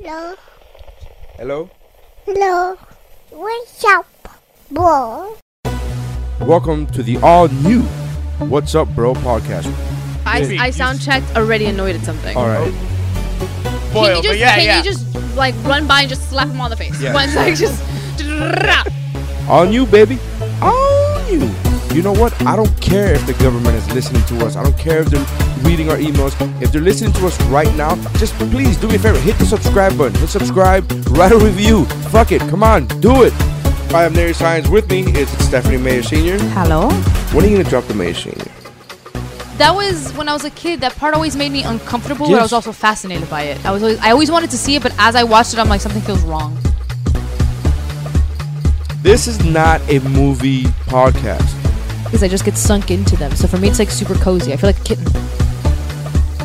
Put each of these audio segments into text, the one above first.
Hello. Hello. Hello. What's up, bro? Welcome to the all new What's Up Bro podcast. I, I sound checked already annoyed at something. All right. Can Boyle, you but just yeah, can yeah. you just like run by and just slap him on the face? Yeah. Once like just All new, baby. All new. You know what? I don't care if the government is listening to us. I don't care if they're reading our emails. If they're listening to us right now, just please do me a favor. Hit the subscribe button. Hit subscribe. Write a review. Fuck it. Come on. Do it. I am Nary Science. With me is Stephanie Mayer Sr. Hello. When are you going to drop the Mayer Sr.? That was when I was a kid. That part always made me uncomfortable, but Yes. I was also fascinated by it. I was always, I always wanted to see it, but as I watched it, I'm like something feels wrong. This is not a movie podcast. Because I just get sunk into them. So for me, it's like super cozy. I feel like a kitten.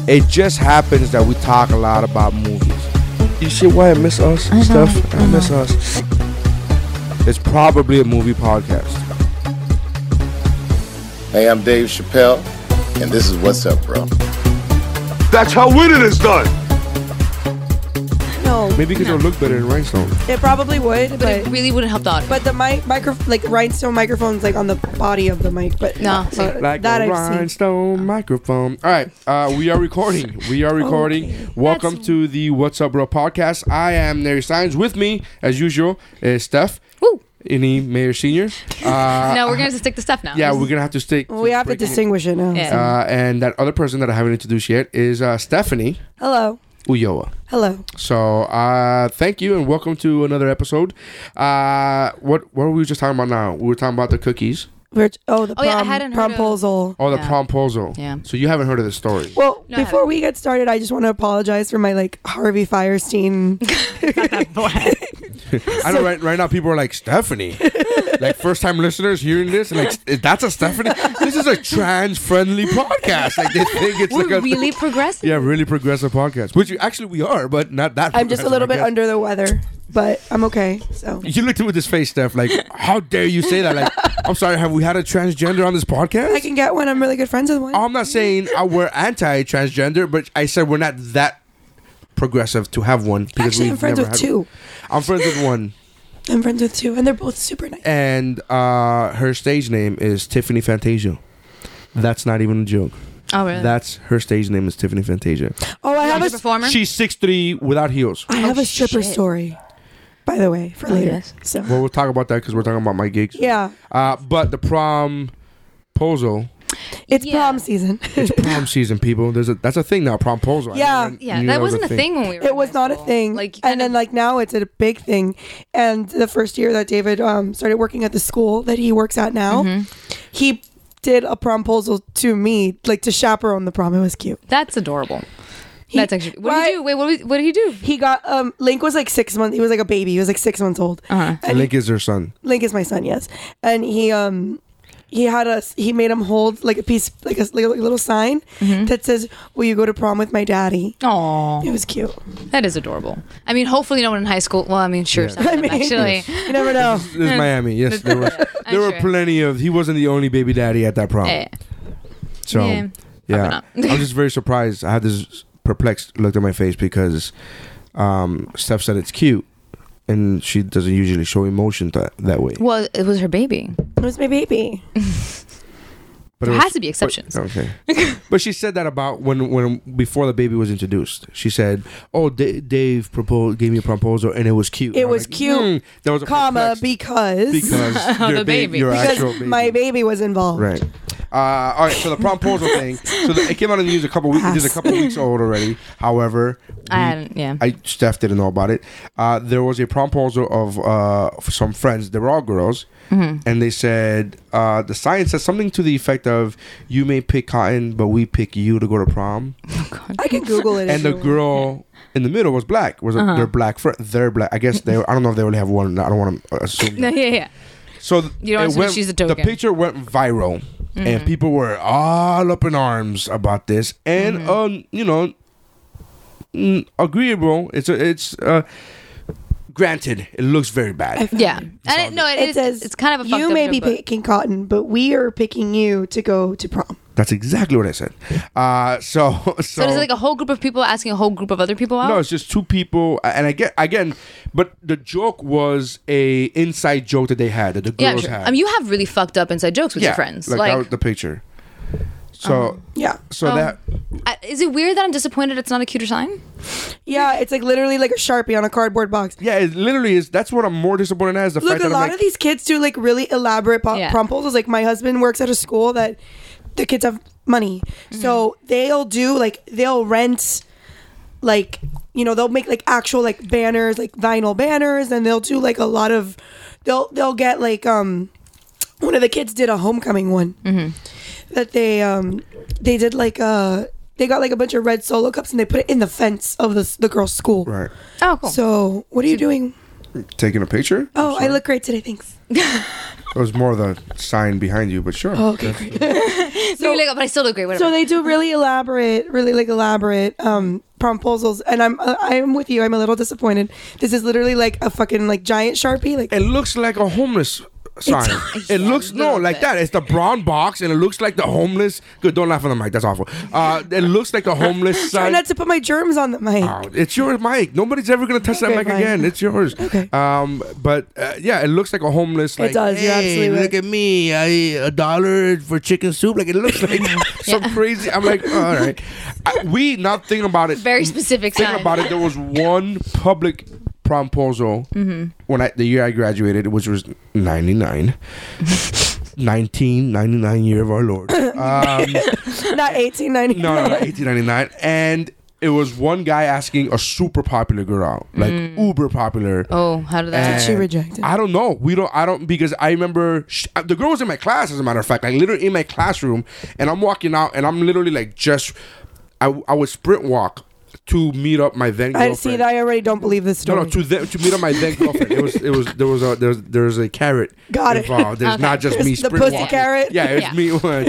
It just happens that we talk a lot about movies. You see why I miss us stuff? I, miss us. It's probably a movie podcast. Hey, I'm Dave Chappelle, and this is What's Up, Bro. That's how winning is done. No, Maybe because it'll look better in rhinestone. it probably would, But it but really wouldn't help the audio. but the mic micro like rhinestone microphones like on the body of the mic, but No, see. uh, Like that a I've seen. rhinestone microphone. All right, uh, we are recording. We are recording. Welcome to the What's Up Bro podcast. I am Nary Signs. With me, as usual, is Steph. Woo. Any Mayor Senior. Uh, no, we're gonna have to stick to stuff now. yeah, we're gonna have to stick. We have to distinguish it now. Yeah. Uh, and that other person that I haven't introduced yet is uh, Stephanie Hello, Uyoa. hello. So uh, thank you and welcome to another episode. Uh, what what were we just talking about now? We were talking about the cookies We're, oh, the Oh, yeah, I hadn't prom, heard of- promposal. or the Yeah. promposal. Yeah. So you haven't heard of this story. Well, No, I before haven't. we get started, I just want to apologize for my like Harvey Firestein. I know right, right now people are like Stephanie, like first time listeners hearing this and like that's a Stephanie. This is a trans friendly podcast. Like they think it's we're like a really progressive. yeah really progressive podcast, which you, actually we are, but not that. I'm just a progressive, little I bit guess. under the weather, but I'm okay. So You looked at me with this face, Steph. Like, how dare you say that? Like, I'm sorry. Have we had a transgender on this podcast? I can get one. I'm really good friends with one. I'm not saying I we're anti-transgender, but I said we're not that progressive to have one. Because Actually, we've I'm friends never with had- two. I'm friends with one, I'm friends with two, and they're both super nice. and uh, her stage name is Tiffany Fantasia. That's not even a joke. Oh really? That's her stage name is Tiffany Fantasia. Oh, I have a She's a s- performer. She's six three without heels. I have Oh, a stripper shit. story, by the way, for Oh, later. yes. So Well, we'll talk about that because we're talking about my gigs. yeah, Uh, but the prom proposal, it's Yeah. prom season. it's prom season, people. There's a that's a thing now. Prom proposal. I Yeah. never yeah, knew that wasn't a thing. when we were. it in was high not a school. thing. Like, you and kinda- then like now it's a big thing. And the first year that David um, started working at the school that he works at now, Mm-hmm. he did a promposal to me, like to chaperone the prom. It was cute. that's adorable. He- that's actually. What did Why- he do? Wait, what, was- what did he do? He got um Link was like six months. He was like a baby. He was like six months old. Uh-huh. And Link is her son. Link is my son, yes. And he um he had us he made him hold like a piece like a, like a little sign Mm-hmm. that says, "Will you go to prom with my daddy?" Oh, It was cute. That is adorable. I mean, hopefully no one in high school. Well, I mean, sure, some of I them, mean- actually. You never know. This is Miami. Yes, there were I'm there were sure. plenty of. He wasn't the only baby daddy at that prom. Eh, Oh, so yeah. yeah, I'm just very surprised. I had this perplexed look on my face because um, Steph said it's cute, and she doesn't usually show emotion that that way. Well, it was her baby. It was my baby. But it There was- has to be exceptions. But, okay, but she said that about when when before the baby was introduced. She said, "Oh, D- Dave proposed, gave me a proposal, and it was cute." It I'm "Hmm, was cute, That was a Comma perplexed- because because your the baby, baby. your because actual baby. my baby was involved. Right. Uh, all right. So the promposal thing. So the, it came out in the news a couple weeks. It is a couple weeks old already. However, we- I hadn't. Yeah. I Steph didn't know about it. Uh, there was a promposal of uh, f- some friends. They were all girls, and they said uh, the science said something to the effect of "You may pick cotton, but we pick you to go to prom." I can Google it. if And the you want. girl in the middle was black. Was a, their black friend? Their black. I guess they. I don't know if they only have one. I don't want to assume. that. no, yeah, yeah. So th- You don't it assume went- she's a Mm-hmm. The token. picture went viral, and people were all up in arms about this, and Mm-hmm. um, you know, mm, agreeable. It's a, it's uh, granted, it looks very bad. Yeah. And it, no, it it is. says it's kind of a fucked you up may joke, be but- picking cotton, but we are picking you to go to prom. That's exactly what I said. Uh, so, so, So there's like a whole group of people asking a whole group of other people out. no, it's just two people, and I get again, but the joke was a inside joke that they had that the yeah, I'm girls sure. had. I mean, you have really fucked up inside jokes with your friends. like, Like, that was the picture. So Yeah. so um, that I- is it weird that I'm disappointed? It's not a cuter sign. Yeah, it's like literally like a Sharpie on a cardboard box. yeah, it literally is. That's what I'm more disappointed at is the Look, fact a that lot I'm of like, these kids do like really elaborate po- Yeah. promples. It's like my husband works at a school that the kids have money, so they'll do like they'll rent, like you know they'll make like actual like banners, like vinyl banners, and they'll do like a lot of, they'll they'll get like um, one of the kids did a homecoming one that they um they did like a. They got like a bunch of red solo cups and they put it in the fence of the, the girl's school. right Oh, cool. So, what are you doing? taking a picture. Oh, I look great today. Thanks. It was more the sign behind you, but sure. Okay. so you're like, but I still look great. Whatever. So they do really elaborate, really like elaborate um proposals, and I'm uh, I'm with you. I'm a little disappointed. This is literally like a fucking like giant sharpie. Like It looks like a homeless sign. it looks no little like bit. that. It's the brown box, and it looks like the homeless. Good, don't laugh on the mic. That's awful. Uh, it looks like the homeless try sign. not to put my germs on the mic. Oh, it's your mic. Nobody's ever gonna touch Okay, that mic fine. again. It's yours. Okay. Um, but uh, yeah, it looks like a homeless. Like, does. You're "Hey, absolutely Look right." at me. I a dollar for chicken soup. Like it looks like some crazy. I'm like, all right. I, we not thinking about it. Very specific Think sign. about it. There was one public promposal Mm-hmm. when I the year I graduated, which was 99. 1999 year of our Lord. Um, Not 1890. no, no, no, 1899. And it was one guy asking a super popular girl out, like Mm. uber popular. oh, how did And that? she reject it? I don't know. We don't. I don't because I remember sh- uh, the girl was in my class. As a matter of fact, like literally in my classroom, and I'm walking out, and I'm literally like just, I, I would sprint walk to meet up my then. I Girlfriend. see that. I already don't believe this No, story. no, to the, to meet up my then girlfriend. It was it was there was a there's there's a carrot Got it. involved. There's Okay. not just me There's the sprint pussy walking. carrot. Yeah, it's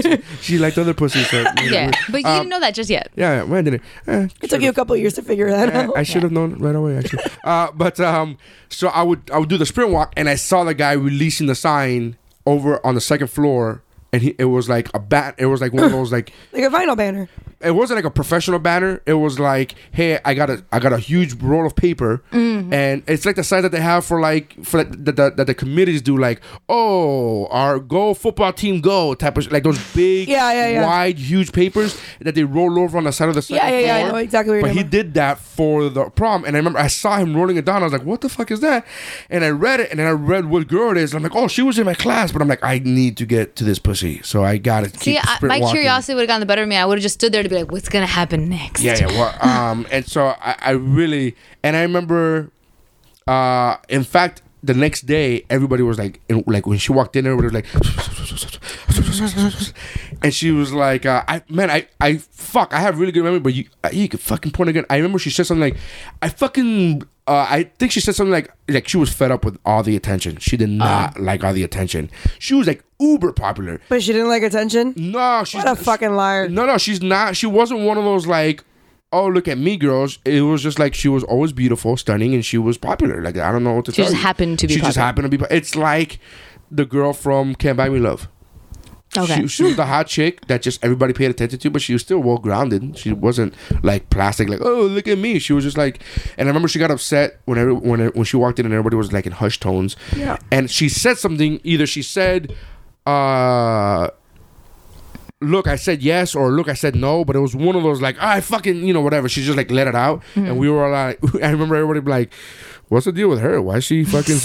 Yeah. me. she liked other pussies. So yeah, but you didn't know that just yet. yeah, yeah, when did it? Eh, it took you a couple years to figure that eh, out. I should have known right away, actually. uh, but um, so I would I would do the sprint walk, and I saw the guy releasing the sign over on the second floor, and he, it was like a bat. It was like one of those like like a vinyl banner. it wasn't like a professional banner. It was like, hey, I got a I got a huge roll of paper, Mm-hmm. and it's like the size that they have for like for like, that the, that the committees do, like oh our go football team go type of sh- like those big Yeah, yeah, yeah. wide huge papers that they roll over on the side of the Yeah, second yeah, yeah, I floor. know exactly what you're But he talking did that for the prom, and I remember I saw him rolling it down. I was like, what the fuck is that? And I read it, and then I read what girl it is. And I'm like, oh, she was in my class, but I'm like, I need to get to this pussy, so I got to See, keep I, sprint my walking. curiosity would have gotten the better of me. I would have just stood there to be like, what's gonna happen next? Yeah, yeah. Well, um, and so I, I really, and I remember, uh, in fact, the next day everybody was like, in, like when she walked in, everybody was like, and she was like, uh, I man, I, I fuck, I have really good memory, but you, uh, you could fucking point again. I remember she said something like, I fucking. Uh, I think she said something like like she was fed up with all the attention. She did Uh-huh. not like all the attention. She was like uber popular. But she didn't like attention. No, she's What a fucking liar. No, no, she's not. She wasn't one of those like, oh look at me, girls. It was just like she was always beautiful, stunning, and she was popular. Like I don't know what to She tell just you. happened to be She just popular. happened to be. po- It's like the girl from Can't Buy Me Love. Okay. She, she was the hot chick that just everybody paid attention to, but she was still well grounded. She wasn't like plastic, like oh look at me. She was just like, and I remember she got upset when every, when when she walked in and everybody was like in hushed tones. Yeah. And she said something. Either she said, uh, "Look, I said yes," or "Look, I said no." But it was one of those like "Ah, I fucking you know whatever. She just like let it out, Mm-hmm. and we were all like, I remember everybody be like. What's the deal with her? Why is she fucking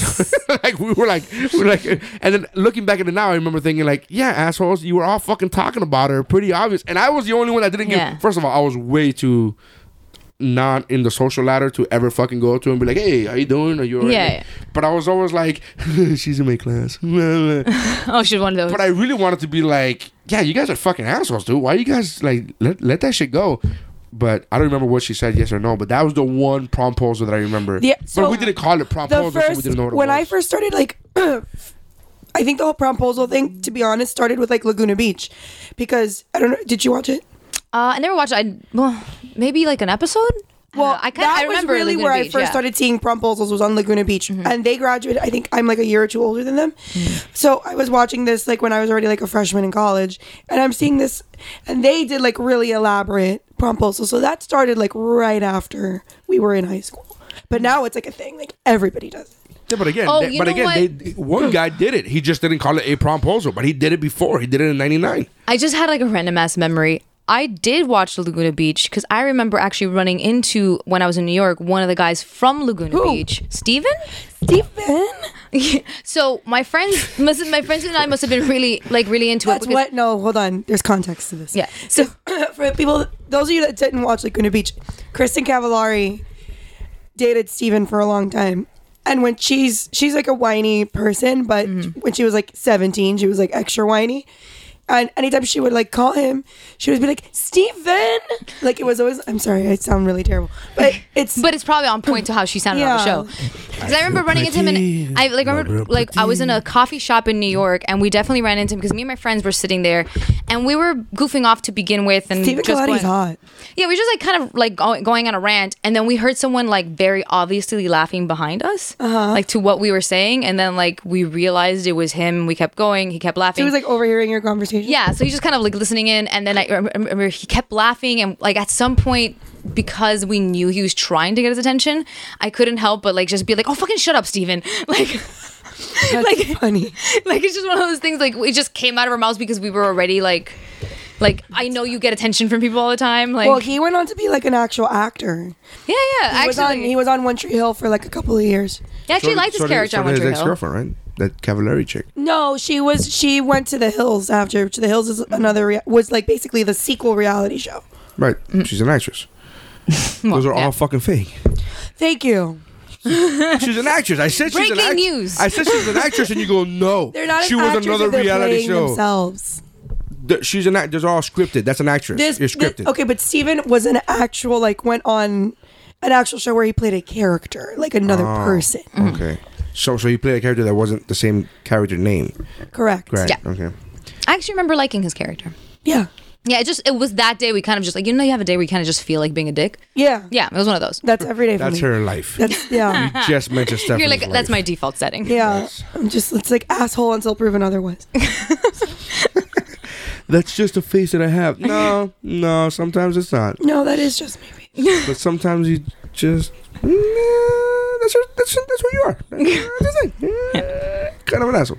like we were like we were like and then looking back at it now, I remember thinking like, yeah, assholes, you were all fucking talking about her, pretty obvious. And I was the only one that didn't Yeah. give. First of all, I was way too not in the social ladder to ever fucking go to and be like, hey, how you doing? Are you alright? Yeah, yeah. But I was always like, she's in my class. but oh, she's one of those. I really wanted to be like, yeah, you guys are fucking assholes, dude. Why you guys like let, let that shit go? But I don't remember what she said, yes or no. But that was the one promposal that I remember. Yeah, but so we didn't call it the promposal. so we first didn't know what it when was. I first started like I think the whole promposal thing to be honest started with like Laguna Beach because I don't know did you watch it Uh, I never watched. I well, maybe like an episode. I don't know. I kinda- that I remember was really Laguna where I Beach, first yeah. Mm-hmm. started seeing promposals was on Laguna Beach, and they graduated. I think I'm like a year or two older than them, Mm. so I was watching this like when I was already like a freshman in college, and I'm seeing this, and they did like really elaborate promposals. So that started like right after we were in high school, but now it's like a thing. Like everybody does. it. Yeah, but again, Oh, they- you but know again, what? they, one guy did it. He just didn't call it a promposal, but he did it before. He did it in '99. I just had like a random ass memory. I did watch Laguna Beach because I remember actually running into when I was in New York one of the guys from Laguna Beach, Steven. Stephen, So my friends, must, my friends and I must have been really like really into that's it. because- what. No, hold on. There's context to this. Yeah. So for people, those of you that didn't watch Laguna Beach, Kristen Cavallari dated Steven for a long time. And when she's she's like a whiny person, but Mm. when she was like 17, she was like extra whiny. And anytime she would like call him, she would be like, Steven! Like it was always, I'm sorry, I sound really terrible. But it's, but it's probably on point to how she sounded on the show. Because I, remember running into him, and I like remember like I was in a coffee shop in New York, and we definitely ran into him because me and my friends were sitting there, and we were goofing off to begin with, and Steven just Cavallari's going- hot. Yeah, we were just like kind of like go- going on a rant, and then we heard someone like very obviously laughing behind us, Uh-huh. like to what we were saying, and then like we realized it was him. We kept going. He kept laughing. He was like overhearing your conversation. Yeah, so he's just kind of like listening in, and then I rem- remember he kept laughing, and like at some point, because we knew he was trying to get his attention, I couldn't help but like just be like, "Oh, fucking shut up, Steven. Like, That's like, funny. like it's just one of those things. Like, it just came out of our mouths because we were already like, like I know you get attention from people all the time. Like, Well, he went on to be like an actual actor. yeah, yeah, He actually, was on he was on One Tree Hill for like a couple of years. I actually So did- liked his so did- character so on did Winter his Hill. ex-girlfriend, right? That Cavallari chick. No, she was. She went to the hills after. To the hills is another rea- was like basically the sequel reality show. Right. She's an actress. Those are yeah. all fucking fake. Thank you. She's an actress. I said she's an Breaking act- news. I said she's an actress, and you go no. They're not. She an was actress another if they're reality playing show. Themselves. Th- She's an act. Those are all scripted. That's an actress. This, You're this- scripted. okay, but Steven was an actual like went on an actual show where he played a character like another Oh. person. Okay. So, so you played a character that wasn't the same character name, Correct. right? Yeah. Okay. I actually remember liking his character. Yeah. Yeah, it just it was that day we kind of just like you know you have a day where you kind of just feel like being a dick. Yeah. Yeah, it was one of those. That's every day for That's me. her life. That's yeah. you just mentioned Stephanie's Ah. You're like life. that's my default setting. Yeah, I'm just it's like asshole until proven otherwise. That's just a face that I have. No, no. Sometimes it's not. No, that is just maybe. But sometimes you just. Nah, that's, your, that's that's who you are. That's the thing. Kind of an asshole.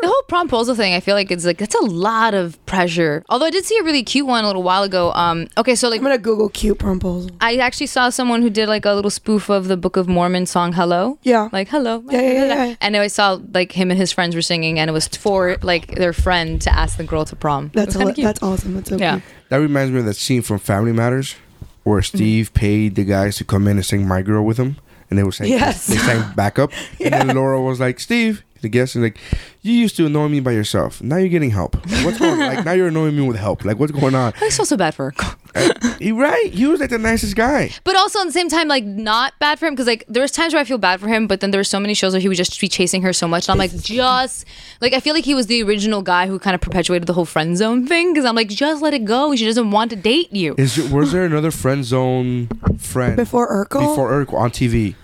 The whole promposal thing, I feel like it's like that's a lot of pressure. Although I did see a really cute one a little while ago. Um, okay, so like I'm gonna Google cute proposal. I actually saw someone who did like a little spoof of the Book of Mormon song "Hello." Yeah. like hello. Yeah, yeah, yeah, yeah. And I saw like him and his friends were singing, and it was for like their friend to ask the girl to prom. That's kind all, of cute. that's awesome. That's so yeah. cute. That reminds me of that scene from Family Matters where Mm-hmm. Steve paid the guys to come in and sing My Girl with him. And they were saying, Yes. they sang backup. And then Laura was like, Steve, the guest, and like, you used to annoy me by yourself. Now you're getting help. What's going on? Like, now you're annoying me with help. Like, what's going on? I feel so bad for her. He, right. He was like the nicest guy. But also at the same time, like not bad for him because like there was times where I feel bad for him, but then there were so many shows where he would just be chasing her so much, and I'm like, just like I feel like he was the original guy who kind of perpetuated the whole friend zone thing because I'm like, just let it go. She doesn't want to date you. Is there, was there another friend zone friend Before Urkel? Mm. Before Urkel on TV.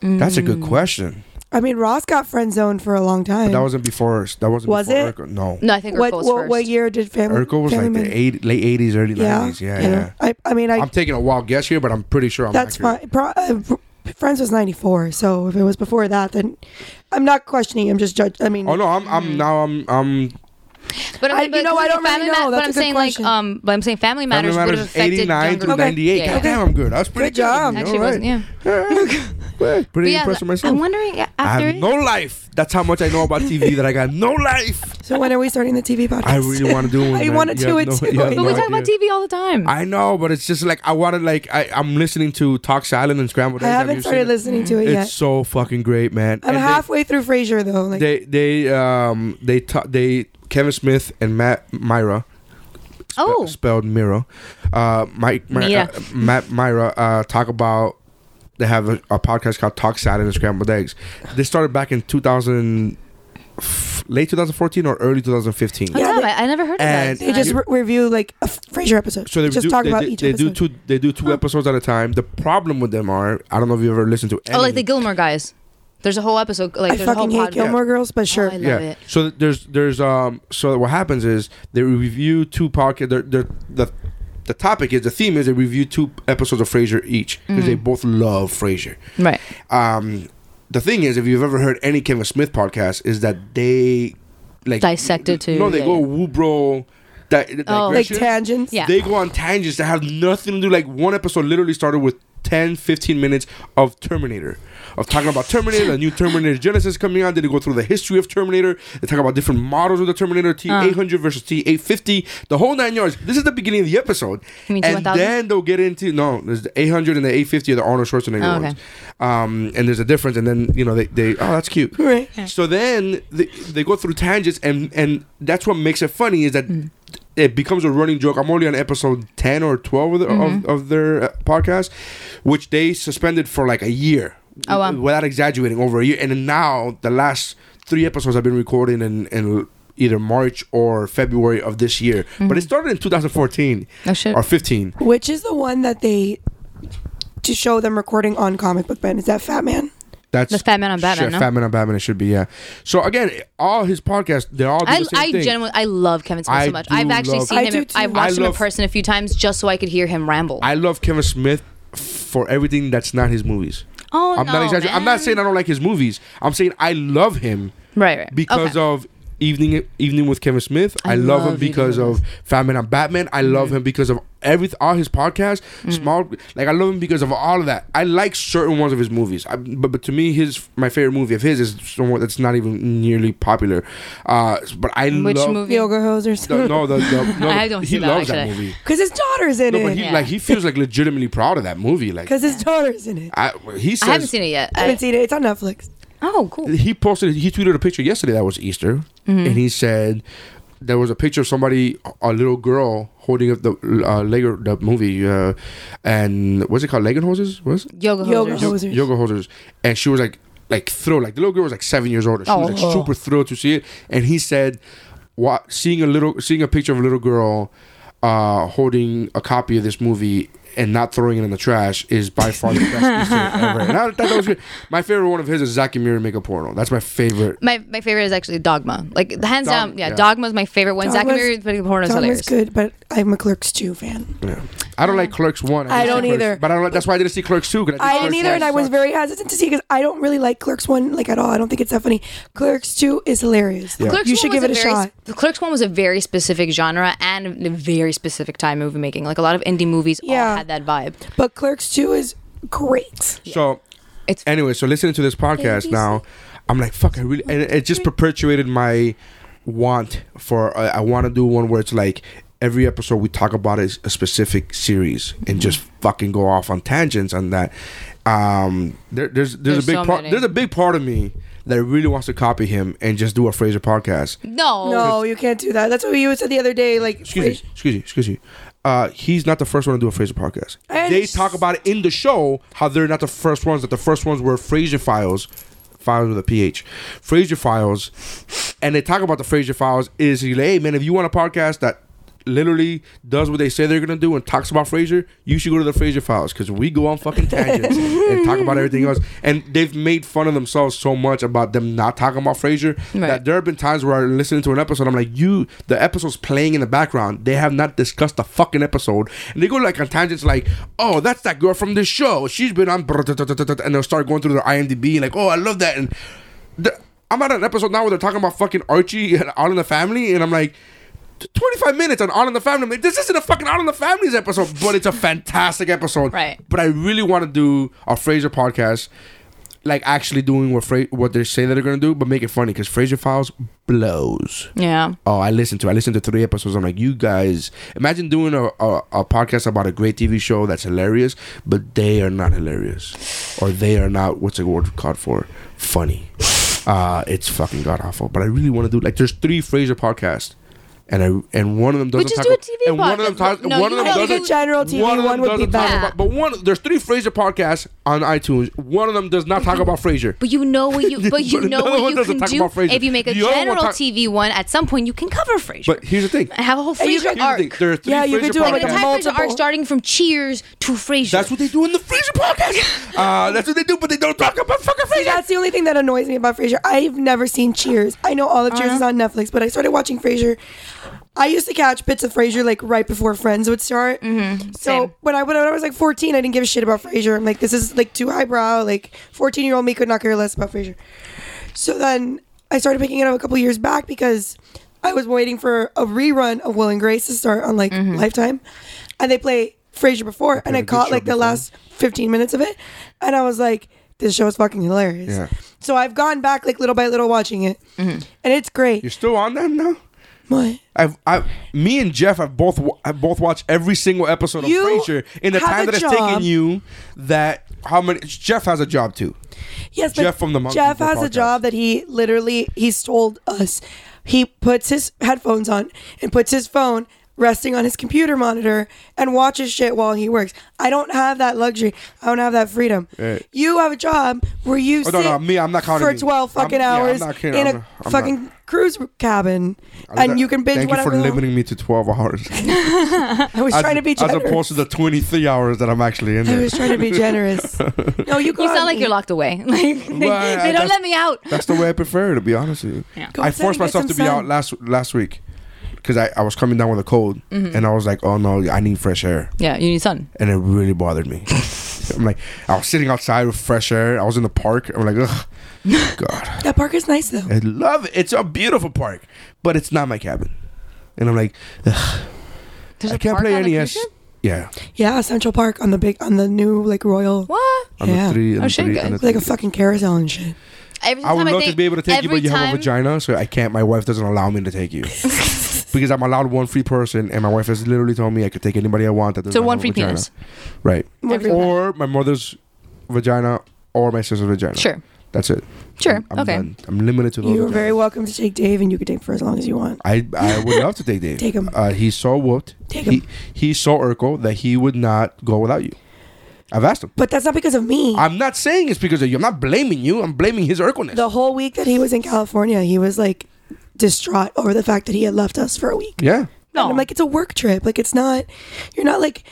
That's a good question. I mean, Ross got friend zoned for a long time. That wasn't before. That wasn't Was before it? Urkel. No. No, I think what, Urkel was what, first. what year did Family Urkel was Family like Man- the eight, late 80s, early 90s. yeah. yeah. I, I mean, I I'm taking a wild guess here, but I'm pretty sure I'm that's accurate. fine. Pro, uh, Friends was '94, so if it was before that, then I'm not questioning. I'm just judging. I mean, Oh no, I'm Mm-hmm. I'm now I'm I'm But I- you know, I don't really Family know. But That's I'm a good saying question. like um, but I'm saying Family Matters, Family would have Matters affected 89 younger through 98. Yeah, yeah. God damn, I'm good. That's pretty Good job. good. Actually All wasn't, yeah. Yeah, pretty But yeah, impressed with myself. I'm wondering yeah, I after have no life. That's how much I know about TV. that I got no life. so when are we starting the TV podcast? I really want to do one. I man. wanna You do have it no- too. you have But no we talk about idea. TV all the time. I know, but it's just like I want to like I I'm listening to Talk Island and Scrambled I Eggs. Have haven't you started seen it? listening to it It's yet. so fucking great, man. I'm And they- halfway through Frasier though. Like, They they um they ta- they Kevin Smith and Matt Myra oh, spelled Mira. Uh, Mike, Myra, Mira. uh, Matt, Myra uh, talk about. They have a, a podcast called Talk Salad and Scrambled Eggs. They started back in 2000, f- late 2014 or early 2015. Oh, Yeah, Damn, they- I, I never heard of and- that. They just You- re- review like a Frasier episode. So they just do talk they, about they- each they episode. do two they do two episodes at a time. The problem with them are I don't know if you ever listened to any. oh, like the Gilmore guys. There's a whole episode. Like I there's a whole fucking hate podcast. Oh, Gilmore Girls, but sure. I love yeah. it. So th- there's there's um so what happens is they review two podcast they're, they're, the the topic is the theme is they review two episodes of Frasier each because Mm. they both love Frasier. Right. Um, the thing is, if you've ever heard any Kevin Smith podcast, is that they like Dissect it too, No, they yeah, go yeah. woo bro. That, Oh. like digressions. tangents. Yeah. They go on tangents that have nothing to do. Like one episode literally started with 10, 15 minutes of Terminator. Of talking about Terminator, the new Terminator Genesis coming out. Then they go through the history of Terminator. They talk about different models of the Terminator T eight Uh. hundred versus T eight fifty. The whole nine yards. This is the beginning of the episode. You mean and 1000? then they'll get into no, there's the eight hundred and the eight fifty are the Arnold Schwarzenegger Oh, okay. ones. Um, and there's a difference, and then you know they, they oh that's cute. Right. So then they, they go through tangents, and and that's what makes it funny is that Mm. it becomes a running joke. I'm only on episode ten or twelve of, the, of, Mm-hmm. of their uh, podcast, which they suspended for like a year. Oh, wow. Without exaggerating, over a year, and then now the last three episodes I've been recording in in either March or February of this year, but it started in 2014 Mm-hmm. Oh, shit. or 15. Which is the one that they to show them recording on Comic Book Ben? Is that Fat Man? That's The Fat Man on Batman, Sure, no? Fat Man on Batman. It should be yeah. So again, all his podcasts, they all do I, the same I thing. genuinely I love Kevin Smith I so much. do I've actually love- seen I him. do in- too. I've I watched him in love- person a few times just so I could hear him ramble. I love Kevin Smith for everything that's not his movies. oh I'm no, not exaggerating. I'm not man. saying I don't like his movies. I'm saying I love him Right, right. because Okay. of Evening Evening with Kevin Smith. I, I love, him love Evening because with Mm-hmm. of Fat Man and Batman. I love him because of every all his podcasts. Small, like I love him because of all of that. I like certain ones of his movies, I, but but to me, his my favorite movie of his is someone that's not even nearly popular. Uh, but I Which love movie? Yoga hose or something? The, no, the, the, no, I don't he see that, loves that actually. movie. Because his daughter's in No, but he it. Yeah. like he feels like legitimately proud of that movie. Like Because his daughter's in it. I, he says I haven't seen it yet. I I- haven't seen it. It's on Netflix. oh, cool. he posted he tweeted a picture yesterday that was Easter, Mm-hmm. and he said there was a picture of somebody, a little girl holding up the uh, Lego the movie, uh, and what's it called, Legenhoses? Was it? Yoga. Yoga Hosers. hosers. yoga holders, and she was like like thrilled, like the little girl was like seven years old. She was like Oh. super thrilled to see it, and he said, "What seeing a little seeing a picture of a little girl uh, holding a copy of this movie." And not throwing it in the trash is by far the best Easter egg ever. And I thought that was good. My favorite one of his is Zaki Miri Make a Porno. That's my favorite. My, my favorite is actually Dogma. Like hands Dog- down, yeah, yeah. Dogma is my favorite one. Dogma's- Zachary Mary Porno is Tom was hilarious. good, but I'm a Clerks 2 fan. Yeah. I don't like Clerks One. I didn't don't see Clerks- either. But I don't. Like, that's why I didn't see Clerks Two. 'cause think I Clerks didn't either, one and I was sucked. very hesitant to see because I don't really like Clerks 1 like at all. I don't think it's that funny. Clerks 2 is hilarious. Clerks You one should was give it a very, shot. Clerks one was a very specific genre and a very specific time movie making. Like a lot of indie movies Yeah. all had that vibe. But Clerks 2 is great. So, It's- anyway. So listening to this podcast now, I'm like, fuck. I really. And it just perpetuated my want for. I I want to do one where it's like every episode we talk about is a specific series and just Mm-hmm. fucking go off on tangents on that. Um, there, there's there's, There's a big so part. many. There's a big part of me that really wants to copy him and just do a Fraser podcast. No, No, you can't do that. That's what you said the other day. Like, excuse me, excuse me, excuse me. Uh, he's not the first one to do a Fraser podcast. And- They talk about it in the show how they're not the first ones. That the first ones were Fraser Files, Files with a PH, Fraser Files, and they talk about the Fraser Files. Is like, hey man, if you want a podcast that literally does what they say they're gonna do and talks about Fraser, you should go to the Fraser Files because we go on fucking tangents and talk about everything else. And they've made fun of themselves so much about them not talking about Fraser that Right. there have been times where I'm listening to an episode, I'm like, you, the episode's playing in the background. They have not discussed the fucking episode. And they go like on tangents like, oh, that's that girl from this show. She's been on, and they'll start going through their IMDb, like, oh, I love that. And the, I'm at an episode now where they're talking about fucking Archie and All in the Family, and I'm like, 25 minutes on All in the Family. I'm like, this isn't a fucking All in the Family's episode, but it's a fantastic episode. Right. But I really want to do a Fraser podcast, like actually doing what Fra- what they say that they're gonna do, but make it funny because Fraser Files blows. yeah. Oh, I listened to I listened to three episodes. I'm like, you guys, imagine doing a, a, a podcast about a great TV show that's hilarious, but they are not hilarious, or they are not what's the word called for funny. Uh, it's fucking god awful. But I really want to do like there's three Fraser podcasts, and I and one of them doesn't just talk do a ab- TV and one of them podcast. talks No, one you of them have to doesn't do general TV, of them one would be doesn't talk better. about- but one there's three Fraser podcasts on iTunes. One of them does not talk about Fraser. But you know what you but you But know another what one you doesn't can talk do about Frasier. if you make a The other one general talk- TV one. At some point, you can cover Frasier. But here's the thing. and have a whole Frasier you could- Here's the thing. arc. There are three Yeah, you Frasier could do it podcasts. Like an Like a entire Frasier arc multiple- starting from Cheers to Frasier. That's what they do in the Fraser podcast. Uh, that's what they do, but they don't talk about fucking See, Fraser. that's the only thing that annoys me about Frasier. I've never seen Cheers. I know all of Cheers is on Netflix, but I started watching Frasier. I used to catch bits of Frasier like right before Friends would start. Mm-hmm. same. So when I when I was like 14, I didn't give a shit about Frasier. I'm like, this is like too highbrow. Like 14 year old me could not care less about Frasier. So then I started picking it up a couple years back because I was waiting for a rerun of Will and Grace to start on like Lifetime, and they play Frasier before, and I good caught show like the before. last 15 minutes of it, and I was like, this show is fucking hilarious. Yeah. So I've gone back like little by little watching it, and it's great. You're still on them now. What? I've, I, me and Jeff have both, wa- have both watched every single episode of You Frasier in the have time a that it's job. taken you. That how many? Jeff has a job too. Yes, but Jeff from the Monkey Jeff Book has a podcast. job that he literally he's told us. He puts his headphones on and puts his phone resting on his computer monitor and watches shit while he works. I don't have that luxury. I don't have that freedom. Right. You have a job where you Oh, sit no, no, me, I'm not counting for me. 12 fucking I'm- yeah, I'm hours not kidding, in I'm a not- I'm fucking cruise cabin and you can binge Thank whatever. you for the hell- limiting me to twelve hours. I was trying to be as generous. opposed to the twenty-three hours that I'm actually in. I There. was trying to be generous. No, you You got sound like me. you're locked away. Like they, Well, they don't that's- let me out. That's the way I prefer, to be honest with you. Go I forced outside and get myself to some be out sun. last last week because I, I was coming down with a cold, Mm-hmm. and I was like, oh no, I need fresh air, Yeah, you need sun. and it really bothered me. I'm like, I was sitting outside with fresh air. I was in the park. I'm like, ugh, God, That park is nice though. I love it. It's a beautiful park, but it's not my cabin. And I'm like, ugh, There's I a can't park play E on the NES. cruise ship? Yeah, Yeah, Central Park on the big on the new like Royal What? on Yeah. the three, on Oh, the shit, three, guys. on the like a fucking carousel and shit. Every I would time love think, to be able to take you, every but you have a time- vagina, so I can't. My wife doesn't allow me to take you because I'm allowed one free person, and my wife has literally told me I could take anybody I want. That doesn't So have one a free vagina. penis. right? Every time. or my mother's vagina, or my sister's vagina. Sure. that's it. Sure. I'm okay. done. I'm limited to those. You're vaginas. very welcome to take Dave, and you can take for as long as you want. I I would love to take Dave. Take him. Uh, he's so whooped. Take he, him. He's so Urkel that he would not go without you. I've asked him. But that's not because of me. I'm not saying it's because of you. I'm not blaming you. I'm blaming his Urkelness. the whole week that he was in California, he was like distraught over the fact that he had left us for a week. yeah. No, I'm like, it's a work trip. Like, it's not. You're not like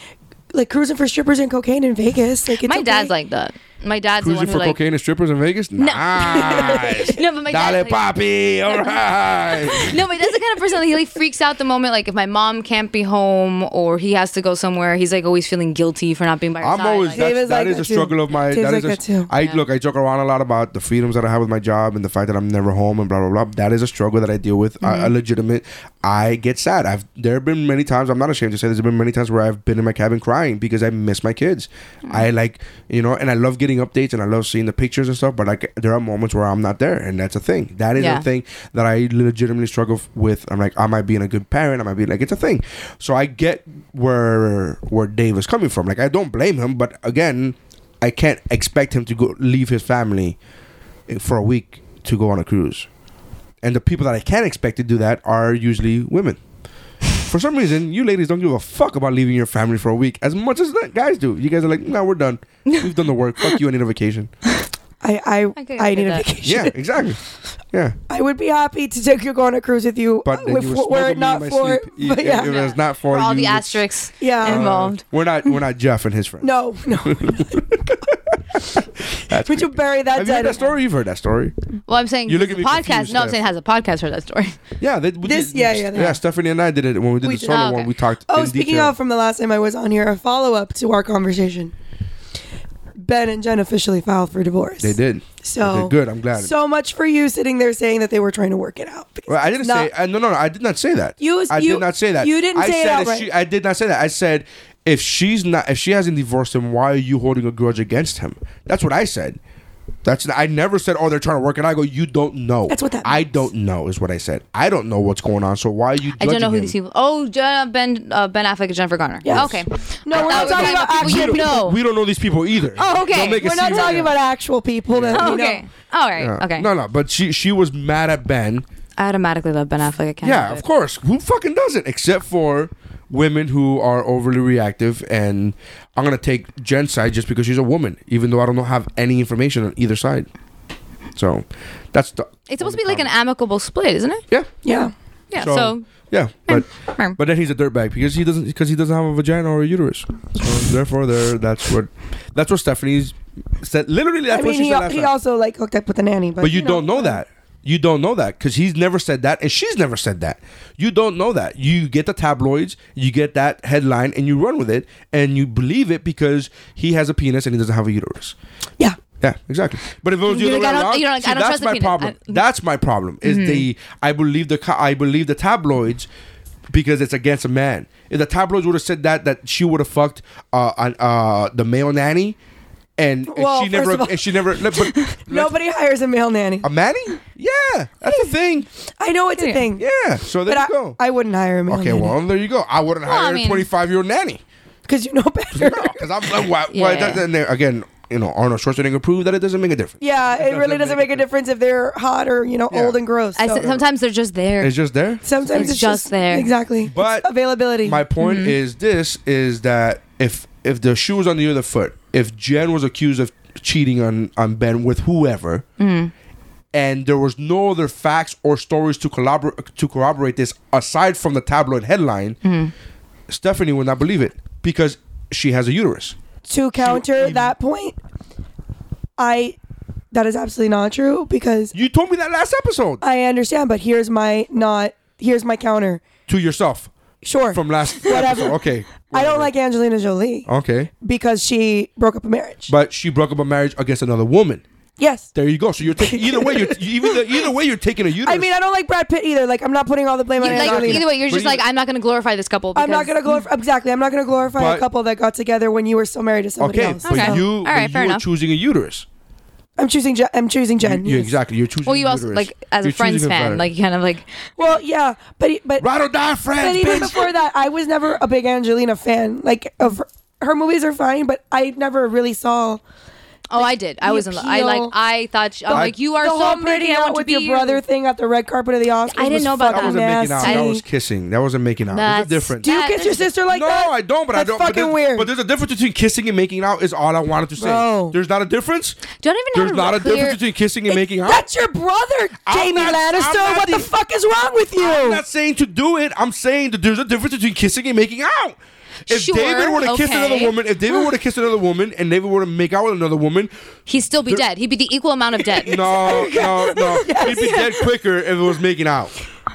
like cruising for strippers and cocaine in Vegas. Like, it's My okay. dad's like that. My dad's Cruising the for one who like. cocaine and strippers in Vegas? Nice. No, but my dad's Dale, like- papi. All right. No, but that's the kind of person that he like freaks out the moment. Like if my mom can't be home or he has to go somewhere, he's like always feeling guilty for not being by her I'm side. always like, that's, Dave is that like is that a too. struggle of my Dave's that is like a- that too. I look I joke around a lot about the freedoms that I have with my job and the fact that I'm never home and blah blah blah. That is a struggle that I deal with. I, Mm-hmm. a legitimate. I get sad. I've there have been many times I'm not ashamed to say there's been many times where I've been in my cabin crying because I miss my kids. Mm-hmm. I like you know and I love getting updates and I love seeing the pictures and stuff. But like there are moments where I'm not there and that's a thing. That is Yeah. a thing that I legitimately struggle f- with. I'm like am I being a good parent? Am I being like it's a thing. So I get where where Dave is coming from. Like I don't blame him, but again. I can't expect him to go leave his family eh, for a week to go on a cruise. And the people that I can expect to do that are usually women. For some reason, you ladies don't give a fuck about leaving your family for a week as much as the guys do. You guys are like, no, we're done. We've done the work. Fuck you. I need a vacation. I I, Okay, I I need get a that. vacation. Yeah, exactly. Yeah, I would be happy to take you go on a cruise with you, but then if, you were were it smoking me in not my for. sleep. But If- yeah, if it's not for, for all you, the it's- uh, asterisks Yeah. involved. We're not. We're not Jeff and his friends. no, no. That's Would you creepy. bury that Have you dead? heard that story? You've heard that story. Well, I'm saying You you look look at me podcast. confused, no, I'm Steph. saying has a podcast heard that story. Yeah, they, we This- did, yeah, yeah, they yeah. have. Stephanie and I did it when we did We the did. solo Oh, one. okay. We talked. Oh, in speaking detail. of from the last time I was on here, a follow up to our conversation. Ben and Jen officially filed for divorce. they did. So Okay, good. I'm glad. So much for you sitting there saying that they were trying to work it out. because Well, I it's didn't not- say I, no, no, no. I did not say that. You- I you- did not say that. you didn't I say it said if outright. she, I did not say that. I said if she's not, if she hasn't divorced him, why are you holding a grudge against him? That's what I said. That's I never said. Oh, they're trying to work it. out." I go. You don't know. That's what that I means. don't know is what I said. I don't know what's going on. So why are you? I don't know who judging these him? people. Oh, Jen- Ben uh, Ben Affleck and Jennifer Garner. Yes. Okay. No, we're I thought not talking we were about talking about We actual. don't, you know. we don't know these people either. Oh, okay. Don't make it We're not seem- talking about actual people. That, Oh, you know. okay. All right. Yeah. Okay. No, no. But she she was mad at Ben I automatically love Ben Affleck. I can't. Yeah, help of it. course. Who fucking doesn't? Except for women who are overly reactive. And I'm gonna take Jen's side just because she's a woman, even though I don't have any information on either side. So that's the. It's supposed to be like an amicable split, isn't it? Yeah, Yeah. Yeah. So- So, yeah, but Mm. but then he's a dirtbag because he doesn't because he doesn't have a vagina or a uterus. So therefore, there that's what that's what Stephanie's said. Literally, that's I what mean, she he, said last he time. also like hooked up with a nanny, but, But you don't know that. You don't know that because he's never said that and she's never said that. You don't know that. You get the tabloids, you get that headline, and you run with it, and you believe it because he has a penis and he doesn't have a uterus. Yeah. Yeah, exactly. But if it was the You're other way like, I don't- around, you're like, see, I don't that's trust the my penis. problem. I- that's my problem. Is the I believe the co- I believe the tabloids because it's against a man. If the tabloids would have said that that she would have fucked uh, an- uh, the male nanny, and, and Well, she never first of all- and she never. But, Nobody hires a male nanny. a Manny? Yeah, that's a thing. I know it's a thing. Yeah, so there But you I, go. I wouldn't hire a male okay, well there you go. I wouldn't Well, I hire a mean- 25 year old nanny because you know better. because I'm like, why, why Yeah. doesn't there- again? You know, Arnold Schwarzenegger proved that it doesn't make a difference. Yeah, it doesn't really doesn't make make a a difference if they're hot or you know Yeah. old and gross. I so- s- sometimes they're just there. It's just there. Sometimes It's it's, just there. Exactly. It's But availability. My point Mm-hmm. is this: is that if if the shoe was on the other foot, if Jen was accused of cheating on on Ben with whoever, Mm-hmm. and there was no other facts or stories to collaborate to corroborate this aside from the tabloid headline, Mm-hmm. Stephanie would not believe it because she has a uterus. to E counter that point, I that is absolutely not true because You told me that last episode I understand, but here's my not here's my counter. to yourself Sure. from last Whatever. episode. Okay. I don't like Angelina Jolie Okay. because she broke up a marriage. But she broke up a marriage against another woman. yes. There you go. So you're taking either way. You're you- either either way. You're taking a uterus. I mean, I don't like Brad Pitt either. Like, I'm not putting all the blame You- on like Angelina. either way, you're But just you- like I'm not going to glorify this couple. I'm not because- gonna glorify exactly. I'm not gonna glorify But- a couple that got together when you were still married to somebody Okay, else. but Okay. you, All but right, you fair are enough. choosing a uterus. I'm choosing. Je- I'm choosing Jen. You, yes. exactly, you're choosing. Well, you a also uterus. like as You're a Friends choosing fan, friend. like you kind of like Well, yeah, but but ride or die, But friends, even bitch. before that, I was never a big Angelina fan. Like of her, her movies are fine, but I never really saw oh I did I was in love I like appeal- I thought she, I'm like you are the whole so pretty making I out want to with be your brother thing at the red carpet of the Oscars. I didn't was know about that fucking wasn't making out. nasty. That was kissing. That wasn't making out. There's a That's- difference. Do you That- kiss your sister like no, that? I don't. But That's I don't. but fucking there's- weird. But there's a difference between kissing and making out. Is all I wanted to say. Bro. There's not a difference. Do you not even There's have not a clear- difference between kissing and making out. That's your brother, I'm Jamie not- I'm Lannister. not What the- the fuck is wrong with you? I'm not saying to do it. I'm saying that there's a difference between kissing and making out. If Sure, David were to kiss okay. another woman, if David were to kiss another woman, and David were to make out with another woman, he'd still be dead he'd be the equal amount of dead No, no, no. He'd be dead quicker if it was making out.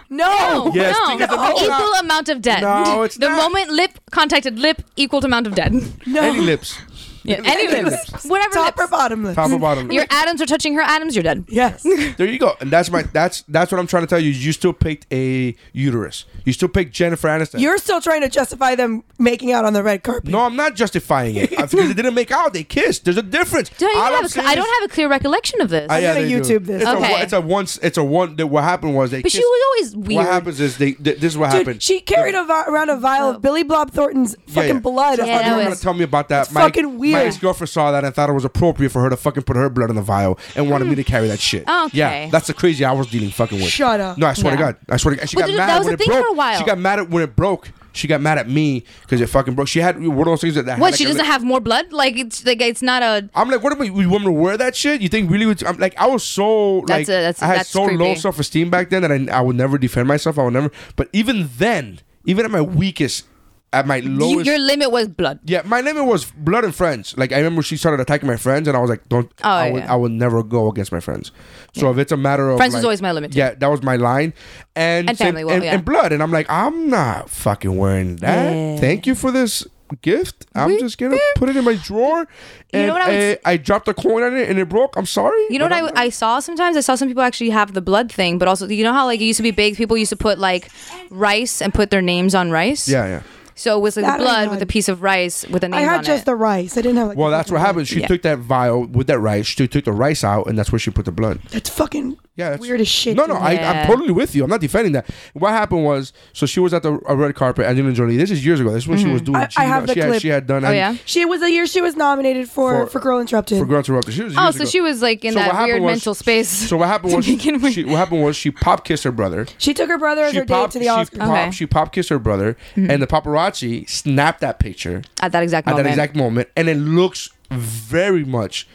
no. Yeah. Yes, no, because the no. moment- equal amount of dead No, it's the not. moment lip contacted lip equal amount of dead No. Any lips, yeah, any lips whatever Top or lips. bottom lip? top or bottom. your atoms are touching her atoms you're dead Yes. there you go. And that's my. That's that's what I'm trying to tell you. You still picked a uterus. You still picked Jennifer Aniston. You're still trying to justify them making out on the red carpet. no, I'm not justifying it because they didn't make out. They kissed. There's a difference. do I, even All I'm have a cl- saying I is- don't have a clear recollection of this Oh, yeah, gonna they do. YouTube this. It's a Okay. one- it's a once. It's a one. That what happened was they. But she kissed. was always What weird. happens is they. th- this is what Dude, happened. she carried a vi- around a vial of Billy Bob Thornton's fucking blood. That's Yeah, why that you were was- gonna tell me about that. It's fucking My weird. ex-girlfriend saw that and thought it was appropriate for her to fucking put her blood in the vial and wanted me to carry that shit. Mm. Okay. Yeah, that's the crazy I was dealing fucking with. Shut up. No, I swear to Yeah. God, I swear to God. She Well, got dude, mad that was when a it thing for broke. a while. She got mad at when it broke. She got mad at me because it fucking broke. She had one of those things that. that had what like she a doesn't li- have more blood like it's like it's not a I'm like, what am I? You want me to wear that shit? You think really? would- I'm like, I was so like, That's a- that's- I had that's so low creepy. self esteem back then that I, I would never defend myself. I would never. But even then, even at my weakest, at my you, lowest, your limit was blood Yeah, my limit was blood and friends. Like I remember she started attacking my friends, and I was like, "Don't." Oh, I, would, yeah. I would never go against my friends. So if it's a matter of Friends like, was always my limit, too. Yeah, that was my line, and And family, well, and, yeah. and blood, and I'm like, I'm not fucking wearing that. Yeah. Thank you for this gift. I'm just gonna put it in my drawer, and know what I would I, s- I dropped a coin on it, and it broke. I'm sorry. You know But I'm what I, I saw sometimes? I saw some people actually have the blood thing, but also, you know how like it used to be baked? People used to put like rice and put their names on rice? Yeah, yeah. So it was like That I blood had. with a piece of rice with a name I on had just it. the rice. I didn't have like. Well, the that's fucking what blood. happened. She Yeah. took that vial with that rice. She took the rice out, and that's where she put the blood. That's fucking Yeah, that's- Weird as shit, No, no, dude. I, Yeah. I'm totally with you. I'm not defending that. What happened was, so she was at the a red carpet. Angelina Jolie. This is years ago. This is when she was Mm-hmm. doing. I- she, I have the she had, clip. she had done. Oh, and- yeah? She was the year she was nominated for For- for, Girl Interrupted. For Girl Interrupted. She was. Oh, years so ago. she was like in So what that happened weird was- mental space. So what happened to was begin with. she, what happened was she pop kissed her brother. she took her brother as She her date pop, to she the Oscars. pop, Okay. Mm-hmm. she pop kissed her brother, and the paparazzi snapped that picture at that exact at moment. that exact moment, and it looks very much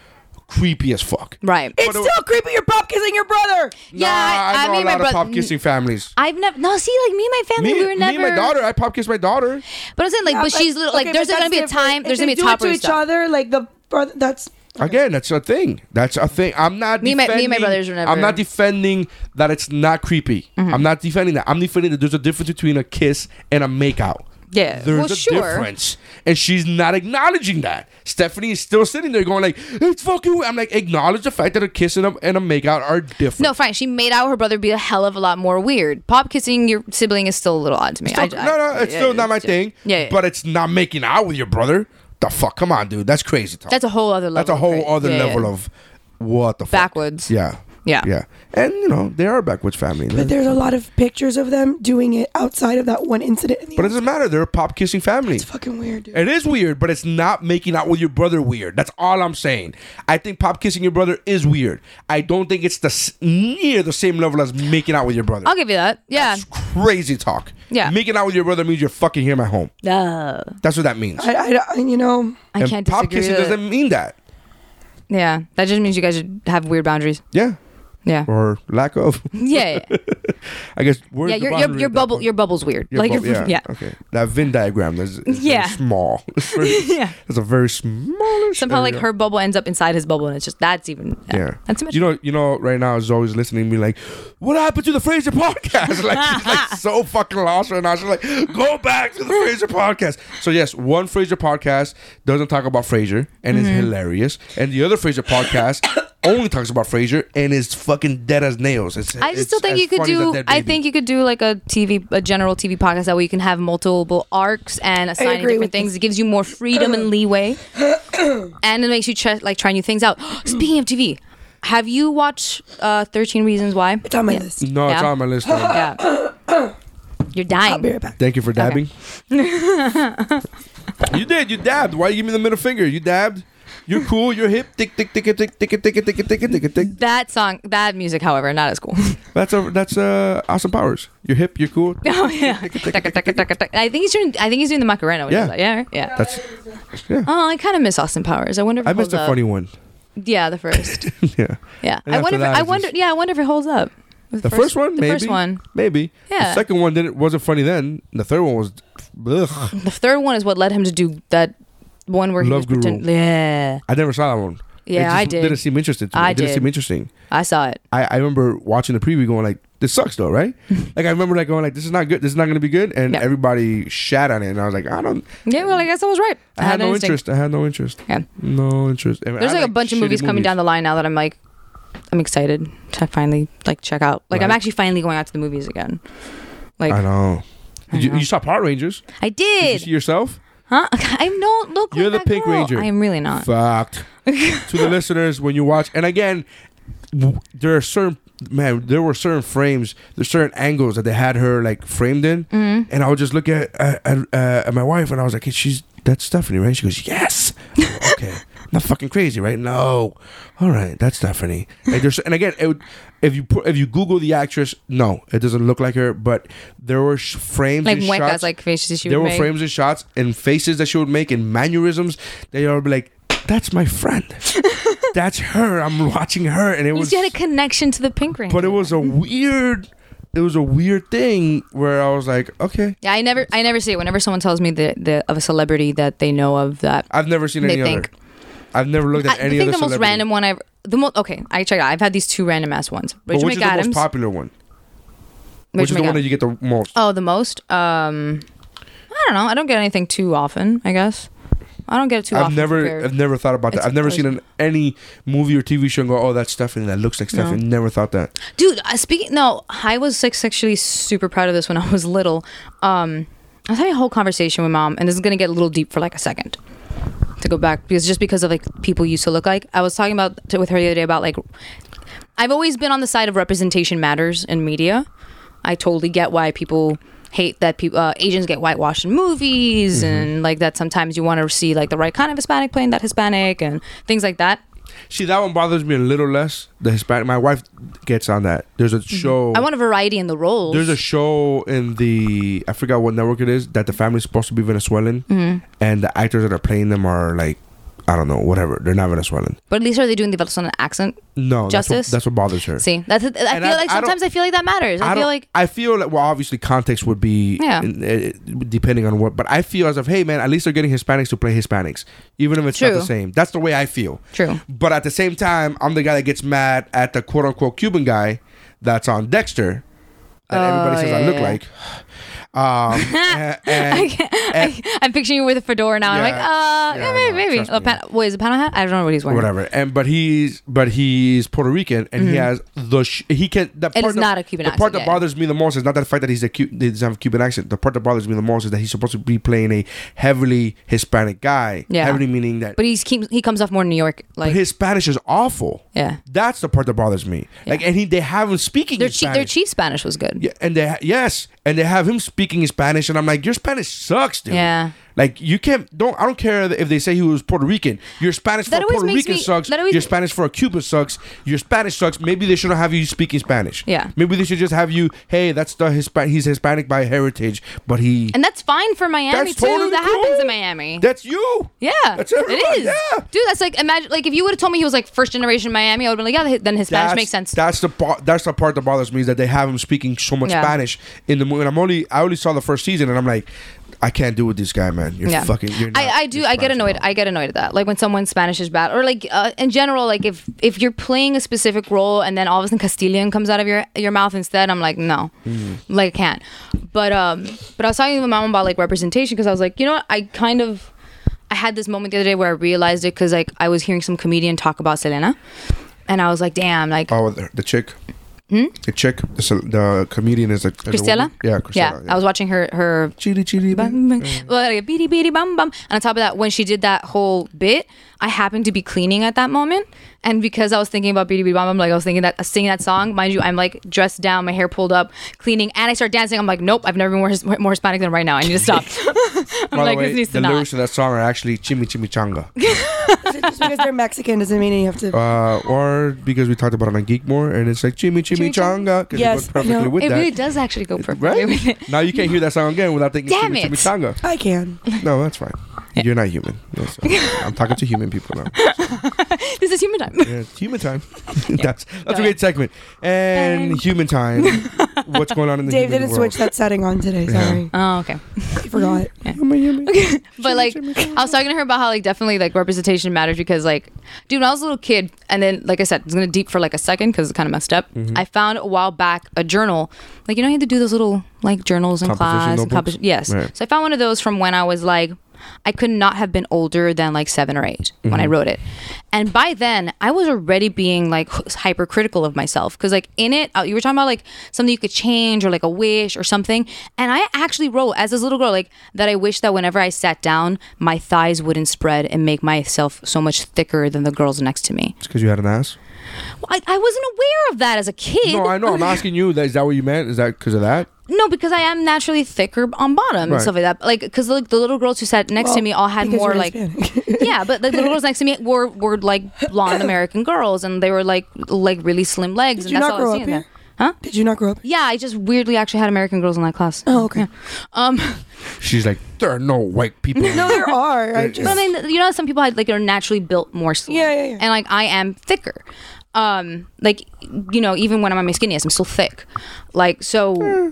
creepy as fuck. right. It's But it- still creepy. You're pop kissing your brother. Yeah, nah, I, I- I know mean, a my lot of brother- pop kissing families. I've never no see like me and my family Me, we were never me and my daughter, I pop kissed my daughter. But I'm saying like Yeah, but she's little, like okay, there's but gonna that's be a different. time If there's they gonna be a do top it to each other. Like the brother, that's Again, that's a thing. That's a thing. I'm not. Me and my- me and my defending- brothers were never- Mm-hmm. I'm not defending that it's not creepy. I'm not defending that. I'm defending that there's a difference between a kiss and a makeout. Yeah. There's Well, a sure. difference, and she's not acknowledging that. Stephanie is still sitting there going like, "It's fucking." weird." I'm like, acknowledge the fact that a kiss and a, and a makeout are different. No, fine. She made out her brother be a hell of a lot more weird. Pop kissing your sibling is still a little odd to me. Still- no, no, it's still not my thing. Yeah, yeah. but it's not making out with your brother. The fuck? Come on, dude. That's crazy. Talk. That's a whole other level. That's a whole right? other Yeah, yeah. level of what the fuck? Backwards. Yeah. Yeah. Yeah. And you know, they are a backwards family. But there's a lot of pictures of them doing it outside of that one incident. In the But it doesn't matter. They're a pop kissing family. it's fucking weird, dude. It is weird, but it's not making out with your brother weird. That's all I'm saying. I think pop kissing your brother is weird. I don't think it's the s- near the same level as making out with your brother. I'll give you that. Yeah. That's crazy talk. Yeah. Making out with your brother means you're fucking him at home. Uh, That's what that means. I, I, you know, I and can't pop disagree. kissing with that. doesn't mean that. Yeah. That just means you guys should have weird boundaries. Yeah. Yeah. Or lack of. Yeah. Yeah. I guess where's yeah the your, boundary your, your at that bubble point? your bubble's weird. Your like bub- your, yeah. Okay. That Venn diagram is, is Yeah. very small. It's very, Yeah. It's a very smallish. Somehow like area. her bubble ends up inside his bubble and it's just that's even Yeah. That's much You know, you know, right now Zoe's listening to me like, what happened to the Fraser podcast? like she's like so fucking lost right now. She's like, go back to the Fraser podcast. So yes, one Fraser podcast doesn't talk about Fraser and Mm-hmm. is hilarious. And the other Fraser podcast only talks about Fraser and is fucking dead as nails. It's I just still think you could do. I think you could do like a TV, a general TV podcast that way you can have multiple arcs and assign agree different with things. It gives you more freedom and leeway, and it makes you try, like try new things out. Speaking of TV, have you watched uh, Thirteen Reasons Why? it's on my list. No, it's Yeah. on my list. though. Yeah, you're I'll be dying. right back. Thank you for dabbing. you did. You dabbed. Why you give me the middle finger? You dabbed. You're cool. You're hip. Tick tick tick tick tick tick tick tick tick tick tick tick tick. That song, that music, however, not as cool. That's a that's uh awesome powers. You're hip. You're cool. oh yeah, Tucka, tucka, tucka, tucka. I think he's doing. I think he's doing the Macarena. when he Yeah. does that. yeah, right? yeah. That's yeah. Oh, I kind of miss Austin Powers. I wonder. If it I missed holds a funny one. Oh, Up. Yeah, the first. yeah. Yeah, And I after wonder. If, that, I it's wonder. just- Yeah, I wonder if it holds up. The first, one, the maybe. first one. maybe. The Yeah. second one didn't wasn't funny then. The third one was, ugh. The third one is what led him to do that one where he Love was Guru. pretend- Yeah, I never saw that one. Yeah, It just I did. Didn't seem interesting. To me. I it didn't did. seem interesting. I saw it. I, I remember watching the preview going like this sucks though right like I remember like going like this is not good this is not gonna be good and Yeah. everybody shat on it and I was like I don't Yeah, well, I guess I was right. I, had, no instinct. interest I had no interest Yeah. no interest And There's I like, a bunch of shitty movies coming down the line now that I'm like, I'm excited to finally like check out. Like I'm Right. actually finally going out to the movies again. Like I I, know. Did you, know. you saw Power Rangers Did you did. see yourself huh? I'm no look. You're like the that Pink girl. Ranger. I am really not. fucked to the listeners when you watch and again w- there are certain man there were certain frames there's certain angles that they had her like framed in Mm-hmm. and I would just look at at, at, uh, at my wife and I was like hey, she's that's Stephanie right she goes yes okay I'm not fucking crazy right no all right that's Stephanie and, there's, and again it would, if you put if you Google the actress no it doesn't look like her but there were sh- frames like and Weka's shots like faces she there would were make. frames and shots and faces that she would make and mannerisms. They all be like, "That's my friend. That's her. I'm watching her." And it You Mm-hmm. was, just had a connection to the Pink Ranger. but it was a weird, it was a weird thing where I was like, "Okay, Yeah, I never, I never see it. Whenever someone tells me the, the of a celebrity that they know of that I've never seen They any other. think. I've never looked I, I at any think other the most celebrity." random one I've the most okay. I checked. It out. I've had these two random ass ones. But Rachel which is the most McAdams. popular one? Rachel Which is the one McAdams. that you get the most? oh, the most. Um, I don't know. I don't get anything too often. I guess I don't get it too I've often. never, compared- I've never thought about that. It's I've never crazy. seen an, any movie or TV show and go, "Oh, that's Stephanie. That looks like Stephanie." Never thought that. Dude, uh, speaking. No, I was like actually super proud of this when I was little. Um, I was having a whole conversation with mom, and this is gonna get a little deep for like a second. To go back because just because of like people you used to look like, I was talking about to, with her the other day about like I've always been on the side of representation matters in media. I totally get why people hate that people uh, Asians get whitewashed in Mm-hmm. movies and like that. Sometimes you want to see like the right kind of Hispanic playing that Hispanic and things like that. See, that one bothers me a little less. The Hispanic. My wife gets on that. There's a show. Mm-hmm. I want a variety in the roles. There's a show in the I forgot what network it is that the family's supposed to be Venezuelan, Mm-hmm. and the actors that are playing them are like I don't know, whatever. They're not Venezuelan. but at least are they doing the Venezuelan accent? No, Justice? That's what, that's what bothers her. See, that's I And feel I- like I don't- sometimes I, feel like that matters. I, don't- feel like I feel like well, obviously context would be Yeah. in- uh, depending on what, but I feel as of hey man, at least they're getting Hispanics to play Hispanics, even if it's not the True. same. That's the way I feel. True. But at the same time, I'm the guy that gets mad at the quote unquote Cuban guy that's on Dexter that everybody says I Oh, yeah, look yeah. like. Um, and, and- and- I'm picturing you with a fedora now. Yeah. I'm like, uh, Yeah, maybe, no, maybe. trust A me. pan- Wait, is it Panama hat? I don't know what he's wearing. whatever. And but he's but he's Puerto Rican and he has the sh- he can the is part that- Mm-hmm. not a Cuban The part accent, that yeah. bothers me the most is not that fact that he's a Cu- he doesn't have a Cuban accent. The part that bothers me the most is that he's supposed to be playing a heavily Hispanic guy. Yeah. heavily meaning that. But he's keeps he comes off more New York like his Spanish is awful. Yeah. that's the part that bothers me. Like, and he they have him speaking. their in chief Spanish. their chief Spanish was good. Yeah, and they ha- yes, and they have him speaking in Spanish, and I'm like, your Spanish sucks, dude. Yeah. Like you can't don't I don't care if they say he was Puerto Rican. Your Spanish for a That always Puerto makes Rican me- sucks. that always- your Spanish for a Cuban sucks. Your Spanish sucks. Maybe they shouldn't have you speaking Spanish. Yeah. Maybe they should just have you. Hey, that's the Hispan. He's Hispanic by heritage, but he. And that's fine for Miami That's too. totally that cool. happens in Miami. that's you. yeah, That's everyone. it is, Yeah. dude. That's like imagine like if you would have told me he was like first generation Miami, I would have been like, yeah, then his Spanish That's- makes sense. That's the part. That's the part that bothers me is that they have him speaking so much Yeah. Spanish in the movie. And I'm only I only saw the first season, and I'm like, I can't do with this guy, man. You're yeah, fucking. You're not, I, I do. you're I get Spanish, annoyed. bro. I get annoyed at that. Like when someone's Spanish is bad, or like uh, in general, like if if you're playing a specific role and then all of a sudden Castilian comes out of your your mouth instead, I'm like, no, Mm-hmm. like I can't. But um, but I was talking with my mom about like representation because I was like, you know what, I kind of. I had this moment the other day where I realized it because like I was hearing some comedian talk about Selena, and I was like, "Damn!" Like Oh, the, the chick. Hmm? The chick, the, cel- the comedian is a, is a Cristela? woman. Yeah, Cristela. yeah, I was watching her her Chitty, chitty, bang. Well, Mm. like, beady beady bum bum. And on top of that, when she did that whole bit, I happened to be cleaning at that moment, and because I was thinking about beady beady bum bum, like I was thinking that uh, singing that song. Mind you, I'm like dressed down, my hair pulled up, cleaning, and I start dancing. I'm like, nope, I've never been more, His- more Hispanic than right now. I need to stop. I'm By like, the way, this needs to the not. lyrics of that song are actually Chimi Chimichanga. Just because they're Mexican doesn't mean you have to. uh, or because we talked about it on Geek more, and it's like Chimi Chimichanga. Because Yes, it went perfectly no, with it that. really does actually go perfectly with it. Right? now you can't hear that song again without thinking Damn Chimi it. Chimichanga. I can. No, that's fine. You're not human. No, so- I'm talking to human people now. This is human time. Yeah, it's human time. that's that's a ahead. great segment. And human time. What's going on in the Dave human didn't world? switch that setting on today. Sorry, Oh, okay. I forgot. Human, human. but like I was talking to her about how like definitely like representation matters because like dude when I was a little kid and then like I said it's gonna deep for like a second because it's kind of messed up Mm-hmm. I found a while back a journal like you know you had to do those little like journals in Composition class and notebooks? compo- yes Right. so I found one of those from when I was like I could not have been older than like seven or 8 when I Mm-hmm. wrote it and by then I was already being like hypercritical of myself because like in it uh, you were talking about like something you could change or like a wish or something and I actually wrote as this little girl like that I wish that whenever I sat down my thighs wouldn't spread and make myself so much thicker than the girls next to me It's because you had an ass. I, I wasn't aware of that as a kid No, I know. I'm asking you. That, is that what you meant? Is that because of that? no because I am naturally thicker on bottom Right. and stuff like that like because like the little girls who sat next to me all had Because more you're like Hispanic. yeah, but like the little girls next to me were were like blonde American girls, and they were like like really slim legs, Did and you that's all I not grow was up seeing there. here? Huh? Did you not grow up? Yeah, I just weirdly actually had American girls in that class. Oh, okay. Um, She's like, there are no white people. No, there are. I but I just. mean, you know, some people had like are naturally built more slim. Yeah, yeah, yeah. And like I am thicker. Um, like you know, even when I'm at my skinniest, I'm still thick. Like so, Hmm.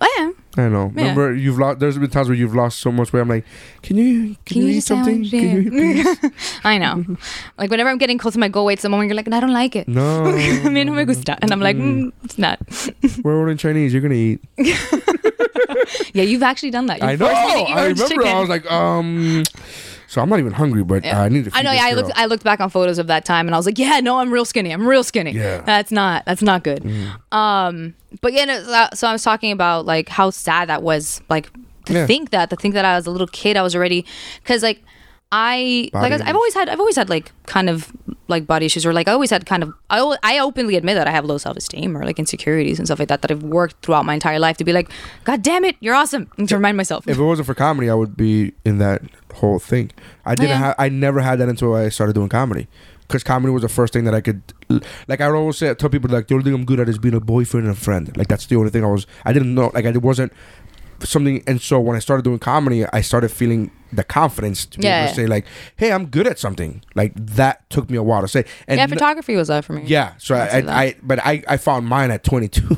I am. I know. Yeah. Remember, you've lost. There's been times where you've lost so much weight. I'm like, can you can, you, eat just say I something? want Can you to- eat please? Mm-hmm. I know. like whenever I'm getting close to my goal weight, someone you're like, I don't like it. no, Mm-hmm. I mean, no me gusta, and I'm like, mm, it's not. we're ordering Chinese. You're gonna eat. Yeah, you've actually done that. You I know. forced me to eat I orange remember. I chicken. was like, um. So I'm not even hungry, but uh, I need to. Feed I know. This Yeah, I girl. looked. I looked back on photos of that time, and I was like, "Yeah, no, I'm real skinny. I'm real skinny. Yeah. Mm. that's not. That's not good." Um, but yeah, no, so- so I was talking about like how sad that was. Like to Yeah. think that, to think that I was a little kid, I was already because like I Body like I, image. I've always had. I've always had like kind of like body issues or like I always had kind of I al- I openly admit that I have low self esteem or like insecurities and stuff like that that I've worked throughout my entire life to be like, God damn it, you're awesome, and to remind myself. If it wasn't for comedy, I would be in that whole thing. I didn't Oh, yeah. have. I never had that until I started doing comedy. Because comedy was the first thing that I could, like I would always say, tell people like the only thing I'm good at is being a boyfriend and a friend. Like that's the only thing I was. I didn't know. Like I it wasn't something. And so when I started doing comedy, I started feeling the confidence to be able Yeah. to say like, hey, I'm good at something. Like that took me a while to say. And yeah, no- photography was that for me. yeah, so I, see that. I, I but I, I found mine at 22.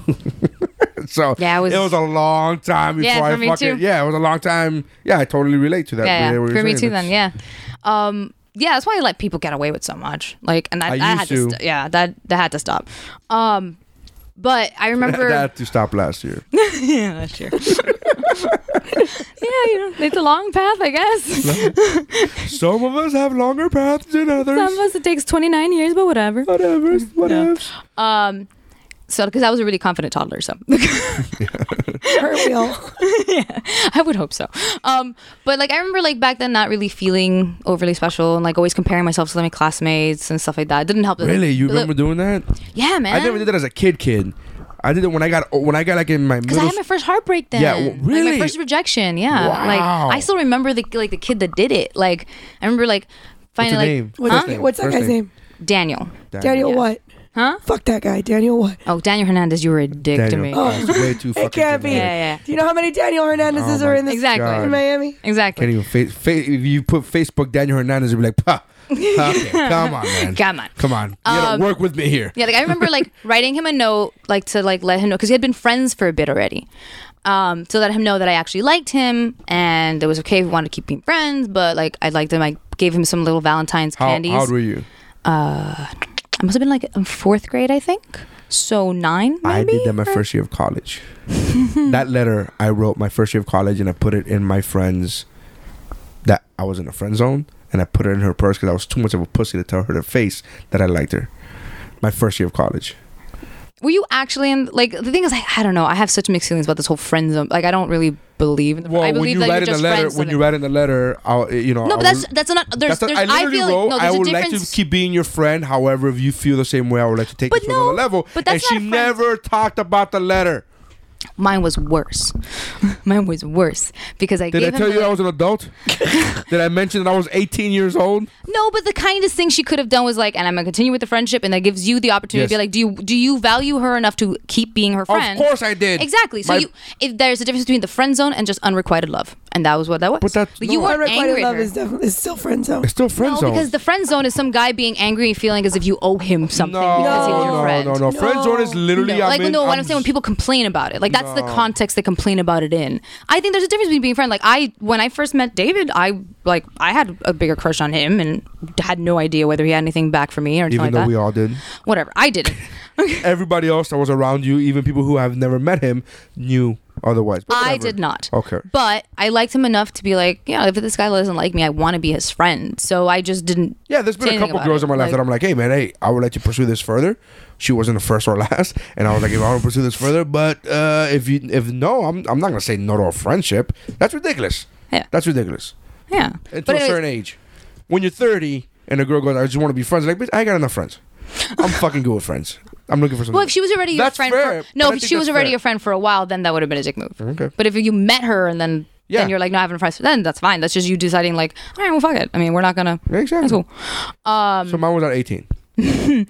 so Yeah, it it was, was- a long time before Yeah, I for me fucking too. yeah, it was a long time. Yeah, I totally relate to that. the way yeah, yeah. we were for me saying. too. It's- Then yeah, um, yeah. That's why I let people get away with so much. Like, and I I, I, used had to, to. st- yeah, that that had to stop. Um, but I remember that had to stop last year. yeah, that's true. yeah, you know, it's a long path, I guess. Some of us have longer paths than others. Some of us Mm, it takes twenty nine years, but whatever. Whatever, whatever. Um, so because I was a really confident toddler, so Hurt wheel. I would hope so. Um, but like I remember like back then not really feeling overly special and like always comparing myself to my classmates and stuff like that. It didn't help. that- Really, you but, like, remember doing that? yeah, man. I never did that as a kid. Kid, I did it when I got when I got like in my Because I middle. had my first heartbreak then. Yeah, w- Like, really? my first rejection. Yeah. Wow. Like I still remember the like the kid that did it. Like I remember like What's finally your like name? What's, First that- what's that first guy's name? Daniel. Daniel what? Huh? Fuck that guy. Daniel what? Oh, Daniel Hernandez, you were a dick to Daniel. me. Oh, it's way too fucking. It can't be. dramatic. yeah. Do you know how many Daniel Hernandezes Oh are my in this Exactly. God. in Miami? Exactly. Can't even face, fa if you put Facebook Daniel Hernandez, you'd be like, "Pah, okay, come on, man, Come on. come on, you gotta Um, work with me here." Yeah, like I remember like writing him a note, like to like let him know because he had been friends for a bit already, um, to let him know that I actually liked him and it was okay if we wanted to keep being friends, but like I liked him. I gave him some little Valentine's How, candies. how old were you? I must have been like in fourth grade, I think. So nine, maybe. I did that my first year of college. that letter I wrote my first year of college, and I put it in my friend's that I was in a friend zone, and I put it in her purse because I was too much of a pussy to tell her to face that I liked her. My first year of college. Were you actually in like the thing is like, I don't know. I have such mixed feelings about this whole friend zone. Like I don't really believe. In the, I Well, when believe you write that you're in the just letter, friends when and you then- write in the letter, I'll, eh, you know. No, I but that's will- that's not. There's, That's there's. what, I I, literally feel wrote. like no. I There's would a like difference. to keep being your friend. However, if you feel the same way, I would like to take But this to another no, level. but that's and she not a friend. never talked about the letter. Mine was worse. Mine was worse because I Did gave I him tell the you I was an adult? Did I mention that I was 18 years old? No, but the kindest thing she could have done was like, and I'm gonna continue with the friendship, and that gives you the opportunity to Yes. be like, do you do you value her enough to keep being her friend? course I did. Exactly. So My- you, if there's a difference between the friend zone and just unrequited love, and that was what that was. But that's- Like, you no, weren't Unrequited angry at love her. is definitely is still friend zone. It's still friend no, zone. because the friend zone is some guy being angry and feeling as if you owe him something no, because he was your no, friend. no, no, Friend zone is literally. No, I'm like in- no, what I'm I'm saying when people complain about it, like that's the No. context they complain about it in. I think there's a difference between being friend. Like I, when I first met David, I like I had a bigger crush on him and had no idea whether he had anything back for me or anything Even like though that. we all did, Whatever, I didn't. everybody else that was around you, even people who have never met him, knew otherwise. But I whatever. did not. Okay. but I liked him enough to be like, yeah, if this guy doesn't like me, I want to be his friend. So I just didn't. Yeah, there's say been a anything couple about girls it. in my life that I'm like, hey man, hey, I would like to pursue this further. She wasn't the first or last, and I was like, if I want to pursue this further, but uh, if you if no, I'm I'm not gonna say no to a friendship. That's ridiculous. Yeah. that's ridiculous. yeah. Until But a anyways, certain age, when you're 30 and a girl goes, I just want to be friends. Like, bitch, I got enough friends. I'm fucking good with friends. I'm looking for something. Well, if she was already That's your friend, fair, for, no, but I if think she was that's already fair. your friend for a while, then that would have been a dick move. Okay. But if you met her and then Yeah. then you're like not having friends, then that's fine. That's just you deciding like, all right, well, fuck it. I mean, we're not gonna. Yeah, exactly. That's cool. Um, so mine was at 18.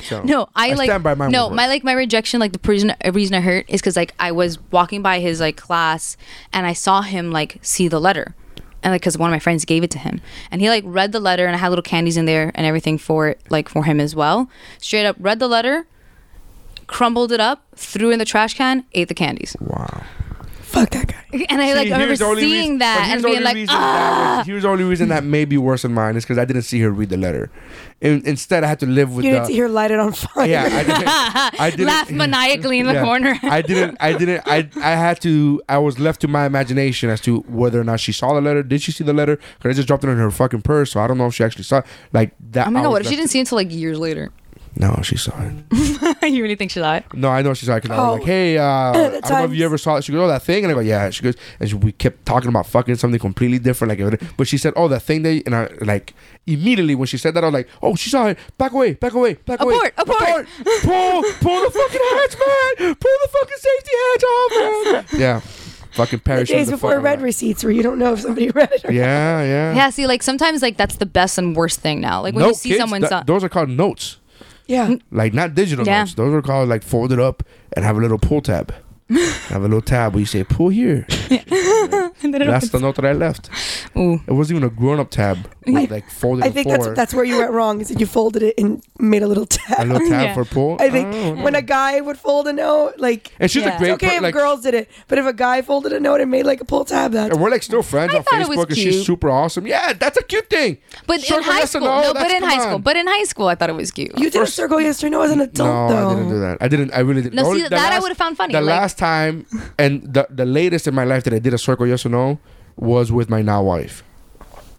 So- No, I, I like stand by my no, word. my like my rejection, like the reason uh, reason I hurt is because like I was walking by his like class and I saw him like see the letter, and like because one of my friends gave it to him and he like read the letter and I had little candies in there and everything for it like for him as well. Straight up read the letter, crumbled it up, threw in the trash can, ate the candies, Wow. Fuck that guy. and I like I remember seeing that and being like, ah. Here's the only reason that may be worse than mine is because I didn't see her read the letter. In, instead, I had to live with You the. didn't hear light it on fire. yeah, I didn't. I didn't "Oh, laugh maniacally in the Yeah. corner. I didn't. I didn't. I. I had to. I was left to my imagination as to whether or not she saw the letter. Did she see the letter? Because I just dropped it in her fucking purse, so I don't know if she actually saw. It. Like that. Oh my I god! was What if she left- didn't see it until like years later? No, she saw it. you really think she's hot? No, I know she's like, and I Oh. was like, hey, uh, I don't know if times- you ever saw it. She goes, oh, that thing. And I go, yeah. She goes, and she, we kept talking about fucking something completely different. Like, it- but she said, oh, that thing that, you-" and I, like, immediately when she said that, I was like, oh, she saw it. Back away, back away, back away. Abort, abort. Pull, pull the fucking hatch, man. Pull the fucking safety hatch off, man. yeah. Fucking The parachute. days the before fucking red hatch. receipts where you don't know if somebody read it or Yeah, yeah. Yeah, see, like sometimes like that's the best and worst thing now. Like when you Note see kids, someone's that- son- those are called notes. yeah. Like not digital Yeah. notes. Those are called like folded up and have a little pull tab. have a little tab where you say pull here. That's the note that I left. Ooh. It wasn't even a grown up tab. We, like folded I think that's forward. that's where you went wrong. Is that you folded it and made a little a tab. little tab Yeah. for pull. Oh, I think don't know. when a guy would fold a note, like and she's Yeah. a It's great okay per- if like, girls did it, but if a guy folded a note and made like a pull tab, that's And we're like still friends I on thought it was Facebook, and she's cute. super awesome. Yeah, that's a cute thing. But Circle in high yes or school, no. But that's- in high come school, on. but in high school, I thought it was cute. you did a circle yes or no as an No, adult I didn't do though. that. I didn't. I really didn't. No, The see, the that I last- would've found funny, The like- last time and the the latest in my life that I did a circle yes or no was with my now wife.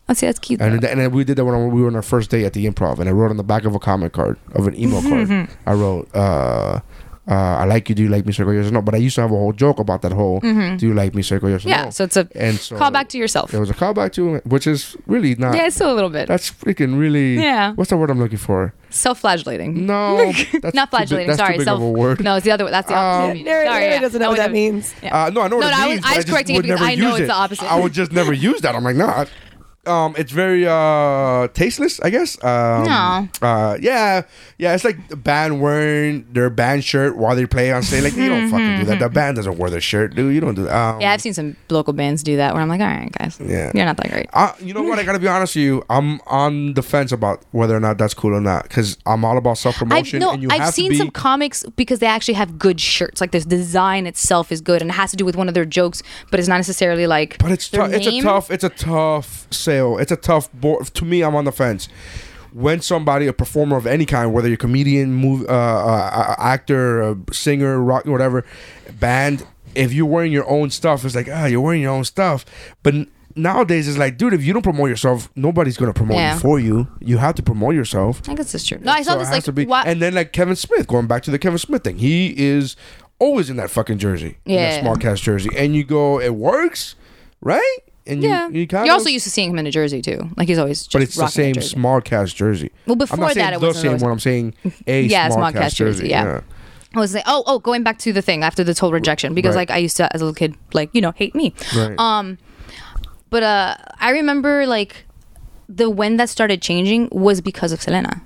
Oh, see, that's cute. though. And, th- and then we did that when we were on our first day at the improv, and I wrote on the back of a comment card of an email card. Mm-hmm. I wrote, uh, uh, "I like you. Do you like me?" Circle yes or no. But I used to have a whole joke about that whole "Do you like me?" Circle yes or no. Mm-hmm. yeah, so it's a and so call back to yourself. It was a callback to, it, which is really not. yeah, it's still a little bit That's freaking really. Yeah. What's the word I'm looking for? self-flagellating. No, that's Not too big- flagellating. that's too sorry, big self. of a word. No, it's the other. That's the Um, opposite. Nary, Nary doesn't know what that means. Uh, no, I know what No, it no, I means, was- but I was just correcting it would because never I know use it's it. the opposite. I would just never use that. I'm like, nah. Um, it's very uh tasteless, I guess. Um, No. Uh, yeah, yeah. It's like the band wearing their band shirt while they play on stage. Like you don't fucking do that. The band doesn't wear their shirt, dude. You don't do that. Um, Yeah, I've seen some local bands do that where I'm like, all right, guys, Yeah. you're not that great. I, you know what? I gotta be honest with you. I'm on the fence about whether or not that's cool or not because I'm all about self I've, promotion. no, and you have I've to seen be- some comics because they actually have good shirts. Like this design itself is good and it has to do with one of their jokes, but it's not necessarily like. But it's their tough. It's a name. tough. It's a tough sale. It's a tough board. To me, I'm on the fence. When somebody, a performer of any kind, whether you're comedian, move, uh, uh, actor, uh, singer, rock, whatever, band, if you're wearing your own stuff, it's like ah, you're wearing your own stuff. But n- nowadays, it's like, dude, if you don't promote yourself, nobody's gonna promote Yeah. you for you. You have to promote yourself. I guess it's true. No, I saw So it this has like. to be- wa- and then like Kevin Smith, going back to the Kevin Smith thing, he is always in that fucking jersey, in that Yeah. small cast jersey, and you go, it works, right? And you, yeah, you you kind are of, also used to seeing him in a jersey too. Like he's always. Just but it's the rocking a same jersey. small cast jersey. Well, I'm before not saying that, it the wasn't same always- one. I'm saying a Yeah, small, cast, jersey. Yeah. I was like, oh, oh, going back to the thing after the total rejection because Right. like I used to as a little kid, like you know, hate me. Right. Um, but uh, I remember like the when that started changing was because of Selena,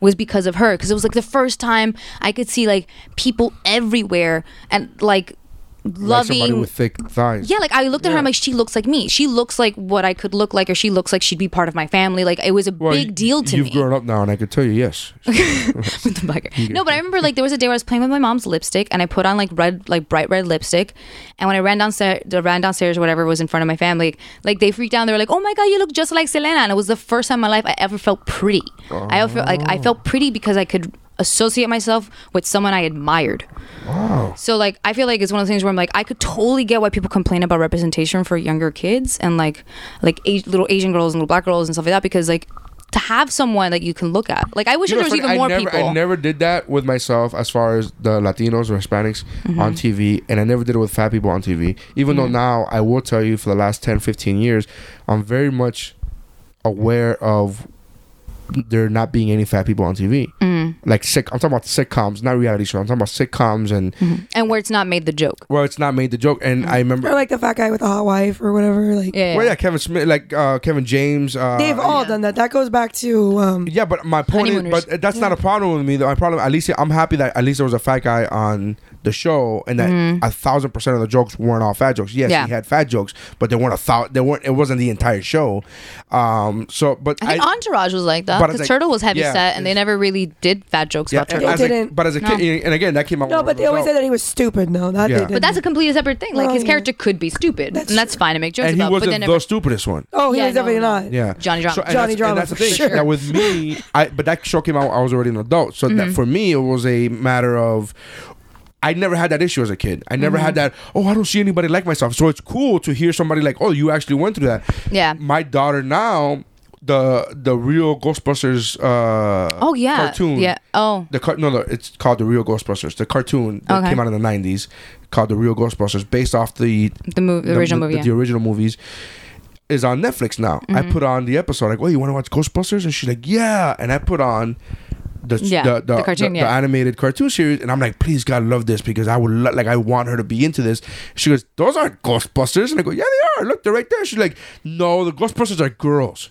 was because of her because it was like the first time I could see like people everywhere and like like somebody loving. with thick thighs. yeah, like I looked at her, I'm Yeah. like, she looks like me. She looks like what I could look like, or she looks like she'd be part of my family. Like it was a Well, big y- deal to you've me. grown up now, and I could tell you, yes. with the bugger. No, but I remember like there was a day where I was playing with my mom's lipstick and I put on like red, like bright red lipstick. And when I ran downstairs, ran downstairs, or whatever was in front of my family, like they freaked out. They were like, "Oh my god, you look just like Selena!" And it was the first time in my life I ever felt pretty. I felt like I Oh. felt pretty because I could associate myself with someone I admired. Wow. So like I feel like it's one of those things where I'm like I could totally get why people complain about representation for younger kids and like like age, little Asian girls and little black girls and stuff like that because like to have someone that you can look at. Like I wish You know, there was it's funny, even more I never, people. I never did that with myself as far as the Latinos or Hispanics Mm-hmm. on TV, and I never did it with fat people on TV. Even Mm. though now I will tell you for the last 10, 15 years, I'm very much aware of there not being any fat people on TV. Mm. Like sick, I'm talking about sitcoms, not reality shows. I'm talking about sitcoms and and where it's not made the joke. well, it's not made the joke. And I remember, Or like the fat guy with the hot wife or whatever. Like Mm. Oh, Yeah. Oh, well, yeah, Kevin Smith, like uh, Kevin James. Uh, they've all done that. That goes back to um, Yeah, but my point is, Honeymooners. but that's not a problem with me. though. My problem, at least I'm happy that at least there was a fat guy on the show, and that a thousand percent of the jokes weren't all fat jokes. Yes, Mm-hmm. Yeah. he had fat jokes, but they weren't a thousand. They weren't. It wasn't the entire show. Um. So, but I think Entourage was like that But it's like- because Turtle was heavy yeah, set, and they never really did fat jokes yeah, about and Turtle. They as a, didn't. but as a kid, and again, that came out. no, when I was but they always adult. said that he was stupid. No, that Yeah. they did. But that's a completely separate thing. Like Well, his yeah. character could be stupid, That's and that's fine to make jokes and he about. but wasn't the they never. stupidest one. oh, he Yeah, was definitely no, no. not. Yeah, Johnny Drama. So, and Johnny that's, and Drama, that's the for thing. sure. Now with me, I but that show came out. I was already an adult, so Mm-hmm. that for me it was a matter of. I never had that issue as a kid. I never had Mm-hmm. that. Oh, I don't see anybody like myself. So it's cool to hear somebody like, "Oh, you actually went through that." Yeah. My daughter now the the real Ghostbusters. Uh, Oh yeah. cartoon. Yeah. Oh. The car- no, no, it's called the Real Ghostbusters. The cartoon that Okay. came out in the '90s, called the Real Ghostbusters, based off the The movie, the original movie. the, yeah. Mm-hmm. original movies, is on Netflix now. I put on the episode like, "Well, you want to watch Ghostbusters?" And she's like, "Yeah." And I put on the Yeah, the, the, the cartoon, the- the yeah. animated cartoon series, and I'm like, "Please, God, love this because I would lo- like I want her to be into this." She goes, "Those aren't Ghostbusters," and I go, "Yeah, they are. Look, they're right there." She's like, "No, the Ghostbusters are girls,"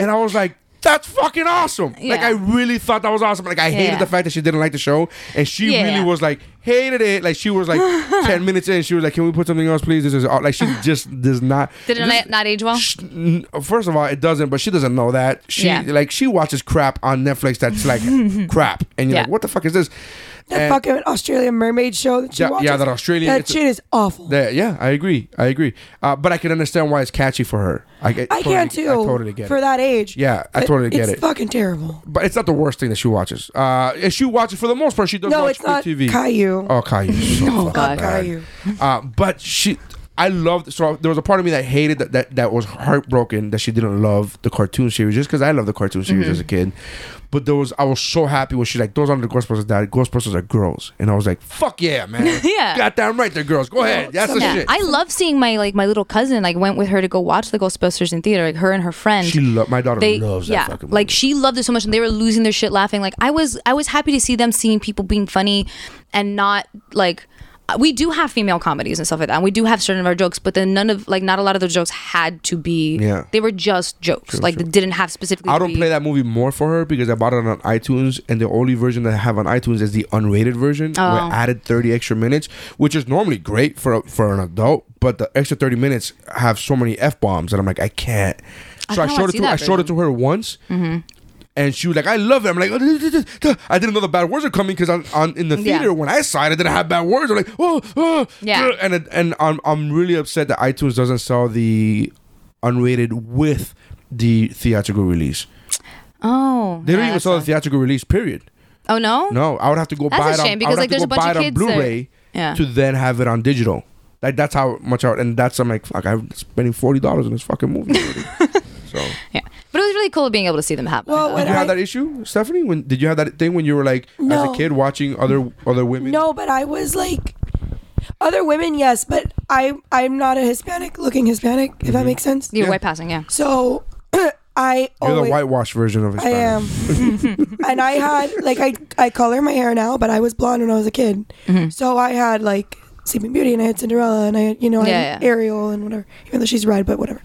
and I was like. That's fucking awesome. Like Yeah. I really thought that was awesome. Like I hated yeah. the fact that she didn't like the show and she Yeah, really yeah. was was like hated it. Like she was like ten minutes in, she was like, "Can we put something else, please?" This is all-" like she just does not. Did it this- not, not age well? Sh- n- First of all, it doesn't, but she doesn't know that. She Yeah. like she watches crap on Netflix that's like crap, and you're Yeah. like, "What the fuck is this?" That And- fucking Australian mermaid show that she Yeah, yeah, watches. that Australian- That it's a- shit is awful. That- yeah, I agree. I agree. Uh, but I can understand why it's catchy for her. I, get, I totally, can too. I totally get for it. that age. Yeah, I But totally get it's it. fucking terrible. But it's not the worst thing that she watches. Uh, and she watches for the most part. She does No, watch it's good not TV. Caillou. Oh, Caillou. So oh God, Caillou. Uh, but she, I loved. So there was a part of me that hated that that, that was heartbroken that she didn't love the cartoon series just because I loved the cartoon series as a Mm-hmm. kid. But there was, I was so happy when she like those aren't the Ghostbusters. Dad, Ghostbusters are girls, and I was like, fuck yeah, man. Yeah. goddamn right, they're girls. Go ahead, that's the Yeah. shit. I love seeing my like my little cousin. Like went with her to go watch the Ghostbusters in theater. Like her and her friend. she lo- my daughter they loves that yeah fucking movie. like she loved it so much and they were losing their shit laughing like i was i was happy to see them seeing people being funny and not like uh, we do have female comedies and stuff like that and we do have certain of our jokes but then none of like not a lot of those jokes had to be Yeah. they were just jokes like they didn't have specifically I to don't be- play that movie more for her because I bought it on iTunes, and the only version that I have on iTunes is the unrated version, where I Oh. added thirty extra minutes, which is normally great for a, for an adult, but the extra thirty minutes have so many f bombs that I'm like, I can't. So I, kinda wanna showed it see to I that Mm-hmm. showed it to her once. And she was like, "I love it." I'm like, "Oh, "I didn't know the bad words are coming because on, on in the Yeah. theater when I saw it, I didn't have bad words. I'm like, oh, oh Yeah. duh," and it- and I'm I'm really upset that iTunes doesn't sell the unrated with the theatrical release. oh They don't yeah, even sell the that's theatrical release. Period. a- oh no No, I would have to go That's buy a it. on, shame, because, I like, would have to there's a go bunch buy of it on kids that- Blu-ray Yeah. to then have it on digital. Like that's how much out, and that's I'm like, fuck, I'm spending forty dollars on this fucking movie. already. so, yeah but it was really cool being able to see them happen Well, did when you I, have that issue, Stephanie? When did you have that thing when you were like, as No. a kid, watching other other women? no, but I was like, other women, yes, but I I'm not a Hispanic looking Hispanic, if Mm-hmm. that makes sense. you're yeah. way passing yeah So I you're always, the whitewash version of I Hispanic. am, and I had like I I color my hair now, but I was blonde when I was a kid, Mm-hmm. so I had like Sleeping Beauty and I had Cinderella and I had, you know I Yeah, had yeah. Ariel and whatever, even though she's red, but whatever.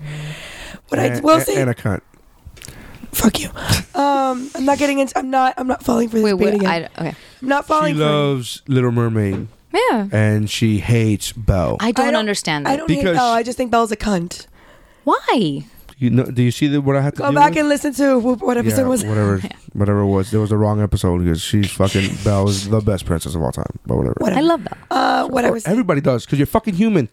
What I And- will and- say, and a cunt. fuck you. Um, I'm not getting into. I'm not. I'm not falling for this wait bait wait again. I, okay I'm not falling She for. it. loves Little Mermaid yeah and she hates Belle. i don't, I understand that I don't hate Because- Belle. I just think Belle's a cunt. why you know, do you see the, what I had to Go deal back with? and listen to whoop- what episode was. whatever, whatever it was. There was a wrong episode because she's fucking Belle is the best princess of all time. But whatever, Whatever. i love that Uh, what I was. everybody does because you're fucking human.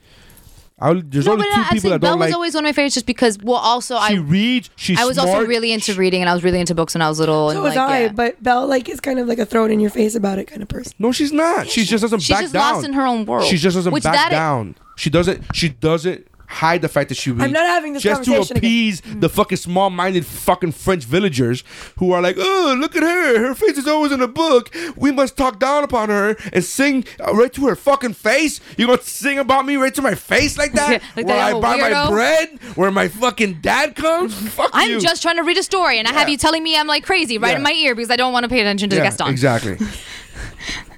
I, would- there's no only but two I- i'm people saying that belle don't was like. always one of my favorites just because well also she i reads. She's I was also smart. really into reading, and I was really into books when I was little. And So was like, I, yeah. but Belle like is kind of like a thrown in your face about it kind of person. No, she's not. She just doesn't She's back just down. lost in her own world. She just doesn't Which back that- down. She doesn't. She doesn't hide the fact that she. Reads. not having this just conversation to appease Mm. the fucking small-minded fucking French villagers who are like, oh, look at her. Her face is always in the book. We must talk down upon her and sing uh, right to her fucking face. You gonna sing about me right to my face like that? Like that where I I'm a buy my weirdo? bread, where my fucking dad comes. Fuck I'm you. just trying to read a story, and I have Yeah. you telling me I'm like crazy right Yeah. in my ear because I don't want to pay attention to yeah, the Gaston. Exactly.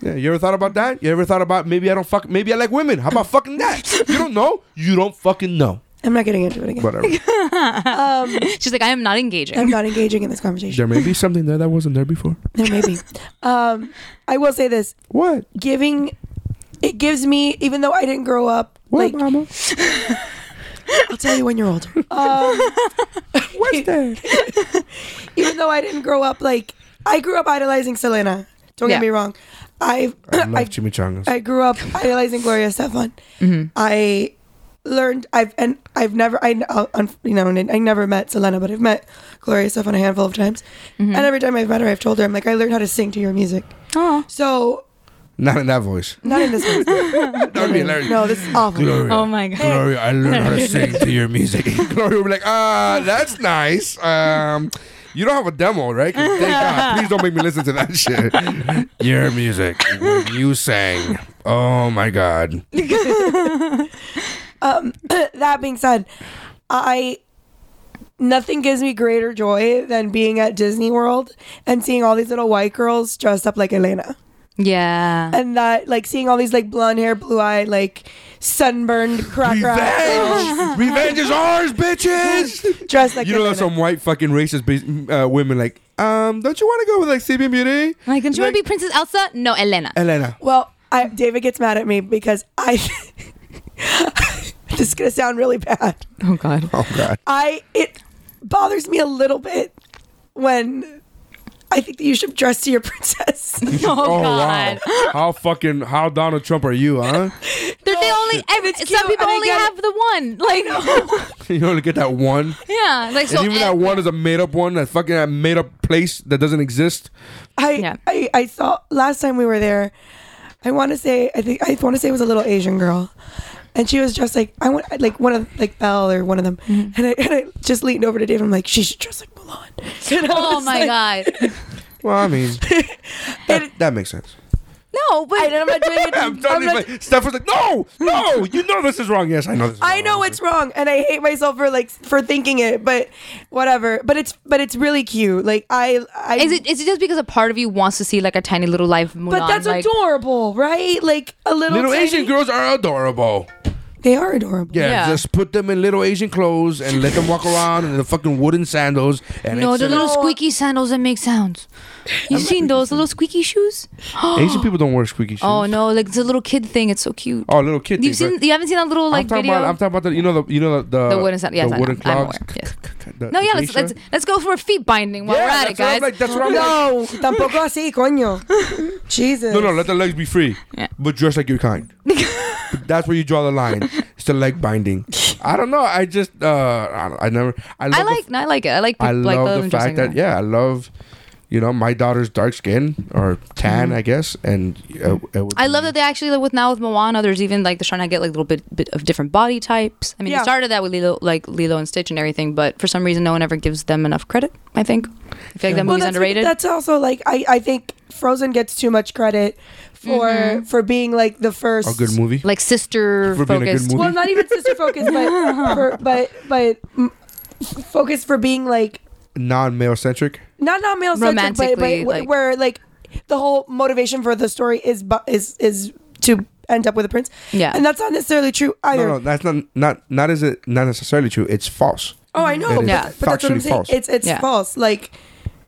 yeah, you ever thought about that? You ever thought about maybe I don't fuck maybe I like women. How about fucking that? You don't know? You don't fucking know. I'm not getting into it again. Whatever. Um, She's like, I am not engaging. I'm not engaging in this conversation. there may be something there that wasn't there before. There may be. Um, I will say this: What? giving, it gives me, even though I didn't grow up. What, like, mama? I'll tell you when you're older. Um, What's that? even though I didn't grow up like I grew up idolizing Selena. Don't Yeah. get me wrong. I've I love I, chimichangas. I grew up idolizing Gloria Stefan. Mm-hmm. I learned I've and I've never I uh, un- you know I never met Selena, but I've met Gloria Stefan a Mm-hmm. handful of times. And every time I've met her, I've told her I'm like I learned how to sing to your music. Oh, So Not in that voice. Not in this one. That would be hilarious. No, this is awful. Gloria. Oh my god. Gloria, I learned how to sing to your music. Gloria would be like, ah, that's nice. Um, you don't have a demo, right? 'Cause Thank God. Please don't make me listen to that shit. Your music. You sang. Oh my God. that being said, I nothing gives me greater joy than being at Disney World and seeing all these little white girls dressed up like Elena. Yeah. And that like seeing all these like blonde hair, blue eyed, like sunburned cracker eyes Revenge. Revenge is ours, bitches. dressed like You know, Elena. some white fucking racist bi- uh, women like, um, don't you want to go with like CB Beauty? Like, don't you Like- want to be Princess Elsa? No, Elena. Elena. well, I, David gets mad at me because I this is gonna sound really bad. Oh God. Oh God. I it bothers me a little bit when I think that you should dress to your princess. Oh, wow. God. How fucking how Donald Trump are you, huh? They're, they only. Every, it's some cute, people and I only get it. have the one. Like. you only get that one. yeah. Like so. eh, and even that one is a made up one, that fucking that made up place that doesn't exist. I, Yeah. I I saw last time we were there. I want to say I think I want to say it was a little Asian girl, and she was dressed like I want like one of like Belle or one of them, Mm-hmm. and, I, and I just leaned over to Dave. and I'm like, she should dress like Mulan. And I oh was my like- God. Well, I mean, that, that makes sense. No, but And I'm not doing it. I'm I'm totally not- fine. Steph was like, no, no, you know this is wrong. Yes, I know this. Is I wrong. know it's wrong, and I hate myself for like for thinking it, but whatever. But it's but it's really cute. Like I, I Is it is it just because a part of you wants to see like a tiny little life Mulan? But that's like, adorable, right? Like a little Little tiny- Asian girls are adorable. They are adorable. Yeah, Yeah. just put them in little Asian clothes and let them walk around in the fucking wooden sandals. And No, it's- the little squeaky sandals that make sounds. You seen those the little squeaky shoes? Asian people don't wear squeaky shoes. Oh no, like it's a little kid thing. It's so cute. Oh, little kid. You've things, seen right? you haven't seen that little like I'm talking video. about. I'm talking about the. You know the. You know the. The wooden sand- yes, the I wooden know. I'm clogs. aware, yes. The- no, yeah, the let's, let's geisha. let's go for a feet binding while Yeah, we're at it, that's what I'm guys. like- that's what I'm like. No, tampoco así, coño. Jesus. No, no, let the legs be free, Yeah. but dress like your kind. That's where you draw the line. It's the leg binding. I don't know. I just uh, I, I never. I, love I the like, I like it. I like, I like love them the fact dressing that up. yeah, I love you know my daughter's dark skin or tan, Mm-hmm. I guess, and uh, it would I love be- that they actually like with now with Moana. There's even like they're trying to get like a little bit bit of different body types. I mean, Yeah. it started that with Lilo, like Lilo and Stitch and everything, but for some reason, no one ever gives them enough credit. I think I feel like that movie's that's, underrated. That's also like I, I think Frozen gets too much credit for Mm-hmm. for being like the first a good movie. like sister For being a good focused. movie. Well, not even sister focus, but for, but but mm, focus for being like Non male centric. not not male centric, but, but Romantically, wh- like- where like the whole motivation for the story is bu- is is to end up with a prince. Yeah. and that's not necessarily true either. No, no, that's not not not is it not necessarily true. It's false. Oh, I know, That but, is Yeah. but that's what I'm factually saying. false. It's it's Yeah. false. Like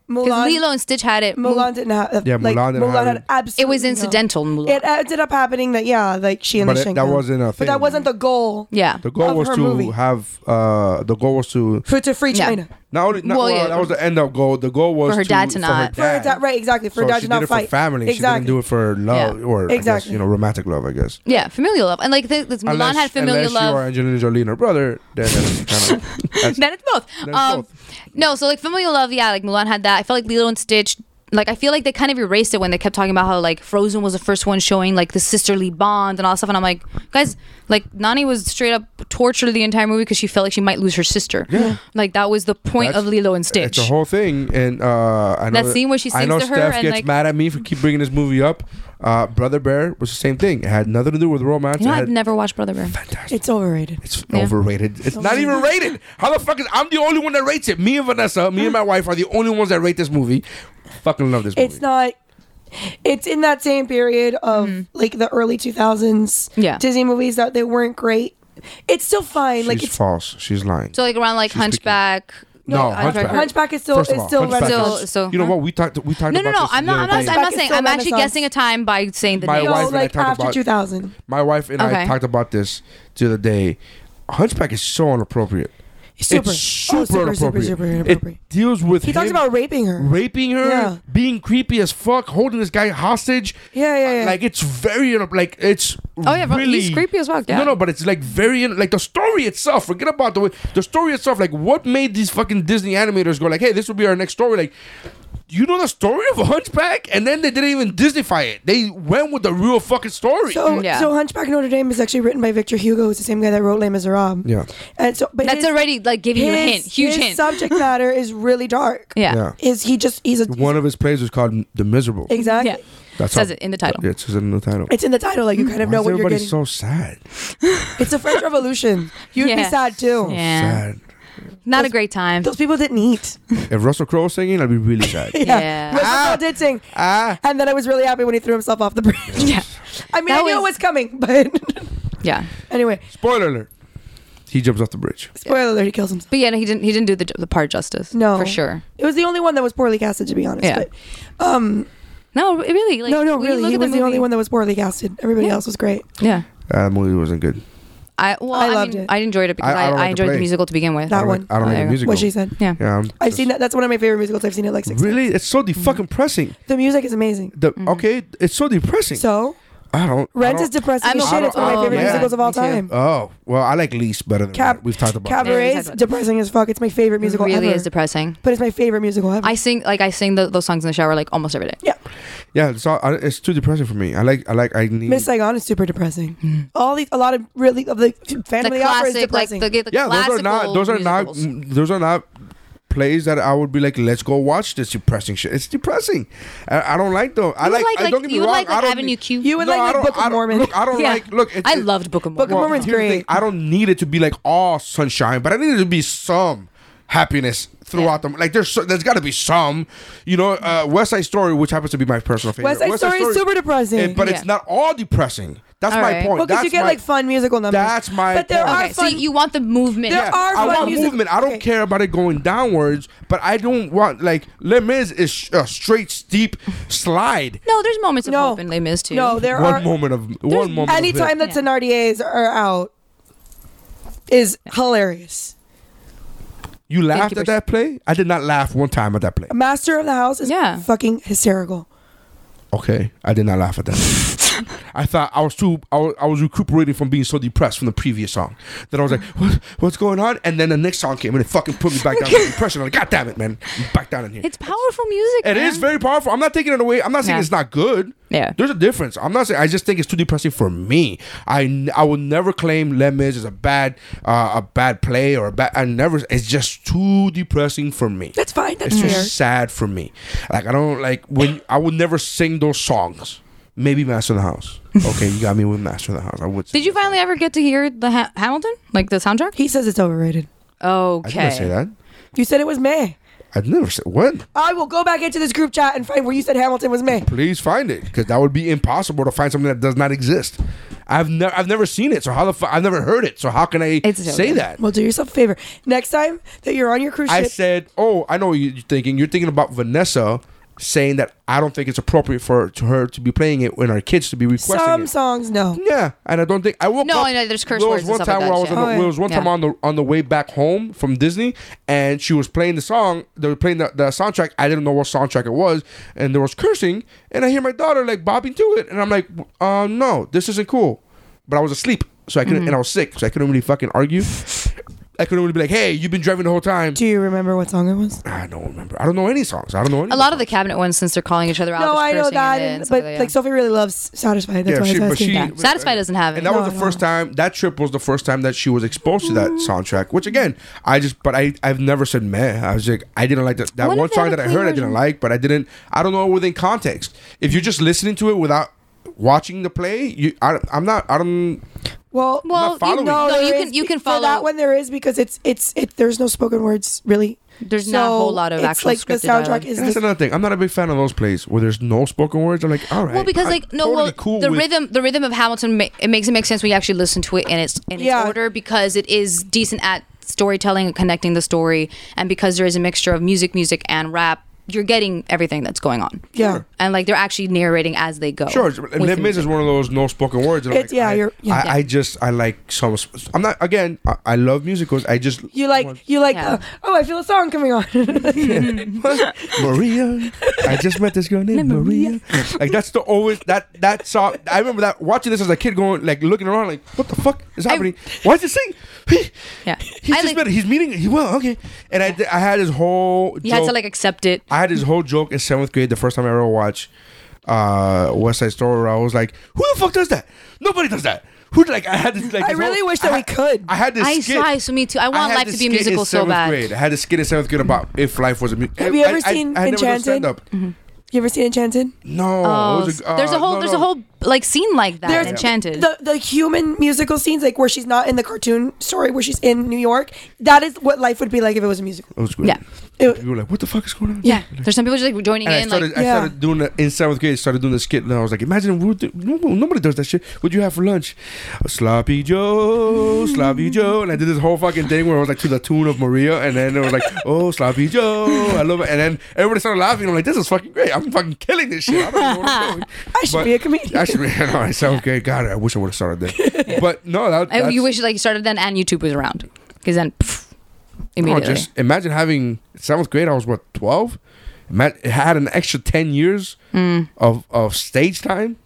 Because Mulan, Lilo and Stitch had it. Mu- Mulan didn't have. Yeah, like, Mulan didn't have had it. absolutely. It was no- incidental. Mulan. It ended up happening that yeah, like she and But the it- Shang that Tsung. wasn't a But thing. that wasn't the goal. yeah. The goal Of was her to movie. have uh the goal was to For to free Yeah. China. not only not, well, Well, yeah. that was the end up goal. The goal was her to, dad to not- for For her dad, right? Exactly. For so her dad she to did not it fight. for family. Exactly. She didn't do it for love Yeah. or I guess, Exactly. you know romantic love. I guess. Yeah, familial love. And like the, the Mulan unless, had familial unless you are love. Angelina Jolie and her brother, then that's kind of that's, Then it's both. it's um, both. No, so like familial love, yeah, like Mulan had that. I felt like Lilo and Stitch. Like I feel like they kind of erased it when they kept talking about how like Frozen was the first one showing like the sisterly bond and all that stuff, and I'm like, guys, like Nani was straight up tortured the entire movie because she felt like she might lose her sister. Yeah. Like that was the point That's- of Lilo and Stitch. It's a whole thing, and uh, I know That scene where she I sings know to her Steph and, gets like- mad at me for keep bringing this movie up. Uh, Brother Bear was the same thing. It had nothing to do with romance. you know, it I've had- never watched Brother Bear. Fantastic. It's overrated. It's Yeah. overrated. It's not even rated. How the fuck is? I'm the only one that rates it. Me and Vanessa, Mm. me and my wife are the only ones that rate this movie. Fucking love this movie. It's not. It's in that same period of like the early 2000s Mm-hmm. Yeah. Disney movies that they weren't great. It's still fine. She's like it's false. She's lying. So like around like She's speaking. Hunchback. no, like, Hunchback. Hunchback is still First of is all, still Hunchback relevant. is- So- You know what? We talked. We talked No, no, about no. this I'm the not. other I'm day. not, I'm not Hunchback is saying. still I'm actually Renaissance. guessing a time by saying the My name. No, wife and I like talked after about- 2000. My wife and I Okay. talked about this the other day. Hunchback is so inappropriate. Super. It's super, Oh, super, super, inappropriate. super inappropriate. It deals with He talks him about raping her. raping her, Yeah. being creepy as fuck, holding this guy hostage. Yeah, yeah, yeah. Like it's very inap- like it's Oh, yeah, but really he's creepy as fuck, yeah. No, no, but it's like very in- like the story itself. Forget about the way the story itself. Like what made these fucking Disney animators go like, hey, this will be our next story. Like You know the story of Hunchback, and then they didn't even Disneyfy it. They went with the real fucking story. So, Yeah. so Hunchback of Notre Dame is actually written by Victor Hugo, who's the same guy that wrote Les Miserables. Yeah. and so but That's his- already like giving you a his- hint, huge his hint. Subject matter is really dark. yeah. yeah, is he just he's a one of his plays was called "The Miserable." exactly. Yeah. That's Says how- it in the title. Yeah, it says it in the title. It's in the title, like you kind of Why know is what you're everybody getting. so sad? it's the French Revolution. You'd be Yeah. sad too. Yeah. Sad. Not a great time. Those people didn't eat. If Russell Crowe was singing, I'd be really sad. Yeah. Russell Crowe Ah. did sing, ah, and then I was really happy when he threw himself off the bridge. Yeah. I mean, That I knew was- it was coming, but Yeah. anyway, spoiler alert! He jumps off the bridge. spoiler alert, he kills himself. But yeah, no, he didn't he didn't do the, the part justice. No. For sure. It was the only one that was poorly casted, to be honest. Yeah. But, um, No, it really. Like, no, no, when you really, look he at was the, only movie- one that was poorly casted. Everybody Yeah. else was great. Yeah. That movie wasn't good. I well, I I, loved mean, it. I enjoyed it because I- I I, I, don't like the enjoyed play. the musical to begin with. That I don't one. like- I don't like There the you musical. go. What she said. yeah. Yeah, I'm I've just- seen that. That's one of my favorite musicals. I've seen it like six times. Mm-hmm. Really, it's so de- fucking pressing. The music is amazing. The okay, it's so depressing. So, I don't. I Rent don't- is depressing I'm as a- shit. It's one of my oh, favorite yeah. musicals of all Me too. time. Oh well, I like Lease better than Cab- Rent. We've talked about. that. Cabaret Yeah, we is talked about depressing as fuck. It's my favorite It musical really ever. is depressing. But it's my favorite musical ever. I sing like I sing the, those songs in the shower like almost every day. yeah. Yeah, so I, it's too depressing for me. I like. I like. I need. Miss Saigon is super depressing. All these, a lot of really of the Hmm. The family opera is classic, like depressing. the, the yeah, those are not. Those are not. mm, Those are not plays that I would be like, let's go watch this depressing shit. It's depressing. I, I don't like though. I like. I don't get me you wrong. like I like don't Avenue need- Q. you would No, I like don't- like Book I of don't- Mormon. Look, I don't Yeah. like. Look, it's- I it- loved Book of Book Mormon. of Mormon's here's the great. thing, I don't need it to be like all sunshine, but I need it to be some happiness throughout them. Like there's so, there's got to be some, you know, uh, West Side Story, which happens to be my personal favorite. West Side Story is super depressing. eh, but Yeah. it's not all depressing. That's All my right. point. well, because That's you get my- like fun musical numbers. That's my But there point. are Okay, so fun. you want the movement. There are I fun want music- movement. I don't okay. care about it going downwards, but I don't want like Les Mis is sh- a straight steep slide. No, there's moments of No. hope in Les Mis too. no, there one are. moment of one moment. of it. anytime that Yeah. Thenardiers are out is hilarious. you laughed you at for- that play, I did not laugh one time at that play. Master of the House is Yeah. fucking hysterical. Okay, I did not laugh at that. I thought I was too. I was, I was recuperating from being so depressed from the previous song that I was like, what, "What's going on?" And then the next song came and it fucking put me back down to depression. I'm like, "God damn it, man, I'm back down in here." it's powerful music. It man. is very powerful. I'm not taking it away. I'm not saying Yeah. it's not good. Yeah. There's a difference. I'm not saying I just think it's too depressing for me. I, n- I will never claim Les Mis is a bad uh, a bad play or a bad I never it's just too depressing for me. That's fine. That's It's fair. just sad for me. Like I don't like when I would never sing those songs. Maybe Master of the House. Okay, you got me with Master of the House. I would sing Did you that. finally ever get to hear the ha- Hamilton, like the soundtrack? He says it's overrated. I Okay. didn't say that. You said it was May. I never said what? I will go back into this group chat and find where you said Hamilton was May. Please find it, because that would be impossible to find something that does not exist. I've never, I've never seen it, so how the fuck? I've never heard it, so how can I It's so say good. that? Well, do yourself a favor. Next time that you're on your cruise I ship, said, oh, I know what you're thinking. You're thinking about Vanessa saying that I don't think it's appropriate for to her to be playing it when our kids to be requesting some it. songs, no. Yeah, and I don't think I woke No, up. I know, there's curse there words was one and stuff time like where I that, was on yeah. the, Oh, yeah. there was one time Yeah. on the on the way back home from Disney, and she was playing the song. They were playing the, the soundtrack. I didn't know what soundtrack it was, and there was cursing. And I hear my daughter like bobbing to it, and I'm like, uh, no, this isn't cool. But I was asleep, so I couldn't, Mm-hmm. and I was sick, so I couldn't really fucking argue. I couldn't really be like, hey, you've been driving the whole time. Do you remember what song it was? I don't remember. I don't know any songs. I don't know any. A lot of the cabinet ones, since they're calling each other out. no, there's I know cursing in that, it and- and stuff but that, yeah. like Sophie really loves Satisfied. That's Yeah, why she- I was but asking. she- Yeah. Satisfy doesn't have it. And that was No, the no. first time. That trip was the first time that she was exposed to that Mm. soundtrack. Which again, I just, but I, I've never said meh. I was like, I didn't like that. That What if one they song have a that I clean heard, I didn't version? like, but I didn't. I don't know within context. If you're just listening to it without watching the play, you, I, I'm not. I don't. well, Well, you following. no, No, there you is can- you be- can for that follow- one. There is because it's it's it. There's no spoken words really. There's not a whole lot of it's actual like the scripted soundtrack dialogue. is That's the, another thing. I'm not a big fan of those plays where there's no spoken words. I'm like, all right. Well, because I'm like no, totally well, the with- rhythm, the rhythm of Hamilton, ma- it makes it make sense when you actually listen to it in its in its Yeah. order because it is decent at storytelling and connecting the story, and because there is a mixture of music, music and rap, you're getting everything that's going on. yeah. and like they're actually narrating as they go. Sure, with and the Les Mis is music. one of those no spoken words. and I'm It's- yeah, I, you're- yeah. I, I just I like some. I'm not again. I, I love musicals. I just You like you like. Yeah. the, oh, I feel a song coming on. Maria. I just met this girl named Maria. Like that's the always that that song. I remember that watching this as a kid, going like looking around, like what the fuck is happening? Why is this thing? He, Yeah. he's I just like- met. He's meeting. He well okay. And I, did- I had his whole. You had joke. to like accept it. I had this whole joke in seventh grade, the first time I ever watched uh, West Side Story, where I was like, "Who the fuck does that? Nobody does that." Who like I had this like. I this really whole- wish that I we could. I had this. I skit. saw- I saw- me too. I want had life this to be a skit in musical so seventh bad. Grade. I had a skit in seventh grade about if life was a musical. Have you ever seen Enchanted? You ever seen Enchanted? No. Oh, it was a- there's uh, a whole no, there's no. a whole like scene like that. There's- Enchanted. The the human musical scenes, like where she's not in the cartoon story, where she's in New York. That is what life would be like if it was a musical. It was great. Yeah. It- People were like, "What the fuck is going on?" yeah, there's some people just like joining And I in. started, like I Yeah. started doing that in seventh grade. Started doing the skit, and I was like, "Imagine we do, no, nobody does that shit. What do you have for lunch? A sloppy Hmm. Joe, sloppy Joe." And I did this whole fucking thing where I was like to the tune of Maria, and then it was like, "Oh, sloppy Joe, I love it." And then everybody started laughing. I'm like, "This is fucking great. I'm fucking killing this shit. I don't know what I'm doing." I should be a comedian. I should be. No, I seventh grade. God, I wish I would have started there. But no, that, I, that's, you wish like you started then and YouTube was around because then pff, No, immediately. just imagine having seventh grade. I was what twelve. Ima- it had an extra ten years Mm. of of stage time.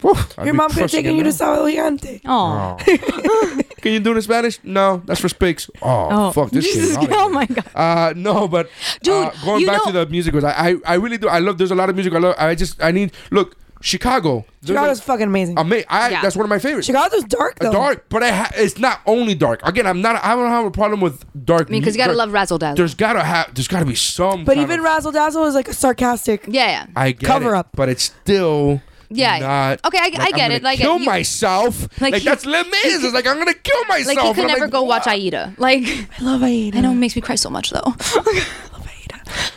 Woo, I'd Your be mom could have crushing taken it you to now. Sao Elegante. Oh. Aw. Can you do it in Spanish? No, that's for Spikes. Oh, Oh. fuck this shit. Jesus, Outta oh here. my God. Uh, no, but uh, Dude, going you back to know- the musicals, I, I I really do. I love. There's a lot of music. I love. I just I need look Chicago. There's Chicago's a- fucking amazing. ama- I Yeah. that's one of my favorites. Chicago's dark though. dark, but I ha- it's not only dark. Again, I'm not. I don't have a problem with dark. I mean, because you gotta dark- love Razzle Dazzle. There's gotta have. There's gotta be some. But kind even of- Razzle Dazzle is like a sarcastic. Yeah, yeah. I get cover it, up. but it's still. Yeah. Not, Okay, I- I I'm get gonna it, like, kill you- myself. Like, like, you- that's Les Mis. It's like I'm gonna kill myself. like you could And I'm never like, go watch "Wow." Aida. Like I love Aida. I know it makes me cry so much though. Welcome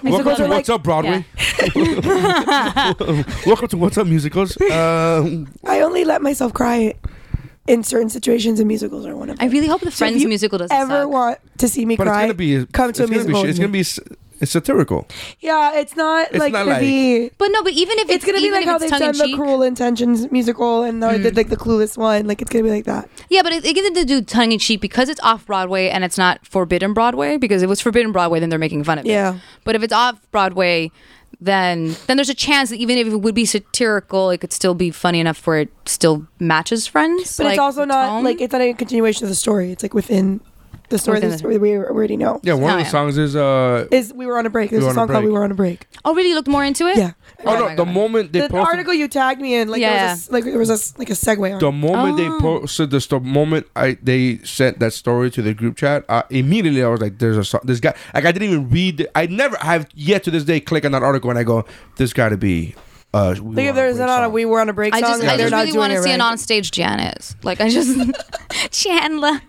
Musicals to are What's like- Up Broadway. Welcome to What's Up Musicals. Um, I only let myself cry in certain situations, and musicals are one of I them. really hope the So if Friends you musical doesn't ever suck. want to see me but it's cry? gonna be come to a it's gonna be musical. shit- with it's me. gonna be s- it's satirical. yeah, it's not It's like not gonna like- be. but no, but even if It's gonna be even like if how it's they've done the tongue-in-cheek- Cruel Intentions musical and the, Hmm. the, like the Clueless one. Like it's gonna be like that. Yeah, but it, it gets to do tongue in cheek because it's off Broadway and it's not Forbidden Broadway. Because if it was Forbidden Broadway, then they're making fun of it. Yeah. But if it's off Broadway, then then there's a chance that even if it would be satirical, it could still be funny enough where it still matches Friends. But like, it's also not tone. like it's not a continuation of the story. It's like within the story. Within the it. story we already know. Yeah, one of the Oh, yeah. songs is uh. Is we were on a break. There's Were a on a song called Break. "We Were on a Break." oh, really? Looked more into it? Yeah, Oh no! my The God. moment they the posted article you tagged me in, like there Yeah. was a, like there was a s- like a segue on. The moment Ah. they posted this, the moment I they sent that story to the group chat, I, immediately I was like, "There's a so- this guy." Like I didn't even read. The, I never I have yet to this day click on that article and I go, "This got to be." Uh, we Like Want if a there's Break not a song." "We Were on a Break" I song, just, then I they're just not really doing want it to see right. an on stage Janice. Like I just Chandler.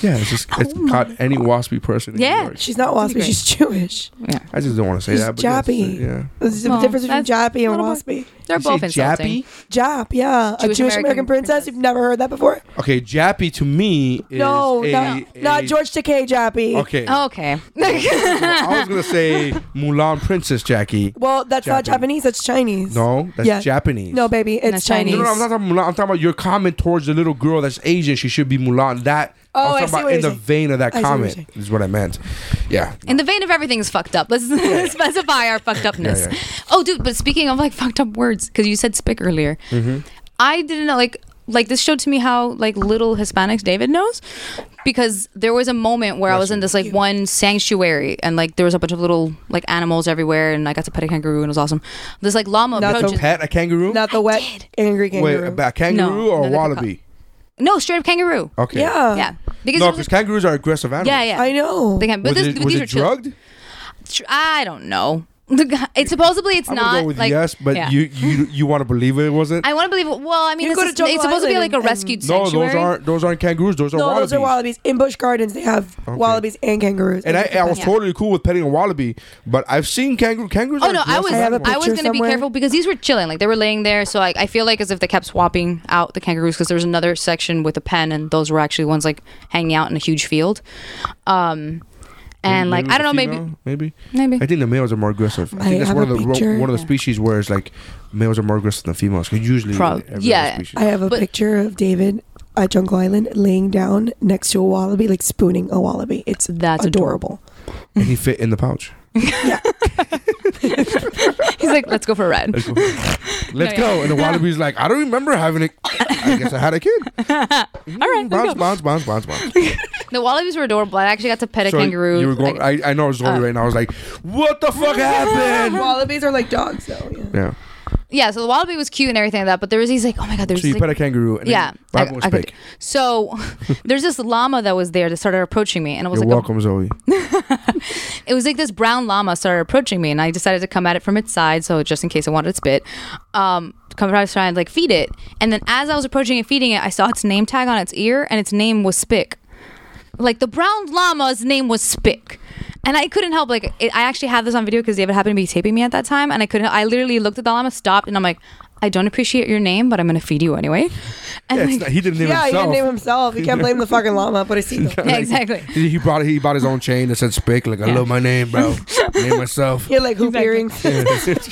Yeah, it's just it's caught any waspy person. in New Yeah. York. She's not waspy. great. She's Jewish. I just don't want to say She's that. But yes, jappy. yeah. There's a Oh, difference between that's Jappy and little more- waspy. They're You say both insulting. Jappy? Jap, yeah, a Jewish Jewish American, American princess. princess. You've never heard that before? Okay, jappy to me is no, a- not, a- not George Takei Jappy. Okay, Oh, okay. I was gonna say Mulan Princess Jackie. Well, that's not Jappy. Japanese. That's Chinese. No, that's Yeah. Japanese. No, baby, it's That's Chinese. Chinese. No, no, I'm not talking Mulan. I'm talking about your comment towards the little girl that's Asian. She should be Mulan. That Oh, I I was see talking what about in the you're saying. vein of that I see what you're comment saying. is what I meant. Yeah. In the vein of everything's fucked up. Let's specify our fucked upness. Yeah, yeah. Oh, dude, but speaking of like fucked up words, because you said spick earlier, Mm-hmm. I didn't know like like this showed to me how like little Hispanics David knows, because there was a moment where I was in this like one sanctuary and like there was a bunch of little like animals everywhere and I got to pet a kangaroo and it was awesome. This like llama Not the approaches. Pet a kangaroo? Not the wet angry Wait, kangaroo. a kangaroo No, or no, a they're wallaby? no, straight up kangaroo. Okay. yeah. Yeah, because No, it was, because kangaroos are aggressive animals. yeah, yeah, I know. They can, was but this, it, but was these it are chill. drugged? Tr- I don't know. The guy, it's supposedly it's I'm not gonna go with like yes, but yeah. you you you want to believe it wasn't? I want to believe. it- Well, I mean, You this go to is, it's Jungle supposed to be like Island a and- no, rescued sanctuary. those aren't those aren't kangaroos. Those are No, wallabies. those are wallabies. In Busch Gardens, they have wallabies and kangaroos. And I, I was Yeah. totally cool with petting a wallaby, but I've seen kangaroo. Kangaroos. Oh are no, I aggressive was I have a animals. I was picture gonna be somewhere. careful because these were chilling, like they were laying there. So I, I feel like as if they kept swapping out the kangaroos because there was another section with a pen, and those were actually ones like hanging out in a huge field. Um, and Maybe it like was I don't know, a maybe female, maybe maybe I think the males are more aggressive. I think I that's have one of a the ro- picture. one of the species where it's like males are more aggressive than females. 'cause usually, Prob- every other yeah. species- I have a But- picture of David at Jungle Island laying down next to a wallaby, like spooning a wallaby. It's That's adorable. and he fit in the pouch. he's like, let's go for a ride. Let's go. Let's yeah. go. And the wallaby's like, I don't remember having a. I guess I had a kid. All right, let's Bounce, go. bounce, bounce, bounce, bounce. The wallabies were adorable. I actually got to pet a So kangaroo. You were going. Like- uh, I, I know Zoe right now. I was like, "What the fuck happened?" Wallabies are like dogs, though. yeah. Yeah. yeah, so the wallaby was cute and everything like that, but there was these like, oh my god, there was So you like, pet a kangaroo. And yeah, Then Bible was I could- fake. so there's this llama that was there that started approaching me, and it was You're like a welcome, Zoe. it was like this brown llama started approaching me and I decided to come at it from its side so just in case I wanted to spit um come out and like feed it and then as I was approaching and feeding it I saw its name tag on its ear and its name was Spick like the brown llama's name was Spick and I couldn't help like it, I actually had this on video because David happened to be taping me at that time and I couldn't I literally looked at the llama stopped and I'm like I don't appreciate your name but I'm gonna feed you anyway and Yeah, it's like, not, he didn't name Yeah, he himself. didn't name himself. You can't blame the fucking llama, but it's evil. Yeah, exactly He he bought he bought his own chain that said "Spick." Like I love my name, bro. name myself. You're like hoop earrings. It's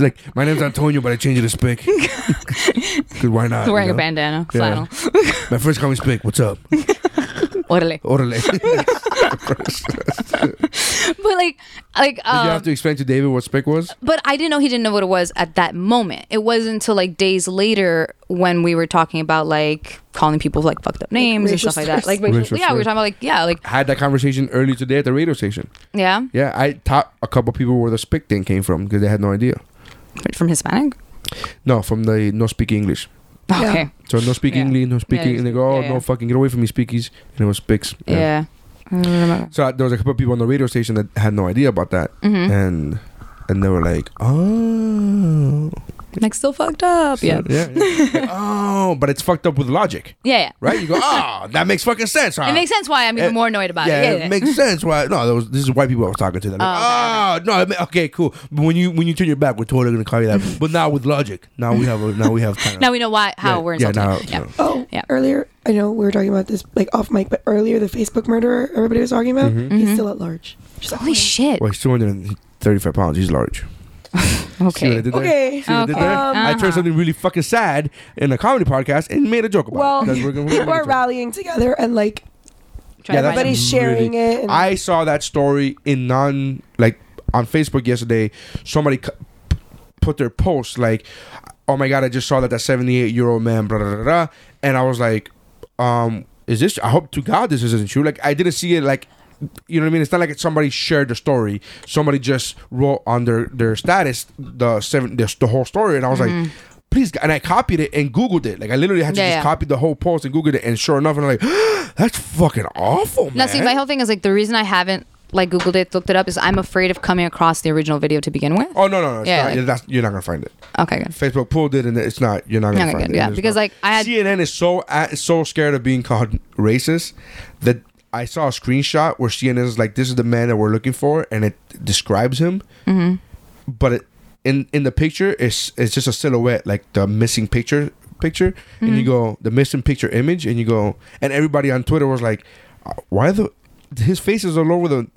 like my name's Antonio, but I changed it to Spick. Good, why not? wearing you a know? bandana Yeah. flannel My friends call me Spick. What's up? Orale. Orale. but like like Did um, you have to explain to David what Spick was? But I didn't know he didn't know what it was at that moment. It wasn't until like days later when we were talking about like calling people like fucked up names and racial stuff like that. Like slurs. racial- Racial yeah, we were slurs. talking about like yeah, like had that conversation earlier today at the radio station. yeah, Yeah, I taught a couple people where the Spick thing came from because they had no idea. from Hispanic. No, from the no speak English. Okay. So no speak Yeah. English, no speaking. Yeah, and they go, oh, yeah, no yeah. fucking get away from me, speakies. And it was Spicks. Yeah. So uh, there was a couple of people on the radio station that had no idea about that, Mhm. and and they were like, oh, Like still fucked up. So, yeah. yeah, yeah. Like, oh, but it's fucked up with logic, Yeah. yeah. right? You go, oh, that makes fucking sense. Huh? It makes sense why I'm even Uh, more annoyed about yeah, it. Yeah, it yeah. makes sense. Why? No, those this is white people I was talking to. That like, oh, no, it ma- okay, cool. But when you when you turn your back, we're totally gonna call you that. but now with logic, now we have a, now we have kind of, now we know why how we're yeah, insulted. Yeah, now- yeah. Oh, Yeah. earlier, I know we were talking about this like off mic, but earlier the Facebook murderer everybody was talking about, Mm-hmm. he's still at large. She's like, "Oh, Holy shit. Well, he's 235 pounds. He's large. See what I Okay. Uh-huh. did there? Okay. See what I did there? Um, I turned something really fucking sad in a comedy podcast and made a joke about Well, it. 'Cause we're gonna- we're gonna people make a are joke. rallying together and like Try to that's find everybody's really- sharing it. And I saw that story in non like on Facebook yesterday. Somebody cu- p- put their post like, "Oh my god, I just saw that that 78 year old man." Blah, blah, blah, blah," and I was like, um, "Is this? I hope to God this isn't true." Like I didn't see it like. You know what I mean? It's not like somebody shared the story. Somebody just wrote on their their status the seven the, the whole story, and I was like, "Please!" g-" And I copied it and Googled it. Like I literally had to Mm-hmm. Yeah, just yeah. copy the whole post and Googled it, and sure enough, and I'm like, "That's fucking awful, man." Now, see, my whole thing is like the reason I haven't like Googled it, looked it up is I'm afraid of coming across the original video to begin with. Oh no no no! It's Yeah, not, like- yeah, that's, you're not gonna find it. Okay, good. Facebook pulled it, and it's not. You're not gonna Not find it. good, yeah, There's because, like, I had- CNN is so at, so scared of being called racist that I saw a screenshot where CNN is like, "This is the man that we're looking for," and it describes him, Mm-hmm. but it, in in the picture, it's it's just a silhouette, like the missing picture picture, and Mm-hmm. you go the missing picture image, and you go, and everybody on Twitter was like, "Uh, "Why the his face is all over the."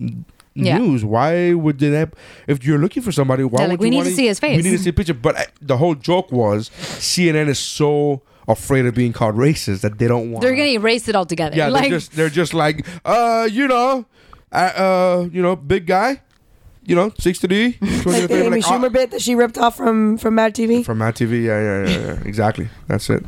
Yeah. News. Why would they? have- If you're looking for somebody, why They're would like, you "We need wanna- to see his We face." need to see a picture. But I, the whole joke was CNN is so afraid of being called racist that they don't want. They're gonna erase it all together. Yeah, like, they're just they're just like, uh, you know, I, uh, you know, big guy, you know, six to D, like the Amy Schumer bit that she ripped off from from Mad TV. oh, from Matt TV. Yeah, yeah, yeah, yeah. exactly. That's it.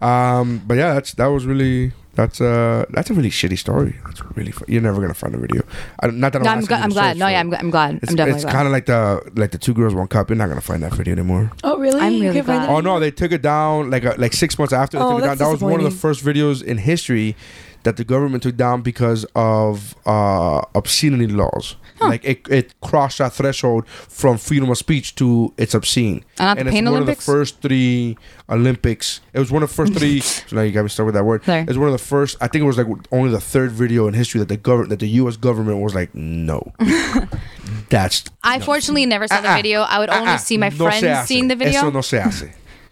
Um, but yeah, that's that was really. That's uh that's a really shitty story. That's really fu- you're never gonna find a video. I, don't- not that No, I'm, I'm, asking you gl- to I'm glad. search No, for yeah, it. I'm, gl- I'm glad. It's, I'm definitely it's glad. kind of like the like the two girls one cup. You're not gonna find that video anymore. oh really? I'm You really can't find glad. it? Oh no, they took it down like uh, like six months after. They Oh, took it down. that's That was one of the disappointing. first videos in history that the government took down because of uh, obscenity laws. Like it, it crossed that threshold from freedom of speech to it's obscene. And at the it's Pain one Olympics? of the first three Olympics. It was one of the first three. so now you got me start with that word. Sorry. It was one of the first. I think it was like only the third video in history that the government that the U.S. government was like, no, that's I fortunately never saw the Ah-ah. video. I would only Ah-ah. see my ah. No se friends hace. seeing the video. Eso no se hace.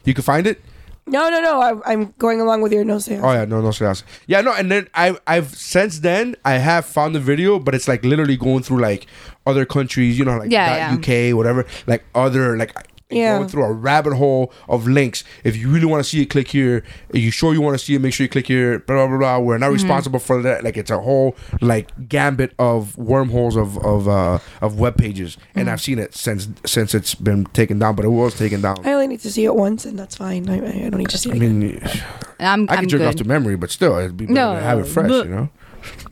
You can find it. No, no, no. I, I'm going along with your no say. Oh yeah, no, no se hace. Yeah, no, and then I, I've since then I have found the video, but it's like literally going through like other countries, you know, like Yeah, dot yeah. UK, whatever, like other like Yeah. going through a rabbit hole of links. If you really want to see it, click here. Are you sure you want to see it? Make sure you click here. Blah blah blah. blah. We're Mm-hmm. not responsible for that. Like it's a whole like gambit of wormholes of of uh, of web pages, and Mm. I've seen it since since it's Uh, been taken down, but it was taken down. I only need to see it once, and that's fine. I, I I don't need to see it. I mean, I'm, I can I'm jerk good. off to memory, but still, it'd be better No, to have it fresh, but- you know.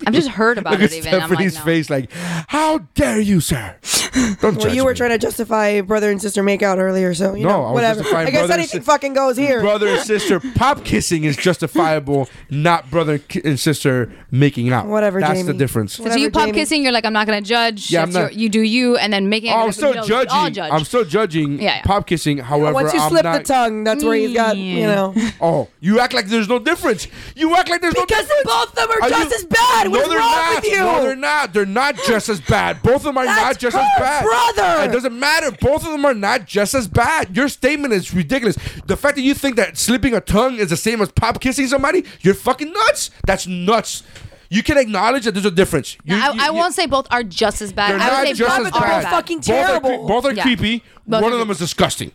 I'm just hurt about Look it. at Even I'm like, Stephanie's no. face, like, "How dare you, sir? Don't Well, judge you were me. trying to justify brother and sister make out earlier, so you No, know I was whatever. justifying I guess brother and anything sis- fucking goes here. brother and sister pop kissing is justifiable, not brother ki- and sister making out. Whatever, That's the Jamie. difference. Whatever. So you pop Jamie. kissing, you're like, I'm not gonna judge. Yeah, Yeah, I'm not- you do you, and then making. Oh, I'm you still know, we judging. All judge. I'm still judging Yeah, yeah. pop kissing. However, Once you I'm slip not. the tongue, that's where he's got you Mm. know. Oh, you act like there's no difference. You act like there's no Because difference. both of them are just you- as bad. What's no, they're wrong not. with you? No, they're not. They're not just as bad. Both of them are not That's just her as bad. brother. It doesn't matter. Both of them are not just as bad. Your statement is ridiculous. The fact that you think that slipping a tongue is the same as pop kissing somebody, you're fucking nuts. That's nuts. You can acknowledge that there's a difference. You, I, you- I you- won't say both are just as bad. They're I not would say just both as are bad. Both fucking Both are, cre- terrible. both are Yeah. creepy. Both One are of them creepy. is disgusting.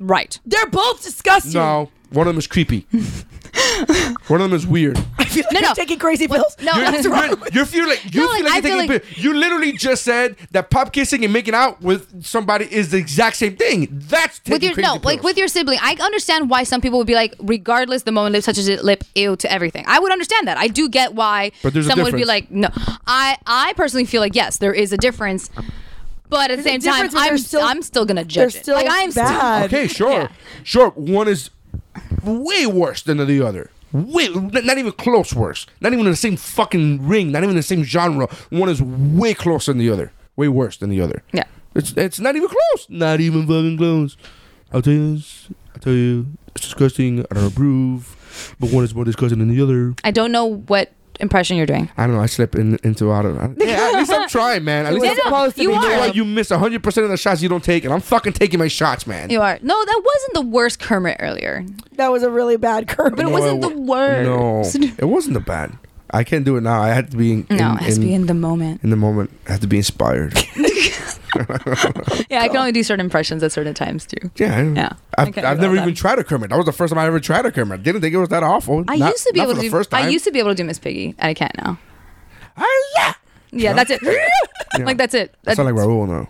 Right. They're both disgusting. No, one of them is creepy. one of them is weird. I feel like No, you're no. taking crazy pills. No, You're, that's you're, wrong. you're feel like you No, feel like, like, I you're feel taking like- pill- You literally just said that pop kissing and making out with somebody is the exact same thing. That's taking With your crazy no, like pills. with your sibling, I understand why some people would be like, regardless, the moment lip touches it, lip, ew, to everything. I would understand that. I do get why But there's a someone would be difference. like, no. I I personally feel like yes, there is a difference, but at the same There's a time, difference, but I'm they're still- still, I'm still gonna They're judge it. still Like I'm bad. okay, sure, Yeah. sure. One is way worse than the other. Way, n- not even close worse. Not even in the same fucking ring. Not even in the same genre. One is way closer than the other. Way worse than the other. Yeah. it's it's not even close. Not even fucking close. I'll tell you this. I'll tell you, it's disgusting. I don't approve. But one is more disgusting than the other. I don't know what impression you're doing. I don't know. I slip in, into out of. Yeah, at least I'm trying, man. At least Yeah, I'm no, supposed to you be You know are. what? You miss 100 percent of the shots you don't take, and I'm fucking taking my shots, man. You are. No, that wasn't the worst Kermit earlier. That was a really bad curve. But it wasn't the worst. No, it wasn't the bad. I can't do it now. I had to be in, No, in, it has to be in the moment. in the moment. I have to be inspired. Yeah, I can only do certain impressions at certain times too. yeah, I- Yeah, I I've, can't I've do never all even that. tried a Kermit. That was the first time I ever tried a Kermit. Didn't think it was that awful. I Not- used to be not able for to the do. first time. I used to be able to do Miss Piggy, and I can't now. Ah, yeah. Yeah, that's it. Like that's it. That's not like Raul now.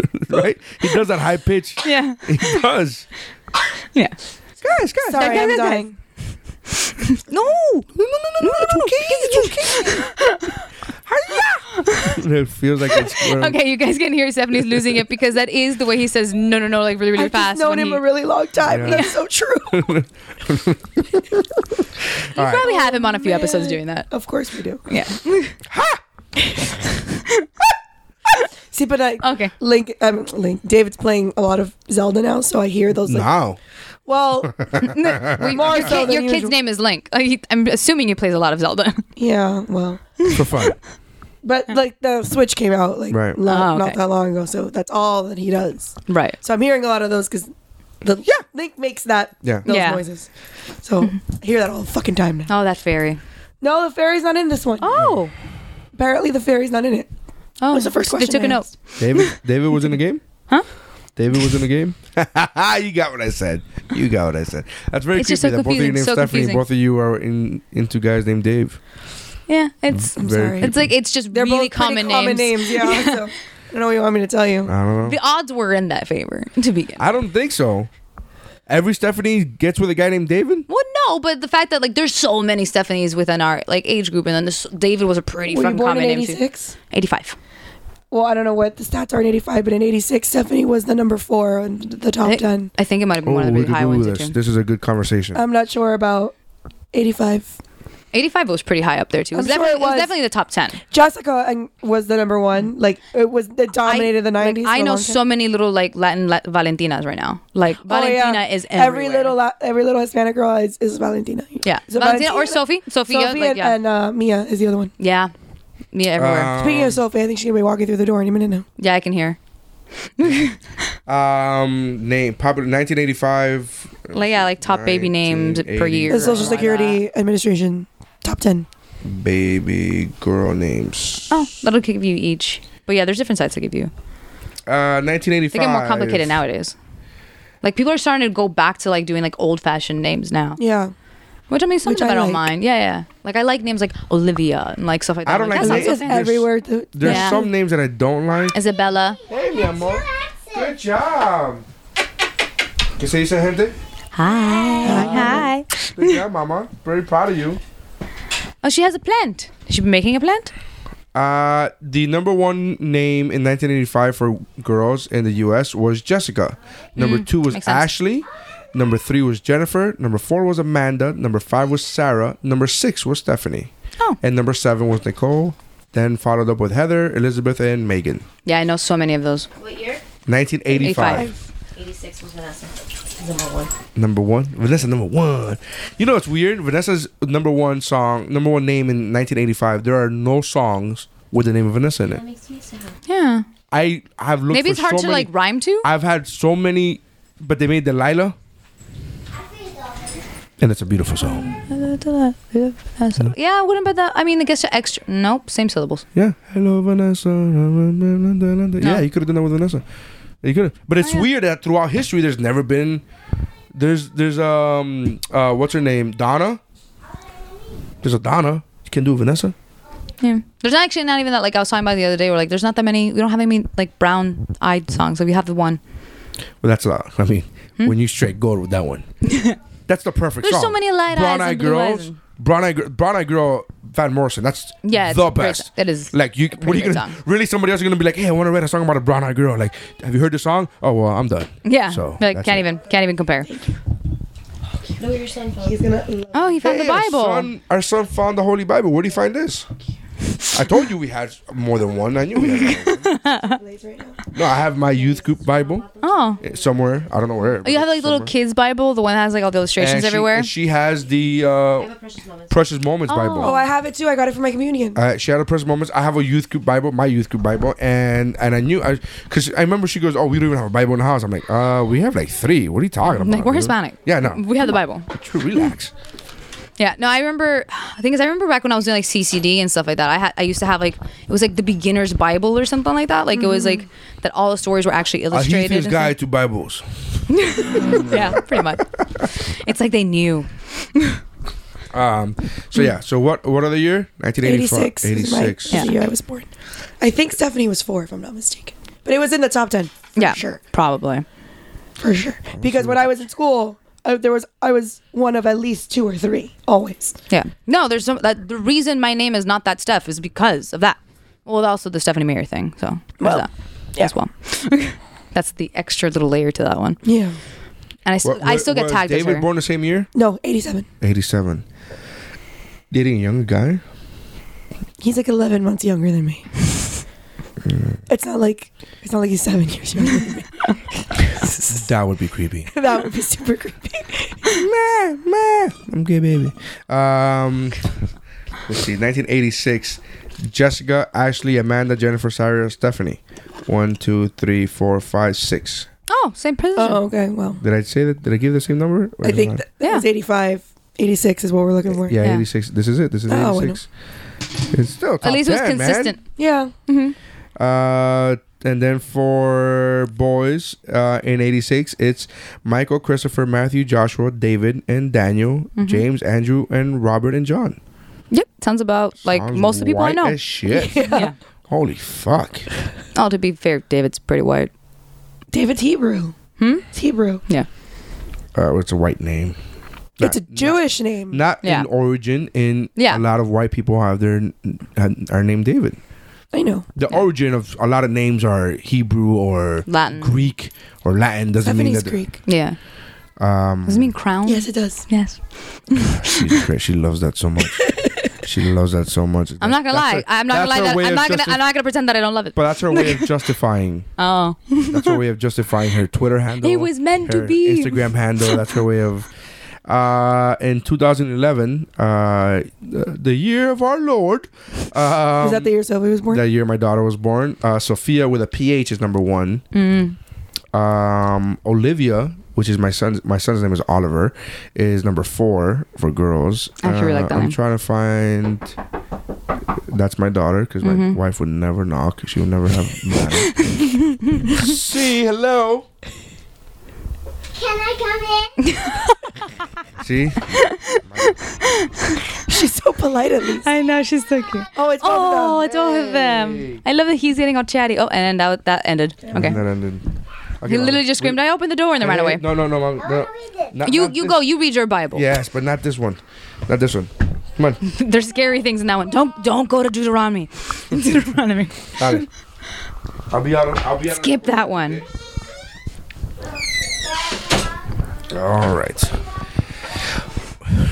right? He does that high pitch. yeah, He does. yeah. Guys, guys, Sorry, That guy- I'm dying. No, no, no, no, no, no, it's okay, it's okay. Hurry up. it feels like it's um, Okay, you guys can hear Stephanie's losing it because that is the way he says no, no, no, like really, really I've fast. just known when him he- a really long time. Yeah. and That's so true. All right. probably have him on a few episodes doing that. of course we do. Yeah. See, but I Okay. Link, um, Link. David's playing a lot of Zelda now, so I hear those. Like, Now, Well, more your so kid- than your kid's usual. name is Link. Uh, he- I'm assuming he plays a lot of Zelda. Yeah, well, for fun. but like the Switch came out like Right. lo- Oh, okay. not that long ago, so that's all that he does. right. So I'm hearing a lot of those because the yeah Link makes that Yeah. those Yeah. noises. So I hear that all the fucking time now. Oh, that fairy. No, the fairy's not in this one. Oh. Apparently, the fairy's not in it. Oh, was the first They question took I a note. asked. David, David was in the game. Huh? David was in the game. you got what I said. You got what I said. That's very It's creepy just so that both of you confusing, named so Stephanie. and confusing. Both of you are in into guys named Dave. Yeah, it's I'm Very sorry. it's like it's just They're really both pretty common, common names. Yeah. so, I don't know what you want me to tell you. I don't know. The odds were in that favor to begin. Ah. I don't think so. Every Stephanie gets with a guy named David. well, no, but the fact that like there's so many Stephanies within our like age group, and then this David was a pretty Were you fucking born common in name too. '86? Eighty-five. Well, I don't know what the stats are in '85, but in '86, Stephanie was the number four in the top I, ten. I think it might have been Oh, one of we the could high Google ones Uh, this. too. This is a good conversation. I'm not sure about 85. Eighty-five was pretty high up there too. It I'm was, sure definitely, it it was was. definitely the top ten. Jessica and was the number one. Like it was it dominated the Mm-hmm. like, 90s. for I a know long so time. many little like Latin la- Valentinas right now. Like Oh, yeah. Valentina is everywhere. every little la- every little Hispanic girl is, is Valentina. yeah, So Valentina or Valentina- Sophie, Sophia, Sophie like and, yeah, and, uh, Mia is the other one. yeah, yeah, everywhere. Um, Speaking of Sophie, I think she's gonna be walking through the door any minute now. yeah, I can hear. Um, name popular 1985. Like yeah, like top baby names per 1980. year. The or Social something like Security Administration top ten. Baby girl names. that. Oh, that'll give you each. But yeah, there's different sites that give you. Uh, 1985. They get more complicated nowadays. Like people are starting to go back to like doing like old fashioned names now, Yeah, which I mean, some Which of them I I don't like. mind. Yeah, yeah. Like I like names like Olivia and like stuff like that. I don't I'm like that names. sounds so it's fancy. everywhere. Th- There's Yeah. some names that I don't like. Isabella. Hey, mi amor. Good job. ¿Qué se dice, gente? Hi. Good job, Mama. Very proud of you. Oh, she has a plant. Has she been making a plant? Uh, the number one name in 1985 for girls in the U.S. was Jessica. Number Mm, two was makes sense. Ashley. Number three was Jennifer. Number four was Amanda. Number five was Sarah. Number six was Stephanie. Oh. And number seven was Nicole. Then followed up with Heather, Elizabeth, and Megan. Yeah, I know so many of those. What year? 1985. 86 was Vanessa. Number one. Number one. Vanessa, number one. You know, it's weird. Vanessa's number one song, number one name in 1985. There are no songs with the name of Vanessa in it. That makes me sad. Yeah. I have looked Maybe for it's hard so to many- like rhyme to. I've had so many, but they made Delilah, and it's a beautiful song. Yeah, I wouldn't bet that. I mean, I guess extra. Nope, same syllables. Yeah, hello Vanessa. Yeah, you could have done that with Vanessa. You could have, but Oh, it's weird that throughout history, there's never been. There's there's um uh what's her name Donna. There's a Donna. You can do Vanessa. Yeah. There's actually not even that. Like I was talking about the other day, where like there's not that many. We don't have any like brown-eyed songs. Like we have the one. Well, that's a lot. I mean, when you straight gold with that one, that's the perfect Hmm? There's song. so many light eyes Brown eyed and blue eyes girls. and- Brown eyed, gr- brown eyed girl, Van Morrison. That's Yeah, it's the a great- best. it is Like you, what are you great gonna song. really? Somebody else is gonna be like, "Hey, I want to write a song about a brown eyed girl." Like, have you heard the song? Oh well, I'm done. Yeah. So like that's can't it. even can't even compare. No, your son phone. He's gonna. Oh, he found Hey, the Bible. Our son, our son found the Holy Bible. Where do you find this? I told you we had more than one. I knew we had. more than one. no, I have my youth group Bible oh. eh, somewhere. I don't know where. Oh, you have like little kids Bible, the one that has like all the illustrations and she, everywhere. and she has the uh, Precious moments. Precious Moments Bible. Oh, I have it too. I got it for my communion. uh, she had a precious moments. I have a youth group Bible, my youth group Bible, and and I knew I because I remember she goes, "Oh, we don't even have a Bible in the house." I'm like, "Uh, we have like three. What are you talking about?" like we're dude?" Hispanic. Yeah, no, We have the Bible. True, relax. Yeah, no, I remember. The thing is, I remember back when I was doing like CCD and stuff like that. I had, I used to have like it was like the beginner's Bible or something like that. Like it was like Mm-hmm. that all the stories were actually A illustrated. Heathen's and guide to Bibles. stuff. yeah, pretty much. It's like they knew. Um, so yeah, so what what other year? 1986. 86. is my- is 86. The year I was born. I think Stephanie was four, if I'm not mistaken. But it was in the top ten. For yeah, Sure. probably. For sure. Because when I was in school, I, there was I was one of at least two or three always. Yeah, no, there's some that the reason my name is not that Steph is because of that. Well, also the Stephanie Mayer thing. So there's Well, that yeah. as well. That's the extra little layer to that one. Yeah. And I, still What- I what- still get was tagged as David her. born the same year? No, eighty-seven. 87. Dating a younger guy? He's like eleven months younger than me. it's not like it's not like he's seven years younger than me. That would be creepy. that would be super creepy. meh, meh. I'm gay, baby. Um, let's see. 1986. Jessica, Ashley, Amanda, Jennifer, Sarah, Stephanie. One, two, three, four, five, six. oh, same position. Oh, okay. Well, Did I say that? Did I give the same number? Or I did think not? that, that was 85, 86 is what we're looking for. yeah, Yeah. 86. This is it. This is Oh, I 86. It's still top At least it was 10, Oh, man. consistent. Yeah. Uh, and then for boys uh, in 86, it's Michael, Christopher, Matthew, Joshua, David, and Daniel, James, Andrew, and Robert, and John. Yep, sounds about like Sounds most of the people I white know. As shit. Yeah. Holy fuck. Oh, to be fair, David's pretty white. David's Hebrew. Hmm? It's Hebrew. Uh, it's a white name. it's a Jewish name. Not Yeah. in origin. In Yeah. a lot of white people have their are named David. I know. The origin of a lot of names are Hebrew or Latin. Greek or Latin. Doesn't mean Stephanie's that. Greek. Yeah. Um, Does it mean crown? Yes, it does. Yes. Jesus Christ, she loves that so much. she loves that so much. I'm not gonna lie. i I'm not gonna lie. That, I'm not gonna. I'm not gonna pretend that I don't love it. but that's her way of justifying. oh. That's her way of justifying her Twitter handle. It was meant to her be. Instagram handle. That's her way of. Uh, in 2011, uh, the, the year of our Lord. Um, was that the year Sylvia was born? that year my daughter was born. Uh, Sophia with a PH is number one. Mm. Um, Olivia, which is my son's my son's name is Oliver, is number four for girls. Uh, I actually really like that I'm name. trying to find. That's my daughter because Mhm. my wife would never knock. She would never have. matter. See, hello. Can I come in? See, She's so polite at least. I know she's so cute. Oh, it's both of them. Oh, it's all of them. I love that he's getting all chatty. Oh, and that that ended. Okay. And that ended. Okay, um, He literally just screamed, "I opened the door," and then ran away. No, no, no, mom. I No. want to read it. Not- You not you this- go. You read your Bible. Yes, but not this one. Not this one. Come on. There's scary things in that one. Don't don't go to Deuteronomy. Deuteronomy. Dale. I'll be out. on- I'll be out. on- Skip that one. All right.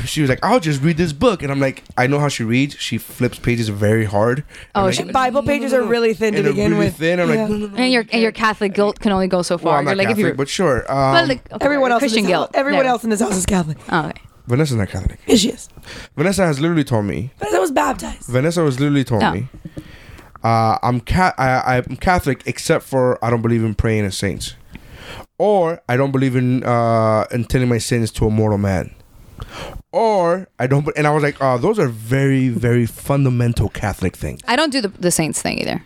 She was like, "I'll just read this book," and I'm like, "I know how she reads. She flips pages very hard." I'm Oh, like, she- "No, Bible pages are really thin to and they're begin really with. Thin. I'm Yeah. like, "No, no, no." And your and your Catholic guilt can only go so Well, far. I'm not You're like Catholic, if you're but sure. Um, but like, okay, Everyone else Christian in this house- guilt. everyone There. else in this house is Catholic. Oh, okay. Vanessa's not Catholic. Yes, she is. Vanessa has literally told me. But I was baptized. Vanessa was literally told Oh. me. Uh, I'm ca- I, I'm Catholic except for I don't believe in praying to saints, or I don't believe in uh, intending my sins to a mortal man, or I don't. be- And I was like, oh, those are very, very fundamental Catholic things. I don't do the, the saints thing either.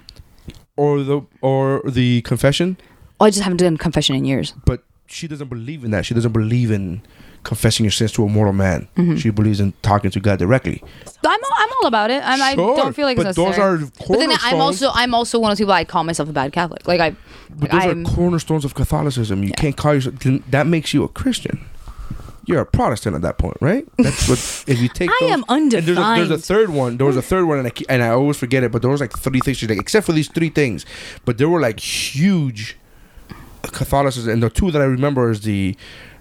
Or the or the confession, Oh, I just haven't done confession in years. but she doesn't believe in that. She doesn't believe in confessing your sins to a mortal man. She believes in talking to God directly. I'm all, I'm all about it. I'm, I Sure, don't feel like but it's those necessary. are But then I'm cornerstones. also I'm also one of those people. I call myself a bad Catholic. Like I, But like those I'm- are cornerstones of Catholicism. You can't call yourself then that makes you a Christian. You're a Protestant at that point, right? That's what if you take. I those- am and there's a- There's a, undefined. third one. There was a third one, and I ke- and I always forget it. But there was like three things she's like, except for these three things. But there were like huge Catholicism, and the two that I remember is the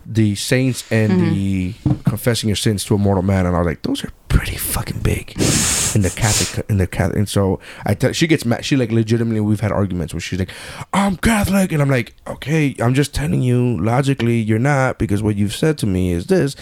the saints and Mm-hmm. the confessing your sins to a mortal man. And I was like, those are pretty fucking big in the Catholic in the Catholic. And so I tell she gets mad. She like legitimately, we've had arguments where she's like, I'm Catholic, and I'm like, okay, I'm just telling you logically, you're not because what you've said to me is this,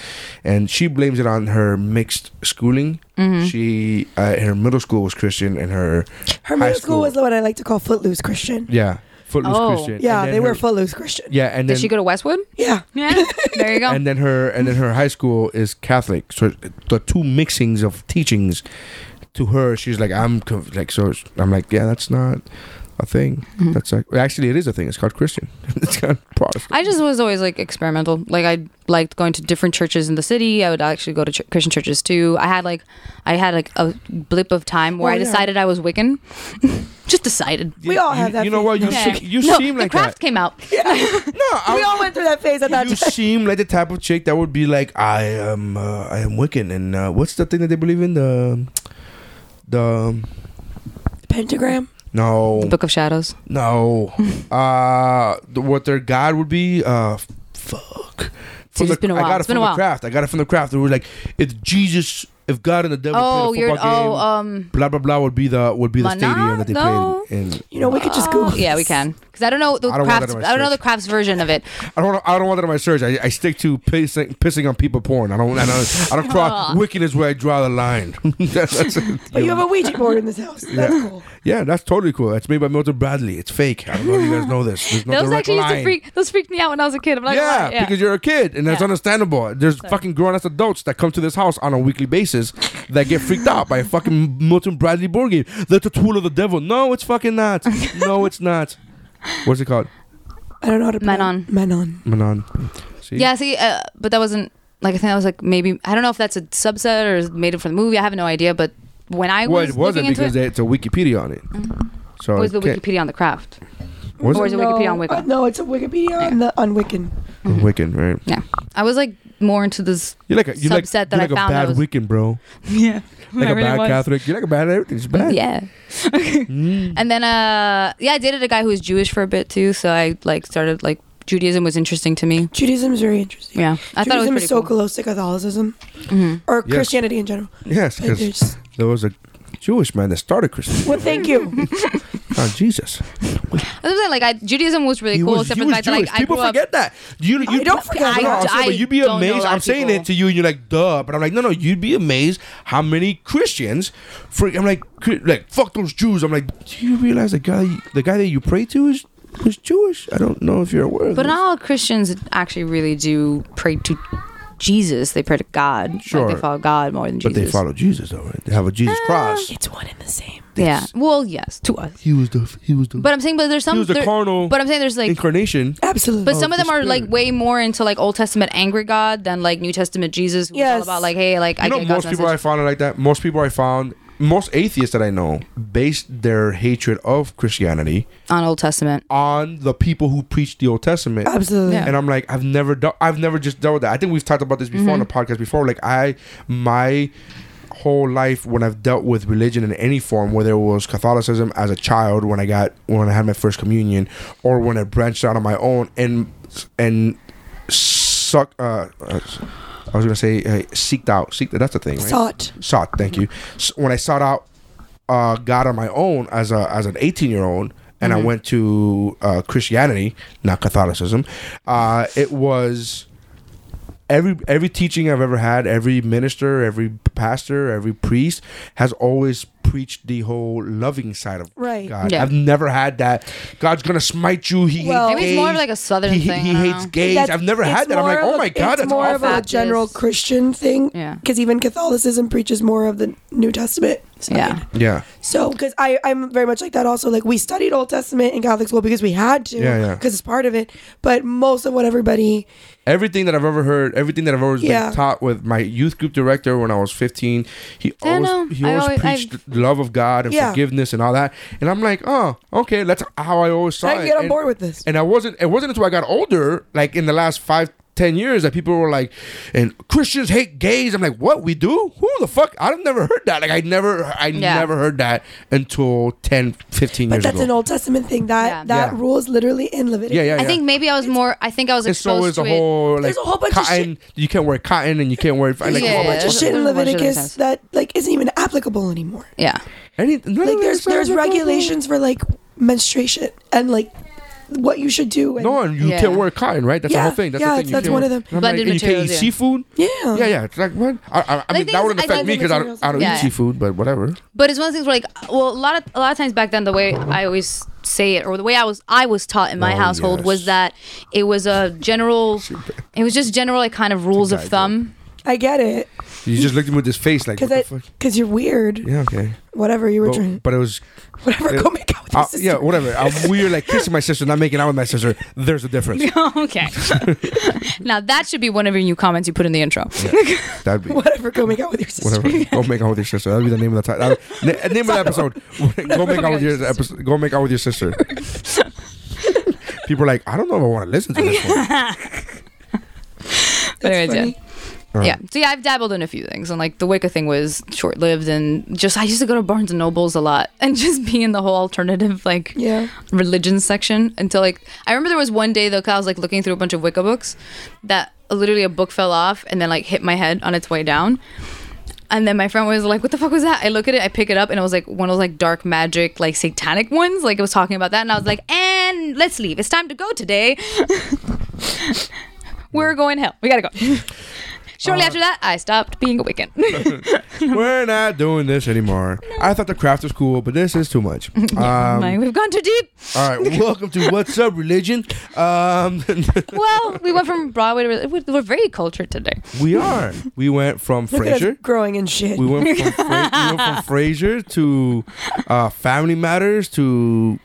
and she blames it on her mixed schooling. Mm-hmm. She uh, her middle school was Christian, and her Her high middle school was what I like to call footloose Christian. yeah footloose Oh. Christian. Yeah, And then they were her- footloose Christian. yeah, and Did then she go to Westwood? Yeah. Yeah. there you go. and then her and then her high school is Catholic. So the two mixings of teachings to her, she's like, I'm conf- like, so sh- I'm like, yeah, that's not a thing. Mm-hmm. That's like, well, actually, it is a thing. It's called Christian. it's called Protestant. I just was always like experimental. Like I liked going to different churches in the city. I would actually go to ch- Christian churches too. I had like I had like a blip of time where Oh, I yeah. decided I was Wiccan. just decided. We all you, have that You know what? phase. You Yeah. se- you No, seem the like that. craft came out. No, I We was- all went through that phase at that you time. seem like the type of chick that would be like, I am, uh, I am Wiccan, and uh, what's the thing that they believe in? The, the Pentagram. no, The Book of Shadows. No. uh, th- what their god would be? Uh, f- fuck. From it's been a I while. got it It's been from a the while. craft. I got it from the craft. They were like, if Jesus, if God and the devil Oh, played a you're football game, oh um. blah blah blah would be the would be the Maná? stadium that they No. played. In. You know, we could just Google. oh, yeah, we this. can. Because I don't know the I don't want that crafts. in my I don't know the search. crafts version of it. I don't. I don't want that in my search. I, I stick to pissing, pissing on people porn. I don't. I don't. I don't cross. Wicked is where I draw the line. that's, that's But you have a Ouija board in this house. That's cool. yeah, that's totally cool. That's made by Milton Bradley. It's fake. I don't know if you guys know this. There's no those direct actually used to line. freak. Those freaked me out when I was a kid. I'm not gonna yeah, lie. yeah, because you're a kid, and that's Yeah. understandable. There's fucking grown ass adults that come to this house on a weekly basis that get freaked out by a fucking Milton Bradley board game. That's a tool of the devil. No, it's fucking not. No, it's not. What's it called? I don't know how to Manon. Manon. Manon. See? Yeah, see, uh, but that wasn't like I think that was like maybe I don't know if that's a subset or is made it for the movie. I have no idea. But when I Well, was it wasn't looking because into it, Mm-hmm. they- it's a Wikipedia on it. So was the it can't- Wikipedia on the craft. Was or it is it Wikipedia on No, uh, Wiccan? no, it's a Wikipedia on, the, on Wiccan. mm-hmm. Wiccan, right? Yeah, I was like more into this. You're like a, you're like, Subset you're that I like a found bad that was- Wiccan, bro. Yeah, Like a bad Catholic. You're like a bad everything. It's bad. Mm. Yeah, and then uh, yeah, I dated a guy who was Jewish for a bit too. So I like started like Judaism was interesting to me. Judaism is very interesting. Yeah, I thought it was Judaism pretty is so cool. Mm-hmm. close to Catholicism or Yes. Christianity in general. Yes, Like, they're because just- there was a Jewish man that started Christianity. well, thank you. Oh, Jesus. That's what I'm saying. Like I, Judaism was really He cool, was- except he for the was fact that like Jewish. I people grew up. forget that. You, you I don't forget No, no, I'm that. saying, I but you'd be don't know a amazed. lot I'm of saying people. it to you, and you're like, "Duh," but I'm like, "No, no." You'd be amazed how many Christians. Freak, I'm like, "Cri- like fuck those Jews. I'm like, do you realize the guy, the guy that you pray to is is Jewish? I don't know if you're aware. Of But this. not all Christians actually really do pray to Jesus. They pray to God. Sure. Like they follow God more than but Jesus. Eh, they follow Jesus though. Right? They have a Jesus cross. it's one and the same. Yeah. Well, yes, to us. He was the he was the But I'm saying, but there's some. he was the there- carnal but I'm saying there's like. incarnation. Absolutely. But some of of them the are like Spirit. way more into like Old Testament angry God than like New Testament Jesus. Who's all Yes. about like, hey, like I You know, get God's most people I message. found are like that. Most people I found most atheists that I know base their hatred of Christianity on Old Testament. on the people who preach the Old Testament. Absolutely. Yeah. And I'm like, I've never done, I've never just dealt with that. I think we've talked about this before on the podcast before. Like I, my whole life when I've dealt with religion in any form, whether it was Catholicism as a child when I got when I had my first communion, or when I branched out on my own and and suck. Uh, uh, I was gonna say uh, seeked out. Seeked. That's the thing. Right? Sought. sought. Thank you. S when I sought out uh, God on my own as a as an eighteen year old, and I went to uh, Christianity, not Catholicism, uh, it was every every teaching I've ever had, every minister, every pastor, every priest has always preached the whole loving side of Right. God. Yeah. I've never had that. God's gonna smite you. He Well- hates Maybe it's more of gays. like a Southern He, he- thing, He I don't hates know. gays. That's- I've never had it's that. I'm like, more of oh a- my god, it's that's more awful. of a Baptist. general Christian thing. Yeah. Because even Catholicism preaches more of the New Testament. Side. Yeah. Yeah. So, because I I'm very much like that also. Like we studied Old Testament in Catholic school because we had to. Yeah, yeah. Because it's part of it. But most of what everybody everything that I've ever heard, everything that I've always Yeah. been taught with my youth group director when I was 15, he I always know. he I always, always- preached the love of God and Yeah. forgiveness and all that. And I'm like, oh, okay, that's how I always saw I it. get on and, board with this. And I wasn't. It wasn't until I got older, like in the last five. 10 years that people were like and Christians hate gays. I'm like, "What? We do? Who the fuck? I've never heard that. Like I never I Yeah. never heard that until 10 15 But years that's ago." an Old Testament thing. That Yeah. that Yeah. rule is literally in Leviticus. yeah, yeah, yeah. I think maybe I was more. I think I was and so exposed is a to it. whole like There's a whole bunch of shit- cotton, you can't wear cotton and you can't wear like There's a whole Yeah, bunch of there's- shit in there's a bunch of Leviticus things. that like isn't even applicable anymore. Yeah. Any, none Like of there's that stuff there's is applicable. regulations for like menstruation and like what you should do. And, No, and you Yeah. can't wear cotton, right? That's the Yeah, whole thing. That's yeah, the thing. You that's can't one wear- of them. And I'm Blended like, and you can't eat materials, yeah. seafood. yeah. Yeah, yeah. It's like what? I, I, I mean, thing that is, wouldn't I affect think me the because I don't, materials I don't are- Yeah, eat yeah. seafood, but whatever. But it's one of the things where like, well, a lot of a lot of times back then, the way I always say it, or the way I was I was taught in my Oh, household yes. was that it was a general, it was just general like kind of rules of Guide, thumb. I get it You just looked at me with this face, like, what the because fuck? because you're weird. Yeah, okay. Whatever you were trying, But, but it was, whatever. it- go make out with your uh, sister. yeah, whatever. I'm weird, like kissing my sister, not making out with my sister. There's a difference. okay. now that should be one of your new comments you put in the intro. That'd be. Whatever. Go make out with your sister. Whatever. Go make out with your sister. That'll be the name of the title. Name of the episode. Go make out with your episode. Go make out with your sister. People are like, I don't know if I want to listen to this one. But anyways, yeah. funny. All Yeah. right. So yeah, I've dabbled in a few things, and like the Wicca thing was short lived, and just I used to go to Barnes and Nobles a lot, and just be in the whole alternative like Yeah. religion section until like I remember there was one day though 'cause I was like looking through a bunch of Wicca books that literally a book fell off and then like hit my head on its way down. And then my friend was like, "What the fuck was that?" I look at it, I pick it up, and it was like one of those like dark magic, like satanic ones. Like it was talking about that, and I was like, "And let's leave. It's time to go today. We're going hell. We gotta go." Uh, Shortly after that, I stopped being a Wiccan. We're not doing this anymore. I thought the craft was cool, but this is too much. Um, like, We've gone too deep. all right, welcome to What's Up Religion. Um, Well, we went from Broadway to we're, we're very cultured today. we are. We went from Look at us Frasier. growing and shit. We went from, Fra- we went from Frasier to uh, Family Matters to.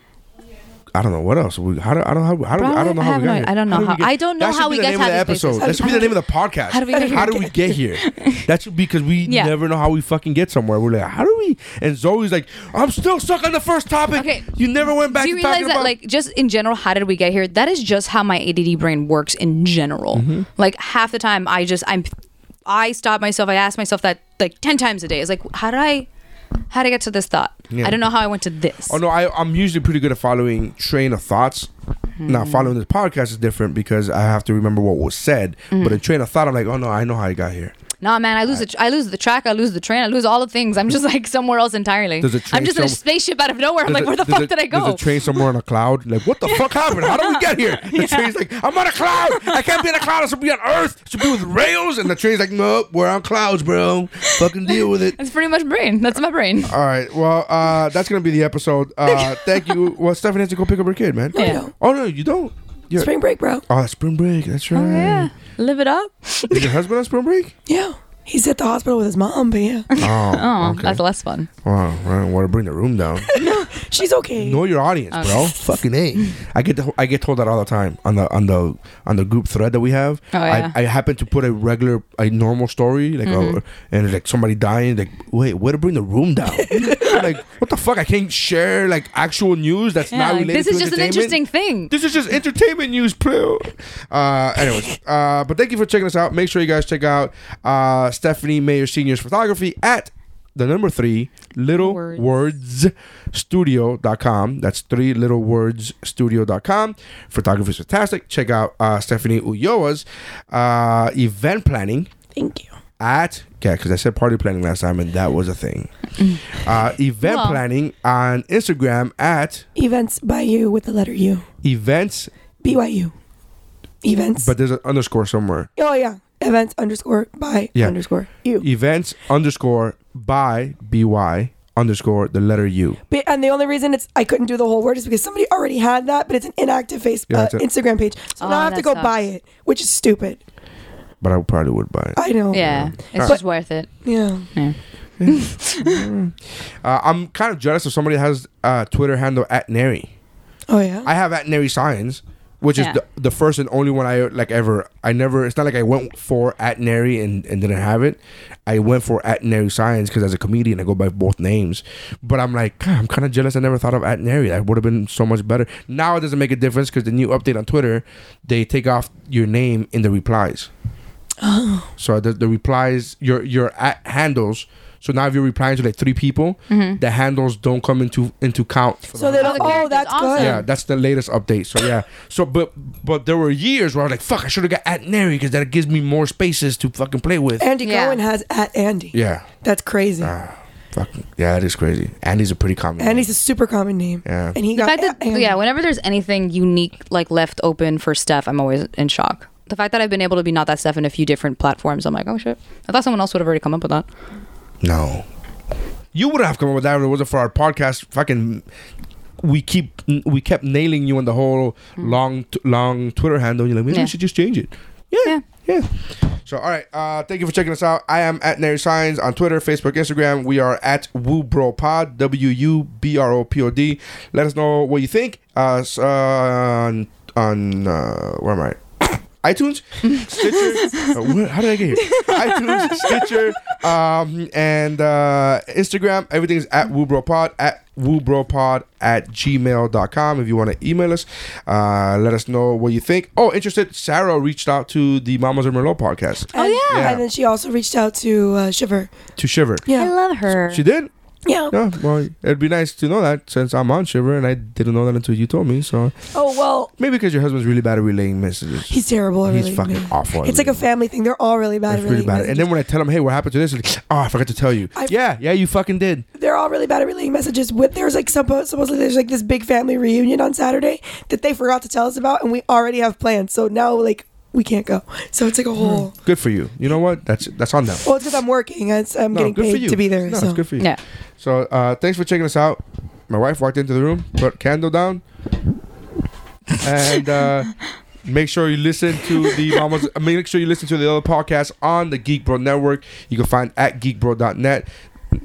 I don't know what else. We, how do, I don't know how, how do we, I don't know how Broadway? I we got have no- here. I don't know do we how- I don't know that should how be we the guys name of have the these places. episode. That should be the name of the podcast. How do we get here? How do we get here? That should be because we Yeah. never know how we fucking get somewhere. We're like, how do we? And Zoe's like, I'm still stuck on the first topic. Okay. You never went back. Do you to realize talking that, about- like, just in general, how did we get here? That is just how my ADD brain works in general. Mm-hmm. Like half the time, I just I'm, I stop myself. I ask myself that like ten times a day. It's like, how did I, how did I get to this thought? Yeah. I don't know how I went to this. Oh no, I, I'm usually pretty good at following train of thoughts. Now Hmm. following this podcast is different because I have to remember what was said. Hmm. But a train of thought, I'm like, oh no, I know how I got here. Nah, man, I lose the tr- I lose the track. I lose the train. I lose all the things. I'm just like somewhere else entirely. There's a train I'm just in a some- spaceship out of nowhere. I'm like, There's a- where the there's fuck a- did I go? There's a train somewhere on a cloud. Like, what the fuck happened? How did we get here? The train's like, I'm on a cloud. I can't be on a cloud. I should be on Earth. I should be with rails. And the train's like, nope, we're on clouds, bro. Fucking deal with it. That's pretty much brain. That's my brain. All right. Well, uh, that's gonna be the episode. Uh, thank you. Well, Stephanie has to go pick up her kid, man. Yeah. don't. Oh no, you don't. You're, Spring break, bro. Oh, that's spring break. That's right. Yeah, live it up. Is your husband on spring break? Yeah. He's at the hospital with his mom, but yeah. Oh, Oh, okay. that's less fun. Wow, I don't want to bring the room down. She's okay. Know your audience, bro. Fucking a. I get to- I get told that all the time on the on the on the group thread that we have. Oh, yeah. Mm-hmm. I, I happen to put a regular a normal story like a, and like somebody dying. Like wait, way to bring the room down. I'm like what the fuck? I can't share like actual news that's Yeah, not like, related. this is to just an entertainment. interesting thing. This is just entertainment news, Plu. Uh, anyways, uh, but thank you for checking us out. Make sure you guys check out uh, Stephanie Mayer Senior's photography at the number three little Words. words studio.com. That's three little words studio.com. Photography is fantastic. Check out uh, Stephanie Ulloa's uh, event planning Thank you. at yeah, because I said party planning last time and that was a thing. Uh, event Well. planning on Instagram at Events by you with the letter U. events, BYU. Events. but there's an underscore somewhere. oh yeah. Events underscore by Yeah. underscore you. events underscore by by underscore the letter u But, and the only reason it's I couldn't do the whole word is because somebody already had that, but it's an inactive Facebook Yeah, uh, that's it. Instagram page, so Oh, now I have to that go sucks. buy it, which is stupid. but i probably would buy it I know. Yeah, it's Alright. just worth it. Yeah. uh, i'm kind of jealous of somebody that has uh, twitter handle at neri Oh yeah. i have at neri science which Yeah. is the, the first and only one i like ever i never it's not like i went for at neri and, and didn't have it i went for at neri science because as a comedian i go by both names but i'm like "God, i'm kind of jealous i never thought of at neri that would have been so much better now it doesn't make a difference because the new update on twitter they take off your name in the replies So the, the replies, your your at handles. So now if you're replying to like three people, the handles don't come into into count. For so the they don't. characters, Oh, that's awesome. good. yeah, that's the latest update. So yeah. So but but there were years where I was like, fuck, I should have got at Neri because that gives me more spaces to fucking play with. Andy Yeah. Cohen has at Andy. yeah. Ah. That's crazy. Fucking yeah, that is crazy. Andy's a pretty common. name. Andy's a super common name. Yeah. And he The got fact that at Andy. yeah, whenever there's anything unique like left open for Steph, I'm always in shock. The fact that I've been able to be not that Steph in a few different platforms, I'm like, oh shit. I thought someone else would have already come up with that. No. You would have come up with that if it wasn't for our podcast. Fucking, we keep we kept nailing you on the whole long t- long Twitter handle. You're like, maybe Yeah. we should just change it. Yeah, yeah. So, all right. Uh, thank you for checking us out. I am at Nary Signs on Twitter, Facebook, Instagram. We are at Woo Bro Pod. W U B R O P O D. Let us know what you think. Uh, s- uh, on on uh, where am I? iTunes, Stitcher. uh, where- how did I get here? iTunes, Stitcher, um, and uh, Instagram. Everything is at WooBroPod, at WooBroPod at gmail.com. If you want to email us, uh, let us know what you think. Oh, interested? Sarah reached out to the Mamas and Merlot podcast And- Oh, yeah. Yeah. And then she also reached out to uh, Shiver. to Shiver. Yeah. love her. She did? Yeah. Yeah, well, it'd be nice to know that since I'm on Shiver and I didn't know that until you told me. So Oh well, maybe because your husband's really bad at relaying messages. he's terrible. at He's relating fucking names. awful at It's like a relating. family thing. They're all really bad. It's at really relating bad. And messages. then when I tell him, hey, what happened to this? Like, oh, I forgot to tell you. I've- yeah, yeah, you fucking did. they're all really bad at relaying messages. With there's like suppo- supposedly there's like this big family reunion on Saturday that they forgot to tell us about, and we already have plans. So now like we can't go. So it's like a whole. Good for you. You know what? That's that's on them. Well, it's because I'm working. It's, I'm No, getting good for paid you. to be there. No, so it's good for you. Yeah. So uh, thanks for checking us out. My wife walked into the room, put candle down, and uh, make sure you listen to the mamas. uh, Make sure you listen to the other podcasts on the Geek Bro Network. You can find at geekbro.net.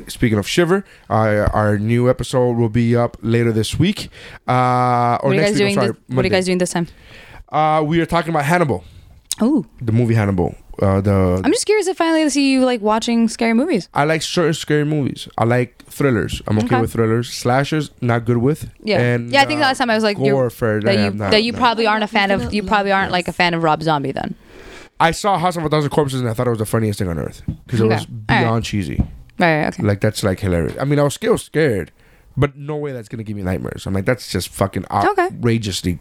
Speaking of Shiver, uh, our new episode will be up later this week. Uh, or What are you next week, I'm guys doing? sorry, This, what are Monday. you guys doing this time? Uh, we are talking about Hannibal, Oh, the movie Hannibal. Uh, the I'm just curious if finally to see you like watching scary movies. I like certain scary movies. I like thrillers. I'm okay, Okay. with thrillers. Slashers, not good with. Yeah, And, yeah. I think uh, last time I was like you're- gore fair that that you I'm not- that you no. probably aren't a fan of. You probably aren't like a fan of Rob Zombie then. I saw House of a Thousand Corpses and I thought it was the funniest thing on earth because it Okay. was All right. beyond cheesy. Right. right, Okay. Like that's like hilarious. I mean, I was still scared, but no way that's gonna give me nightmares. I'm like, that's just fucking Okay. outrageously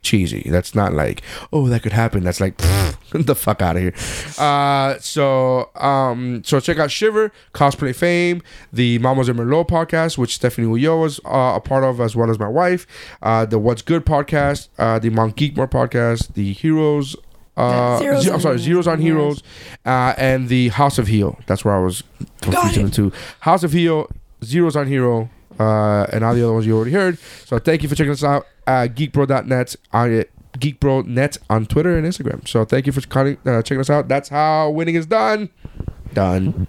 cheesy. That's not like, oh, that could happen. That's like, "Pfft, the fuck out of here. Uh, so, um, so check out Shiver, Cosplay Fame, the Mamas and Merlot podcast, which Stephanie Ulloa was uh, a part of, as well as my wife. Uh, the What's Good podcast, uh, the Mount Geekmore podcast, the Heroes. Uh, Zeros Ze- I'm on- sorry, Zeros on Heroes, uh, and the House of Heal. That's where I was confusing the two. House of Heal, Zeros on Hero, uh, and all the other ones you already heard. So thank you for checking us out. Uh, geekbro.net on geekbro.net on Twitter and Instagram. So thank you for calling, uh, checking us out. That's how winning is done. Done.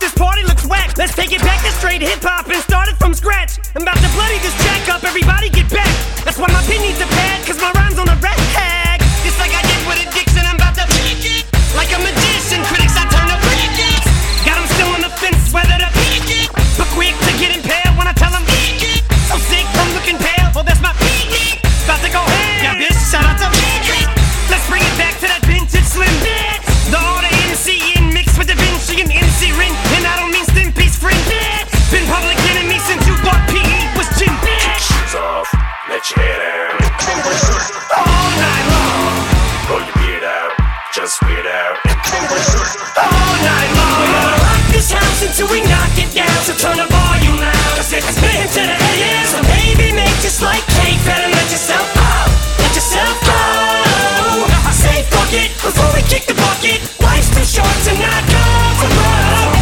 gotta get back to straight hip hop and start it from scratch. I'm about to bloody this track up, everybody get back. That's why my pen needs a pad, cause my rhyme's on a red tag. Just like I did with addiction, I'm about to break it. Like a magician, critics I turn to break it. Got 'em still on the fence, whether to peek it. But quick to get impaled when I tell 'em peek it. So sick from looking pale, well that's my peak. About to go ham. Yeah, bitch, shout out to Peek it. Let's bring it back to that vintage slim bitch. The order MC in mixed with Da Vinci and MC Rin. And I don't mean Slim Peace friend bitch. Been public enemy since you bought PE was Jim bitch. Shoes off, let your head out. All night long, Blow your beard out, just weird out. all night long. We gonna rock this house until we knock it down. So turn the volume loud. Cause it's been to the AM. So baby, make just like cake. Better let yourself out. Let yourself go. Say fuck it before we kick the bucket. Life's too short to not go for love.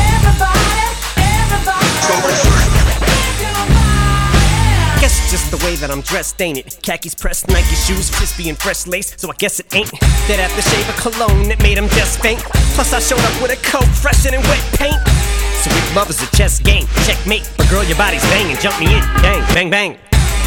Guess it's just the way that I'm dressed, ain't it? Khakis pressed, Nike shoes, crispy and fresh lace, so I guess it ain't. That aftershave of cologne that made him just faint. Plus, I showed up with a coat, fresher than wet paint. So if love is a chess game, checkmate. But girl, your body's banging, jump me in, bang, bang, bang.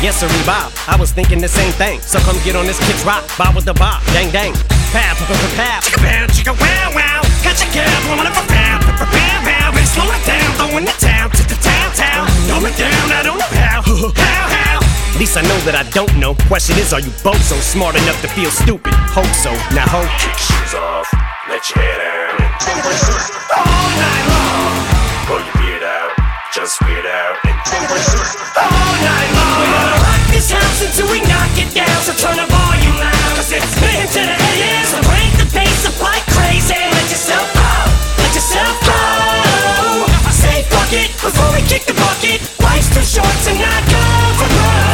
Yes, sir, Bob, I was thinking the same thing. So come get on this kid's rock, bob with the bob, dang, dang. Pow, pow, pow, pow. Chicka pow, chicka wow, wow. Got your girl blowing up a pow, pow, pow, pow, pow. Better slow it down, throwing the town to the town, town. Dumb it down, I don't know how, how, how. At least I know that I don't know. Question is, are you both so smart enough to feel stupid? Hope so, now hope. Kick shoes off, let your head out. All night long, Blow your beard out, just weird out. all night long. We gonna rock this house until we knock it down. So turn the volume loud, cause it's been to the AM. So break the pace up like crazy. Let yourself go, let yourself go. Say fuck it before we kick the bucket. Life's too short to not go for broke.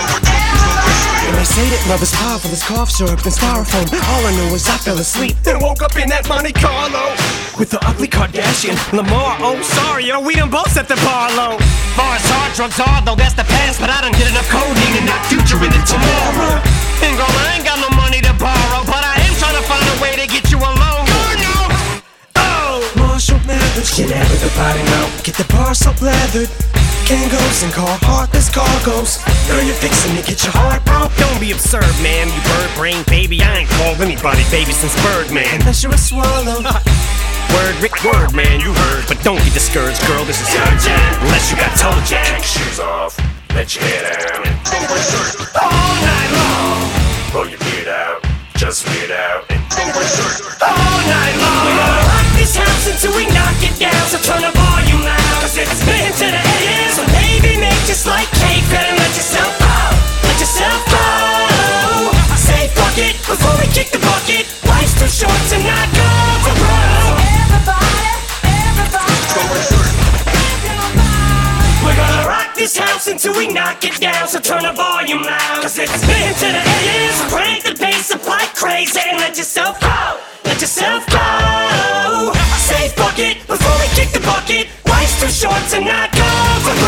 And they say that love is powerful as cough syrup and styrofoam. All I know is I fell asleep and woke up in that Monte Carlo with the ugly Kardashian Lamar. Oh, sorry, yo, we done both set the bar low. Far as hard drugs are, though that's the past, but I done hit enough codeine and not future in it tomorrow. And girl, I ain't got no money to borrow, but I am trying to find a way to get you alone. Oh! Marshall Mathers, get out of the body now. Get the bar so lathered. Kangos and call heartless cargoes. Girl, you're fixing to get your heart broke. Don't be absurd, ma'am. You bird brain baby. I ain't called anybody baby since Birdman. Unless you're a swallow. word, Rick, word, man. You heard. But don't get discouraged, girl. This is urgent. Unless you got toe Kick jack. shoes off, let your head out. All night long. Blow your beard out, just weird out. all night long. We gonna rock this house until we knock it down. So turn the volume loud. Cause it's been to the AM. So baby, make just like cake. Better let yourself out. Let yourself go. Say fuck it before we kick the bucket. Life's too short to not go for broke. We're gonna rock this house until we knock it down. So turn the volume loud. Cause it's been to the AM. So crank the bass up like crazy. And let yourself go. Let yourself go. Say fuck it before we kick the bucket. Life's too short to not go for